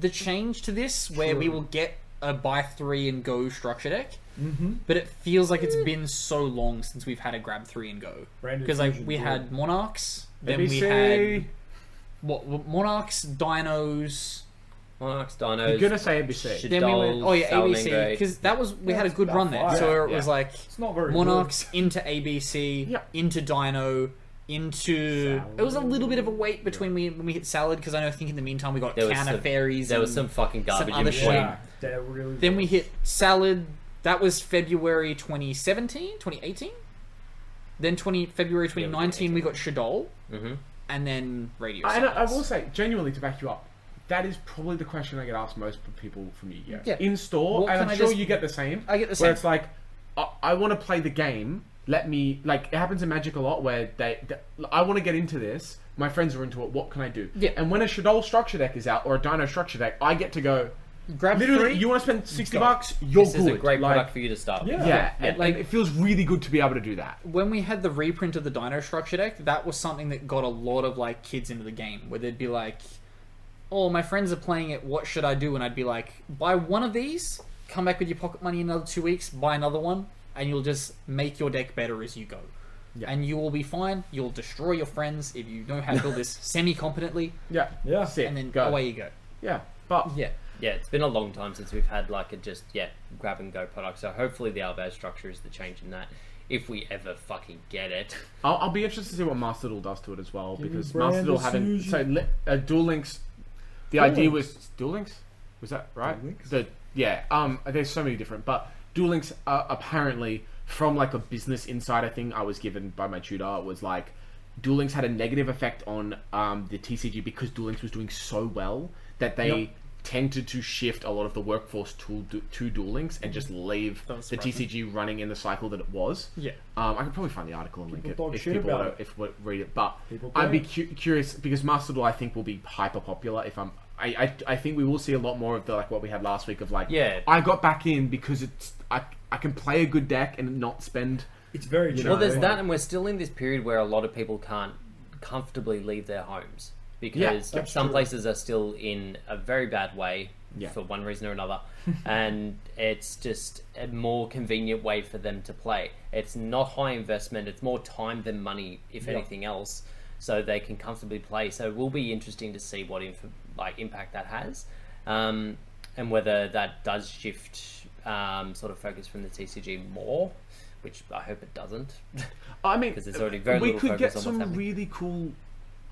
Speaker 5: the change to this where we will get a buy three and go structure deck. Mm-hmm. But it feels like it's been so long since we've had a grab three and go
Speaker 3: Branded
Speaker 5: because like
Speaker 3: Fusion
Speaker 5: we
Speaker 3: Duel.
Speaker 5: had monarchs, then we
Speaker 4: ABC.
Speaker 5: had what monarchs, dinos,
Speaker 2: Monarchs, Dinos.
Speaker 4: You're gonna say ABC.
Speaker 5: then we went, oh yeah,
Speaker 2: Dolls,
Speaker 5: ABC
Speaker 2: Salmon
Speaker 5: because that was we had a
Speaker 3: That's
Speaker 5: good
Speaker 3: about
Speaker 5: run there.
Speaker 3: five.
Speaker 5: So
Speaker 4: Yeah,
Speaker 5: it was
Speaker 4: yeah.
Speaker 5: like
Speaker 3: It's not very
Speaker 5: Monarchs into ABC,
Speaker 4: Yeah.
Speaker 5: into Dino, into it was a little bit of a wait between we when we hit Salad because I know I think in the meantime we got
Speaker 2: There was
Speaker 5: Counter
Speaker 2: some-
Speaker 5: Fairies.
Speaker 2: There was some
Speaker 5: and-
Speaker 2: fucking garbage in
Speaker 5: other
Speaker 3: Good.
Speaker 2: between.
Speaker 3: Yeah, they're really.
Speaker 5: Then
Speaker 3: good.
Speaker 5: we hit Salad. That was February 2017, 2018. Then 20 February 2019 we got Shadol,
Speaker 2: Mm-hmm.
Speaker 5: and then Radio.
Speaker 4: I, and I I
Speaker 5: Silence.
Speaker 4: will say, genuinely, to back you up, that is probably the question I get asked most from people from Yu Gi Oh!
Speaker 5: Yeah.
Speaker 4: In store,
Speaker 5: What
Speaker 4: and
Speaker 5: can
Speaker 4: I'm
Speaker 5: I
Speaker 4: sure
Speaker 5: just-
Speaker 4: you get the same.
Speaker 5: I get the
Speaker 4: Where
Speaker 5: same.
Speaker 4: it's like, I, I want to play the game. Let me like it happens in Magic a lot where they, they I want to get into this. My friends are into it. What can I do?
Speaker 5: Yeah.
Speaker 4: And when a Shadol structure deck is out or a Dino structure deck, I get to go.
Speaker 5: grab
Speaker 4: Literally,
Speaker 5: three.
Speaker 4: you want to spend sixty
Speaker 2: Go.
Speaker 4: bucks? You're
Speaker 2: This
Speaker 4: good.
Speaker 2: is a great
Speaker 4: like,
Speaker 2: product for you to start. with.
Speaker 3: Yeah.
Speaker 4: Yeah, and-
Speaker 5: like-
Speaker 4: and it feels really good to be able to do that.
Speaker 5: when we had the reprint of the Dino Structure deck, that was something that got a lot of like kids into the game, where they'd be like, "Oh, my friends are playing it. What should I do?" And I'd be like, "Buy one of these, come back with your pocket money in another two weeks, buy another one, and you'll just make your deck better as you go, and you will be fine. You'll destroy your friends if you know how to build this semi competently,
Speaker 4: Yeah,
Speaker 3: Yeah.
Speaker 4: Sick.
Speaker 5: and then
Speaker 2: oh,
Speaker 4: go.
Speaker 5: away you go."
Speaker 4: Yeah, but
Speaker 5: Yeah,
Speaker 2: Yeah, it's been a long time since we've had like a just yeah grab and go product. So hopefully the Alvaz structure is the change in that, if we ever fucking get it.
Speaker 4: I'll, I'll be interested to see what Master Duel does to it as well
Speaker 3: Give me
Speaker 4: because
Speaker 3: brand
Speaker 4: Master Duel haven't so
Speaker 3: decision.
Speaker 4: li- uh, Duel Links. The idea was Duel Links. Was that right?
Speaker 3: Duel Links?
Speaker 4: The yeah. Um, there's so many different, but Duel Links uh, apparently from like a business insider thing I was given by my tutor was like Duel Links had a negative effect on um the TCG because Duel Links was doing so well that they. Tended to shift a lot of the workforce to to Duel Links and just leave the
Speaker 5: was surprising.
Speaker 4: TCG running in the cycle that it was.
Speaker 5: yeah.
Speaker 4: Um, I could probably find the article and link
Speaker 3: People
Speaker 4: it
Speaker 3: talk
Speaker 4: if
Speaker 3: shit
Speaker 4: people
Speaker 3: about
Speaker 4: wanna,
Speaker 3: it.
Speaker 4: if we read it. But
Speaker 3: People play
Speaker 4: I'd be
Speaker 3: it.
Speaker 4: cu- curious because Master Duel I think will be hyper popular. If I'm, I, I, I think we will see a lot more of the like what we had last week of like
Speaker 2: Yeah.
Speaker 4: I got back in because it's I I can play a good deck and not spend.
Speaker 3: It's very.
Speaker 4: You know,
Speaker 2: Well, there's
Speaker 3: generic.
Speaker 2: that, and we're still in this period where a lot of people can't comfortably leave their homes because
Speaker 4: that's
Speaker 2: some
Speaker 4: true.
Speaker 2: places are still in a very bad way
Speaker 4: Yeah.
Speaker 2: for one reason or another, and it's just a more convenient way for them to play. It's not high investment; it's more time than money, if anything else. So they can comfortably play. So it will be interesting to see what inf- like impact that has, um, and whether that does shift um, sort of focus from the TCG more, which I hope it doesn't.
Speaker 4: I mean,
Speaker 2: 'Cause there's already very
Speaker 4: we
Speaker 2: little
Speaker 4: could
Speaker 2: focus
Speaker 4: get
Speaker 2: on what's
Speaker 4: some
Speaker 2: happening.
Speaker 4: really cool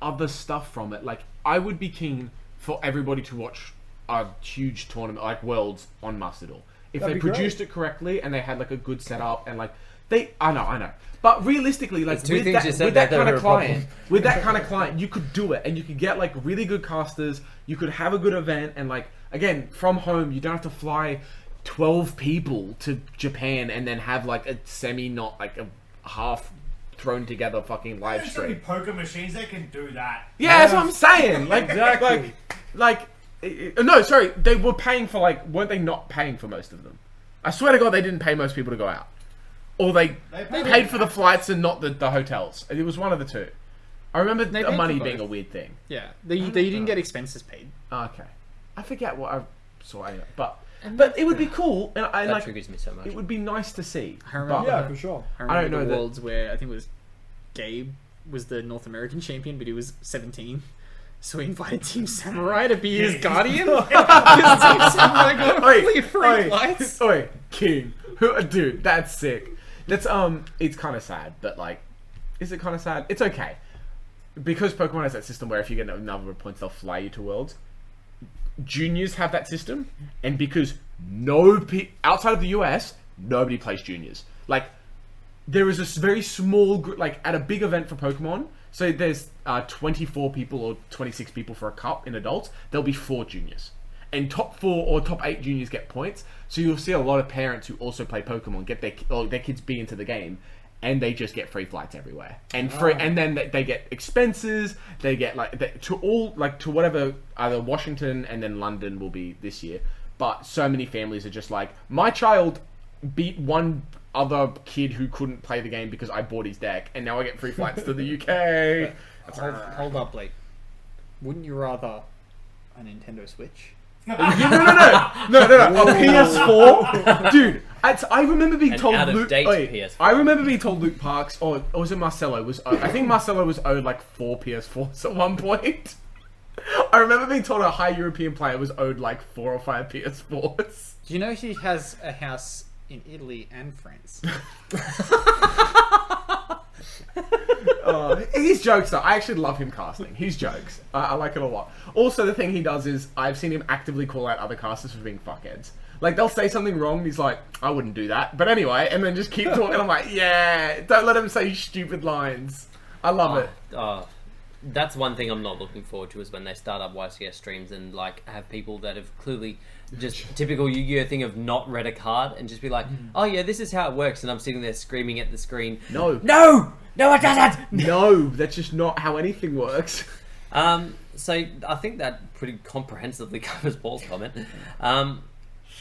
Speaker 4: other stuff from it. Like I would be keen for everybody to watch a huge tournament like Worlds on Master Duel. If
Speaker 3: That'd
Speaker 4: they
Speaker 3: be great.
Speaker 4: produced it correctly and they had like a good setup and like They, I know, I know. But realistically, like
Speaker 2: There's two
Speaker 4: with
Speaker 2: things
Speaker 4: that,
Speaker 2: you said
Speaker 4: with that
Speaker 2: there that
Speaker 4: kind
Speaker 2: are
Speaker 4: of
Speaker 2: a problem.
Speaker 4: client, with that kind of client, you could do it, and you could get like really good casters. You could have a good event, and like again, from home, you don't have to fly twelve people to Japan and then have like a semi, not like a half thrown together fucking live
Speaker 6: There's so many
Speaker 4: stream.
Speaker 6: poker machines that can do that.
Speaker 4: Yeah, that's what I'm saying. Like,
Speaker 3: Exactly.
Speaker 4: like, like, uh, no, sorry, they were paying for like, weren't they not paying for most of them? I swear to God, they didn't pay most people to go out, or they,
Speaker 6: They
Speaker 4: paid,
Speaker 6: paid-
Speaker 4: for the flights and not the, the hotels. It was one of the two. I remember
Speaker 5: They
Speaker 4: the
Speaker 5: paid
Speaker 4: money
Speaker 5: for
Speaker 4: being
Speaker 5: both.
Speaker 4: a weird thing. Ah,
Speaker 5: Yeah, they, they didn't get expenses paid.
Speaker 4: Okay, I forget what I saw, anyway, but but it would be cool, and I
Speaker 2: That
Speaker 4: like
Speaker 2: triggers me so much.
Speaker 4: it would be nice to see.
Speaker 5: I remember-
Speaker 4: but-
Speaker 3: Yeah, for sure.
Speaker 5: I remember
Speaker 4: know
Speaker 5: the
Speaker 4: that-
Speaker 5: worlds where I think it was Gabe was the North American champion, but he was 17. So he invited Team Samurai to be his guardian. Because Team Samurai got
Speaker 4: Oi,
Speaker 5: fully free
Speaker 4: oi,
Speaker 5: flights.
Speaker 4: Oi, King. Who- Dude, that's sick. That's um it's kinda sad, but like is it kinda sad? It's okay. Because Pokemon has that system where if you get a number of points they'll fly you to worlds. Juniors have that system, and because no pe- outside of the US, nobody plays juniors. Like there is a s- very small group, like at a big event for Pokemon. So there's uh, 24 people or 26 people for a cup in adults. There'll be four juniors, and top four or top eight juniors get points. So you'll see a lot of parents who also play Pokemon get their ki- or their kids be into the game, and they just get free flights everywhere, and free, and then they, they get expenses. They get like they, to all like to whatever either Washington and then London will be this year. But so many families are just like my child beat one other kid who couldn't play the game because I bought his deck, and now I get free flights to the UK. That's
Speaker 5: Hold,
Speaker 4: like,
Speaker 5: hold up, Blake. Wouldn't you rather a Nintendo Switch?
Speaker 4: no, no, no, a PS4, dude. That's, I remember being
Speaker 2: An
Speaker 4: told Luke.
Speaker 2: out-of-date
Speaker 4: wait,
Speaker 2: PS4.
Speaker 4: I remember being told Luke Parks, or, or was it Marcelo? Was owed, I think Marcelo was owed like four PS4s at one point. I remember being told a high European player was owed like four or five PS4s.
Speaker 5: Do you know he has a house in Italy and France?
Speaker 4: Uh, his jokes though, I actually love him casting. His jokes, I, I like it a lot. Also, the thing he does is I've seen him actively call out other casters for being fuckheads. Like they'll say something wrong, and he's like, "I wouldn't do that," but anyway, and then just keep talking. I'm like, "Yeah, don't let him say stupid lines." I love it.
Speaker 2: uh, that's one thing I'm not looking forward to is when they start up YCS streams and like have people that have clearly just typical Yu-Gi-Oh thing of not read a card and just be like, oh yeah, this is how it works, and I'm sitting there screaming at the screen.
Speaker 4: No,
Speaker 2: No, no, it doesn't.
Speaker 4: no, that's just not how anything works.
Speaker 2: Um, so I think that pretty comprehensively covers Paul's comment. Um,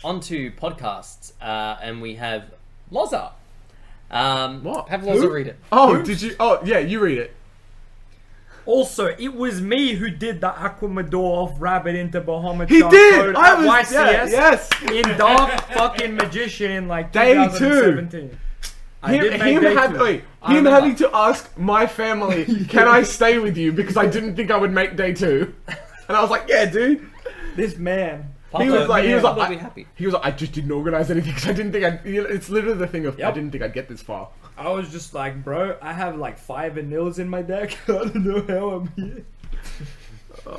Speaker 2: on to podcasts, uh, and we have Loza. Um,
Speaker 4: What?
Speaker 5: Have Loza
Speaker 4: Who?
Speaker 5: read it.
Speaker 4: Oh, did you? Oh, yeah, you read it.
Speaker 3: Also, it was me who did the Aquamador rabbit into Bahama.
Speaker 4: He
Speaker 3: Charm
Speaker 4: did.
Speaker 3: Code
Speaker 4: I
Speaker 3: at
Speaker 4: was. Yeah,
Speaker 3: YCS
Speaker 4: yes.
Speaker 3: in Dark fucking Magician in like
Speaker 4: Day two.
Speaker 3: 2017. I
Speaker 4: Him,
Speaker 3: did make
Speaker 4: him,
Speaker 3: day
Speaker 4: had-
Speaker 3: two.
Speaker 4: wait,
Speaker 3: I
Speaker 4: him
Speaker 3: remember.
Speaker 4: having to ask my family, can I stay with you? Because I didn't think I would make day two. And I was like, yeah, dude.
Speaker 3: This man.
Speaker 4: He was like, he was like,
Speaker 2: be
Speaker 4: I,
Speaker 2: happy.
Speaker 4: he was like, I just didn't organize anything because I didn't think I'd, you know, it's literally the thing of, I
Speaker 3: Yep.
Speaker 4: didn't think I'd get this far.
Speaker 3: I was just like, bro, I have like five vanillas in my deck. I don't know how I'm here.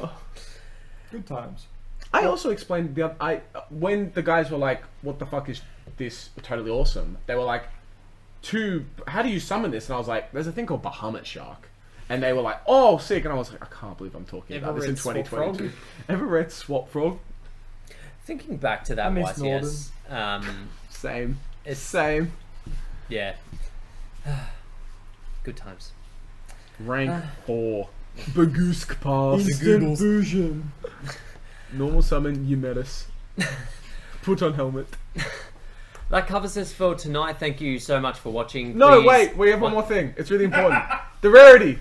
Speaker 3: Good times.
Speaker 4: I also explained the oth- I when the guys were like, "What the fuck is this? Totally awesome." They were like, "To how do you summon this?" And I was like, "There's a thing called Bahamut Shark," and they were like, "Oh, sick!" And I was like, "I can't believe I'm talking
Speaker 5: Ever
Speaker 4: about this in
Speaker 5: read Swap
Speaker 4: 2022." Ever read Swap Frog?
Speaker 2: Thinking back to that
Speaker 3: miss
Speaker 2: YCS, um,
Speaker 4: Same,
Speaker 2: it's
Speaker 4: same.
Speaker 2: yeah, good times.
Speaker 4: Rank four. Bagusk pass.
Speaker 3: Instant fusion.
Speaker 4: Normal summon Eumetis. Put on helmet.
Speaker 2: That covers us for tonight. Thank you so much for watching.
Speaker 4: No,
Speaker 2: Please-
Speaker 4: wait, we have one more thing. It's really important. The rarity.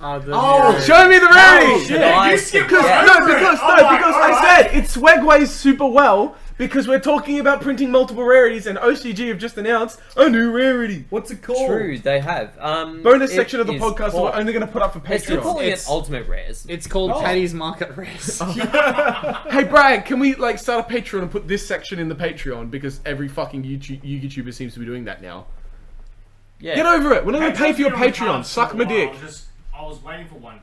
Speaker 5: Uh, the,
Speaker 4: Oh, show me the rarity.
Speaker 2: shit. Yeah, you skipped
Speaker 4: because,
Speaker 2: right
Speaker 4: no,
Speaker 6: over it.
Speaker 4: because no,
Speaker 6: Alright,
Speaker 4: because I
Speaker 6: alright.
Speaker 4: said it swagways super well because we're talking about printing multiple rarities and OCG have just announced a new rarity.
Speaker 3: What's it called?
Speaker 2: True, they have. Um,
Speaker 4: Bonus
Speaker 2: it
Speaker 4: section of the
Speaker 2: is
Speaker 4: podcast that
Speaker 2: called-
Speaker 4: we're only going to put up for
Speaker 2: They're still
Speaker 4: Patreon.
Speaker 2: calling it
Speaker 5: It's-
Speaker 2: Ultimate Rares.
Speaker 5: It's called Paddy's Market Race.
Speaker 4: Hey Brad, can we like start a Patreon and put this section in the Patreon because every fucking YouTube YouTuber seems to be doing that now.
Speaker 2: yeah.
Speaker 4: Get over it. We're not going to pay for your
Speaker 6: Patreon's been on
Speaker 4: Patreon.
Speaker 6: the cards
Speaker 4: Suck
Speaker 6: for a
Speaker 4: my
Speaker 6: while,
Speaker 4: dick.
Speaker 6: just- I was waiting for 1K.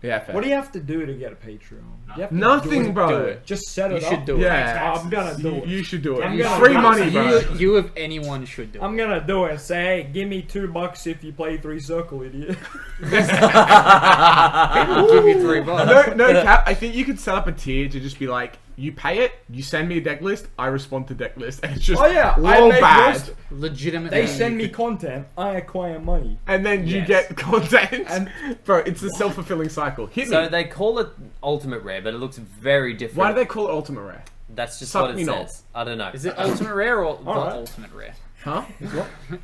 Speaker 4: Yeah, fair.
Speaker 3: What do you have to do to get a Patreon? You have to
Speaker 4: Nothing,
Speaker 3: do it.
Speaker 4: bro.
Speaker 5: Do it.
Speaker 3: Just set
Speaker 5: You
Speaker 3: it
Speaker 5: should
Speaker 3: up.
Speaker 5: do it.
Speaker 4: yeah,
Speaker 3: I'm gonna do
Speaker 4: you,
Speaker 3: it.
Speaker 4: you should do it.
Speaker 3: I'm
Speaker 4: It's
Speaker 3: gonna
Speaker 4: free
Speaker 3: do
Speaker 4: money,
Speaker 3: it.
Speaker 4: bro.
Speaker 5: You, you of anyone should do it.
Speaker 3: I'm gonna do it. Say, hey, give me two bucks if you play three circle, idiot.
Speaker 5: I'll give you three bucks.
Speaker 4: no, no cap. I think you could set up a tier to just be like, you pay it, you send me a deck list, I respond to deck list, and it's just
Speaker 3: Oh yeah, I
Speaker 4: all
Speaker 3: make
Speaker 4: bad.
Speaker 3: list.
Speaker 5: Legitimately,
Speaker 3: They send me content. I acquire money.
Speaker 4: And then you
Speaker 5: Yes.
Speaker 4: get content,
Speaker 3: And-
Speaker 4: bro. It's a self fulfilling cycle. Hit
Speaker 2: So
Speaker 4: me.
Speaker 2: they call it Ultimate Rare, but it looks very different.
Speaker 4: Why do they call it Ultima Rare?
Speaker 2: That's just
Speaker 4: Suck
Speaker 2: what
Speaker 4: me
Speaker 2: it
Speaker 4: not.
Speaker 2: says. I don't know.
Speaker 5: Is it ultimate rare or the
Speaker 3: Alright.
Speaker 5: ultimate rare?
Speaker 4: Huh?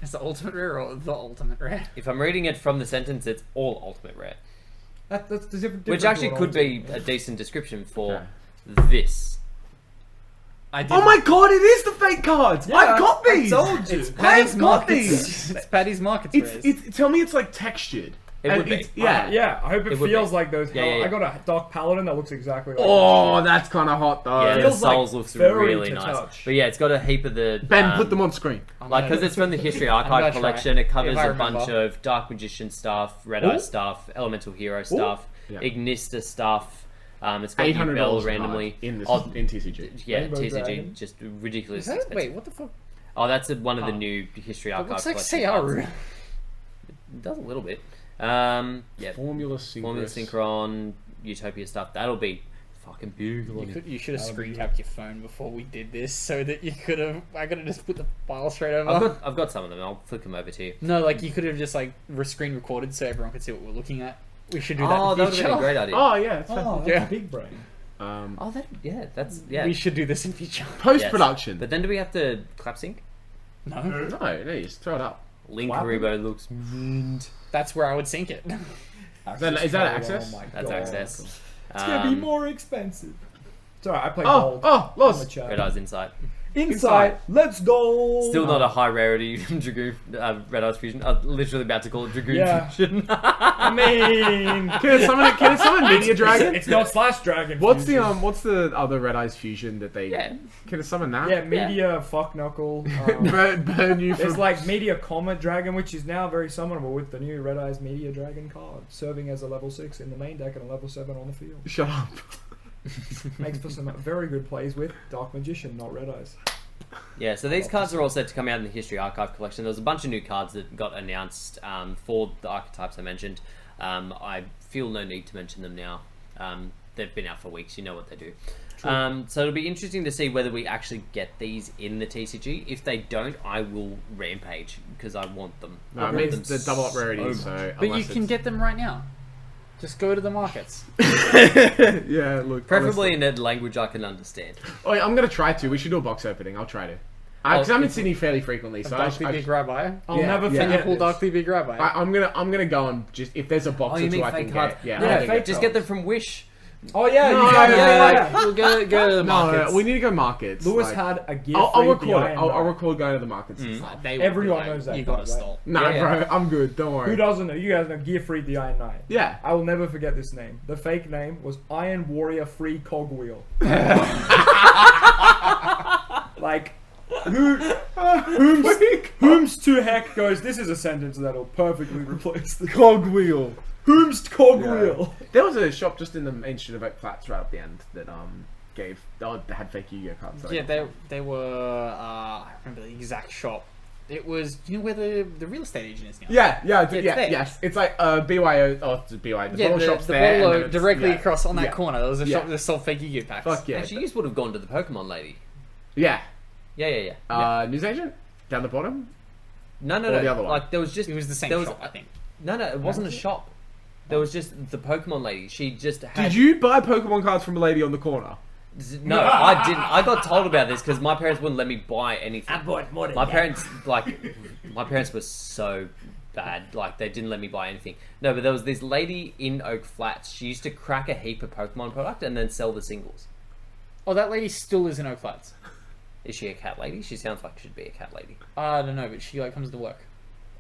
Speaker 5: Is the ultimate rare or the ultimate rare?
Speaker 2: If I'm reading it from the sentence, it's all Ultimate Rare,
Speaker 3: That, that's the different.
Speaker 2: which
Speaker 3: different
Speaker 2: actually
Speaker 3: one
Speaker 2: could
Speaker 3: I
Speaker 2: be
Speaker 3: want.
Speaker 2: a decent description for
Speaker 4: Okay.
Speaker 2: this.
Speaker 5: I did.
Speaker 4: Oh my god! It is the fake cards.
Speaker 3: Yeah,
Speaker 4: I've got
Speaker 3: I
Speaker 4: these.
Speaker 3: told you.
Speaker 4: I've got these.
Speaker 5: It's, it's Paddy's markets.
Speaker 4: It's,
Speaker 5: rares.
Speaker 4: it's tell me it's like textured.
Speaker 2: It
Speaker 4: And
Speaker 2: would be.
Speaker 4: it's- Yeah.
Speaker 3: Yeah, I hope it,
Speaker 2: It would
Speaker 3: feels
Speaker 2: be.
Speaker 3: like those.
Speaker 2: Yeah,
Speaker 3: hell-
Speaker 2: yeah, yeah.
Speaker 3: I got a dark paladin that looks exactly like.
Speaker 4: Oh, that's kind of hot though.
Speaker 2: Yeah, the
Speaker 3: feels like
Speaker 2: souls looks
Speaker 3: very
Speaker 2: really
Speaker 3: to
Speaker 2: nice.
Speaker 3: touch.
Speaker 2: But yeah, it's got a heap of the
Speaker 4: Ben,
Speaker 2: um,
Speaker 4: put them on screen.
Speaker 5: I'm
Speaker 2: Like,
Speaker 5: gonna-
Speaker 2: because it's from the History
Speaker 5: gonna
Speaker 2: Archive
Speaker 5: try,
Speaker 2: collection, it covers
Speaker 5: if I
Speaker 2: a bunch
Speaker 5: remember.
Speaker 2: of Dark Magician stuff, Red Eye stuff, Elemental Hero stuff,
Speaker 4: Yeah.
Speaker 2: Ignista stuff. Um, it's got
Speaker 4: Eight
Speaker 2: new
Speaker 4: hundred
Speaker 2: bell
Speaker 4: dollars
Speaker 2: randomly.
Speaker 4: in this
Speaker 2: Oh,
Speaker 4: in TCG.
Speaker 2: yeah,
Speaker 3: Rainbow
Speaker 2: TCG,
Speaker 3: Dragon.
Speaker 2: just ridiculous.
Speaker 5: Is that,
Speaker 2: expensive.
Speaker 5: wait, what the fuck?
Speaker 2: Oh, that's a, one of the new History
Speaker 5: It
Speaker 2: Archive
Speaker 5: looks like
Speaker 2: collection
Speaker 5: CR.
Speaker 2: cards. It does a little bit. Um, yeah,
Speaker 4: Formula Synchro.
Speaker 2: Formula Synchron, Utopia stuff. That'll be fucking beautiful.
Speaker 5: You, could, you should have screen capped your phone before we did this so that you could have. I could have just put the file straight over.
Speaker 2: I've got, I've got some of them. I'll flick them over to you.
Speaker 5: No, like you could have just like re- screen recorded so everyone could see what we're looking at. We should do that.
Speaker 2: Oh,
Speaker 5: in
Speaker 2: that would have been a
Speaker 5: future.
Speaker 2: great idea.
Speaker 4: Oh yeah. It's
Speaker 3: Oh, that's
Speaker 5: Yeah.
Speaker 3: a big brain.
Speaker 4: fair. Um,
Speaker 2: Oh, that yeah, that's yeah.
Speaker 5: We should do this in future.
Speaker 4: Post
Speaker 2: yes.
Speaker 4: production.
Speaker 2: But then do we have to clap sync?
Speaker 5: No,
Speaker 4: No, no, you just throw it up.
Speaker 2: Link
Speaker 3: Wow.
Speaker 2: Haribo looks mint.
Speaker 5: that's where I would sync it.
Speaker 4: that- is that access?
Speaker 3: Oh my
Speaker 2: That's
Speaker 3: God.
Speaker 2: access. Um,
Speaker 3: It's gonna be more expensive. It's alright. I play
Speaker 4: Oh,
Speaker 3: gold.
Speaker 4: oh,
Speaker 3: on the
Speaker 4: lost.
Speaker 3: chat.
Speaker 2: Red Eyes Insight.
Speaker 3: Inside,
Speaker 4: Inside.
Speaker 3: let's go.
Speaker 2: Still not a high rarity Dragoon uh, Red Eyes Fusion. I was literally about to call it Dragoon
Speaker 3: Yeah.
Speaker 2: Fusion.
Speaker 3: I mean,
Speaker 4: Can it summon? Can it summon Meteor Dragon?
Speaker 3: it's not Slash Dragon.
Speaker 4: What's the
Speaker 3: fusion.
Speaker 4: um? What's the other Red Eyes fusion that they?
Speaker 2: Yeah.
Speaker 4: Can it summon that?
Speaker 3: Yeah, media fuck knuckle. Um,
Speaker 4: Burn, burn you
Speaker 3: it's
Speaker 4: for.
Speaker 3: like media comet dragon, which is now very summonable with the new red eyes media dragon card, serving as a level six in the main deck and a level seven on the field.
Speaker 4: Shut up.
Speaker 3: Makes for some very good plays with dark magician, not red eyes.
Speaker 2: yeah, so
Speaker 4: Oh,
Speaker 2: these cards are all set to come out in the History Archive collection. There was a bunch of new cards that got announced um, for the archetypes I mentioned. Um, I feel no need to mention them now. Um, they've been out for weeks. You know what they do. Um, so it'll be interesting to see whether we actually get these in the TCG. If they don't, I will rampage because I want them.
Speaker 4: No,
Speaker 2: I
Speaker 4: it
Speaker 2: want
Speaker 4: means
Speaker 2: them
Speaker 4: the double up rarity.
Speaker 2: much.
Speaker 4: So.
Speaker 5: But you can get them right now. Just go to the markets.
Speaker 4: get. yeah. Look.
Speaker 2: Preferably
Speaker 4: honestly.
Speaker 2: in a language I can understand.
Speaker 4: Oh, yeah, I'm gonna try to. We should do a box opening. I'll try to. Because I'm in Sydney fairly frequently, so I,
Speaker 5: Darkly
Speaker 4: I,
Speaker 5: big rabbi.
Speaker 3: I'll
Speaker 4: Yeah,
Speaker 3: never
Speaker 4: yeah.
Speaker 3: forget.
Speaker 5: Apple
Speaker 3: this.
Speaker 5: Darkly big rabbi.
Speaker 4: I, I'm gonna I'm gonna go and just if there's a box
Speaker 2: Oh,
Speaker 4: or
Speaker 2: you
Speaker 4: two
Speaker 2: mean
Speaker 4: I
Speaker 2: fake
Speaker 4: can
Speaker 2: cards?
Speaker 4: get. Yeah.
Speaker 2: No,
Speaker 4: I'll
Speaker 3: fake
Speaker 4: get it.
Speaker 2: Just get them from Wish.
Speaker 3: Oh yeah,
Speaker 4: No,
Speaker 3: you got
Speaker 4: yeah,
Speaker 3: yeah,
Speaker 4: yeah,
Speaker 3: yeah,
Speaker 4: yeah.
Speaker 5: We'll go go to the
Speaker 4: No, no,
Speaker 5: markets.
Speaker 4: we need to go markets.
Speaker 3: Lewis
Speaker 4: like-
Speaker 3: had a gift.
Speaker 4: I'll, I'll
Speaker 3: free with the
Speaker 4: record it.
Speaker 3: Iron
Speaker 4: I'll, I'll
Speaker 3: Dome.
Speaker 4: record going to the markets. and stuff.
Speaker 5: They
Speaker 3: Everyone
Speaker 5: will be
Speaker 3: knows that
Speaker 5: You
Speaker 3: guy,
Speaker 5: got to
Speaker 3: right?
Speaker 5: stall.
Speaker 4: Nah,
Speaker 2: Yeah,
Speaker 4: bro, I'm good. Don't worry.
Speaker 3: Who doesn't know? You guys know Gear Free the Iron Knight.
Speaker 4: yeah.
Speaker 3: I will never forget this name. The fake name was Iron Warrior Free Cogwheel. like, who, whom's, whom's to heck goes, this is a sentence that'll perfectly replace the
Speaker 4: Cogwheel.
Speaker 3: whom's to cogwheel.
Speaker 4: There was a shop just in the main street of Oak Flats right at the end that um gave oh they had fake Yu-Gi-Oh cards. that I
Speaker 5: Yeah,
Speaker 4: got.
Speaker 5: they they were. Uh, I remember the exact shop. It was you know where the the real estate agent is now.
Speaker 4: Yeah, yeah, I did-
Speaker 5: It's
Speaker 4: yeah,
Speaker 5: there.
Speaker 4: yes. It's like uh, BYO, oh, it's BYO. The
Speaker 5: Yeah,
Speaker 4: bottle
Speaker 5: the,
Speaker 4: shop's
Speaker 5: the
Speaker 4: there. and
Speaker 5: bottle
Speaker 4: then
Speaker 5: of-
Speaker 4: it's-
Speaker 5: directly
Speaker 4: yeah.
Speaker 5: across on that
Speaker 4: Yeah.
Speaker 5: corner. There was a
Speaker 4: Yeah.
Speaker 5: shop that sold fake Yu-Gi-Oh packs.
Speaker 4: Fuck yeah.
Speaker 2: Actually, you would have gone to the Pokemon lady.
Speaker 4: yeah.
Speaker 2: Yeah, yeah, yeah.
Speaker 4: Uh, newsagent down the bottom.
Speaker 2: no, no,
Speaker 4: or
Speaker 2: no.
Speaker 4: the other one.
Speaker 2: Like there was just
Speaker 5: It was the same
Speaker 2: there was-
Speaker 5: shop, I think.
Speaker 2: No, no, it wasn't a shop. There was just the Pokemon lady. She just had.
Speaker 4: Did you buy Pokemon cards from a lady on the corner?
Speaker 2: No, I didn't. I got told about this because my parents wouldn't let me buy anything.
Speaker 6: bought more than
Speaker 2: My parents like my parents were so bad, like they didn't let me buy anything. No, but there was this lady in Oak Flats. She used to crack a heap of Pokemon product and then sell the singles.
Speaker 5: Oh, that lady still is in Oak Flats.
Speaker 2: Is she a cat lady? She sounds like she'd be a cat lady.
Speaker 5: I don't know, but she like comes to work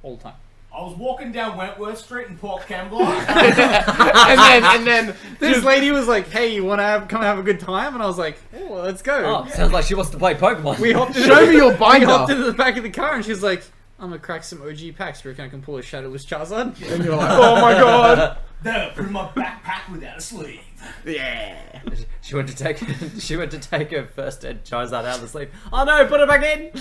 Speaker 5: all the time.
Speaker 6: I was walking down Wentworth Street in Port Kembla.
Speaker 5: and then and then this lady was like, "Hey, you want to have, come have a good time?" And I was like, "Oh, well, let's go."
Speaker 2: Oh, sounds like she wants to play Pokemon.
Speaker 5: We hopped. in-
Speaker 4: Show me your
Speaker 5: We hopped
Speaker 4: binder.
Speaker 5: into the back of the car, and she's like, "I'm gonna crack some OG packs. Do you reckon I can pull a shadowless Charizard?"
Speaker 4: and you're like, oh my god.
Speaker 6: There, put in my backpack without a sleeve.
Speaker 4: Yeah.
Speaker 2: She went to take she went to take her first dead Charizard out of the sleeve. Oh no, put it back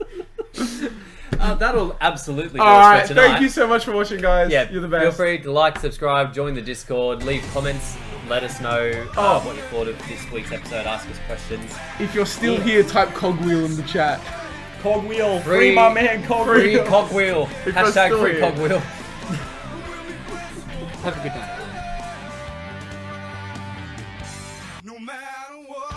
Speaker 2: in. Uh, that'll absolutely do
Speaker 4: All
Speaker 2: us
Speaker 4: right.
Speaker 2: for tonight.
Speaker 4: Thank you so much for watching, guys.
Speaker 2: yeah,
Speaker 4: You're the
Speaker 2: Feel
Speaker 4: best.
Speaker 2: free to like, subscribe, join the Discord, leave comments, let us know uh,
Speaker 4: Oh.
Speaker 2: what you thought of this week's episode, ask us questions.
Speaker 4: If you're still here, type cogwheel in the chat.
Speaker 3: Cogwheel, free,
Speaker 2: Free-
Speaker 3: my man,
Speaker 2: Free
Speaker 3: Cogwheel.
Speaker 2: cogwheel.
Speaker 4: If you're
Speaker 2: Hashtag
Speaker 4: still
Speaker 2: free
Speaker 4: here.
Speaker 2: cogwheel.
Speaker 5: Have a good night.
Speaker 6: No matter what.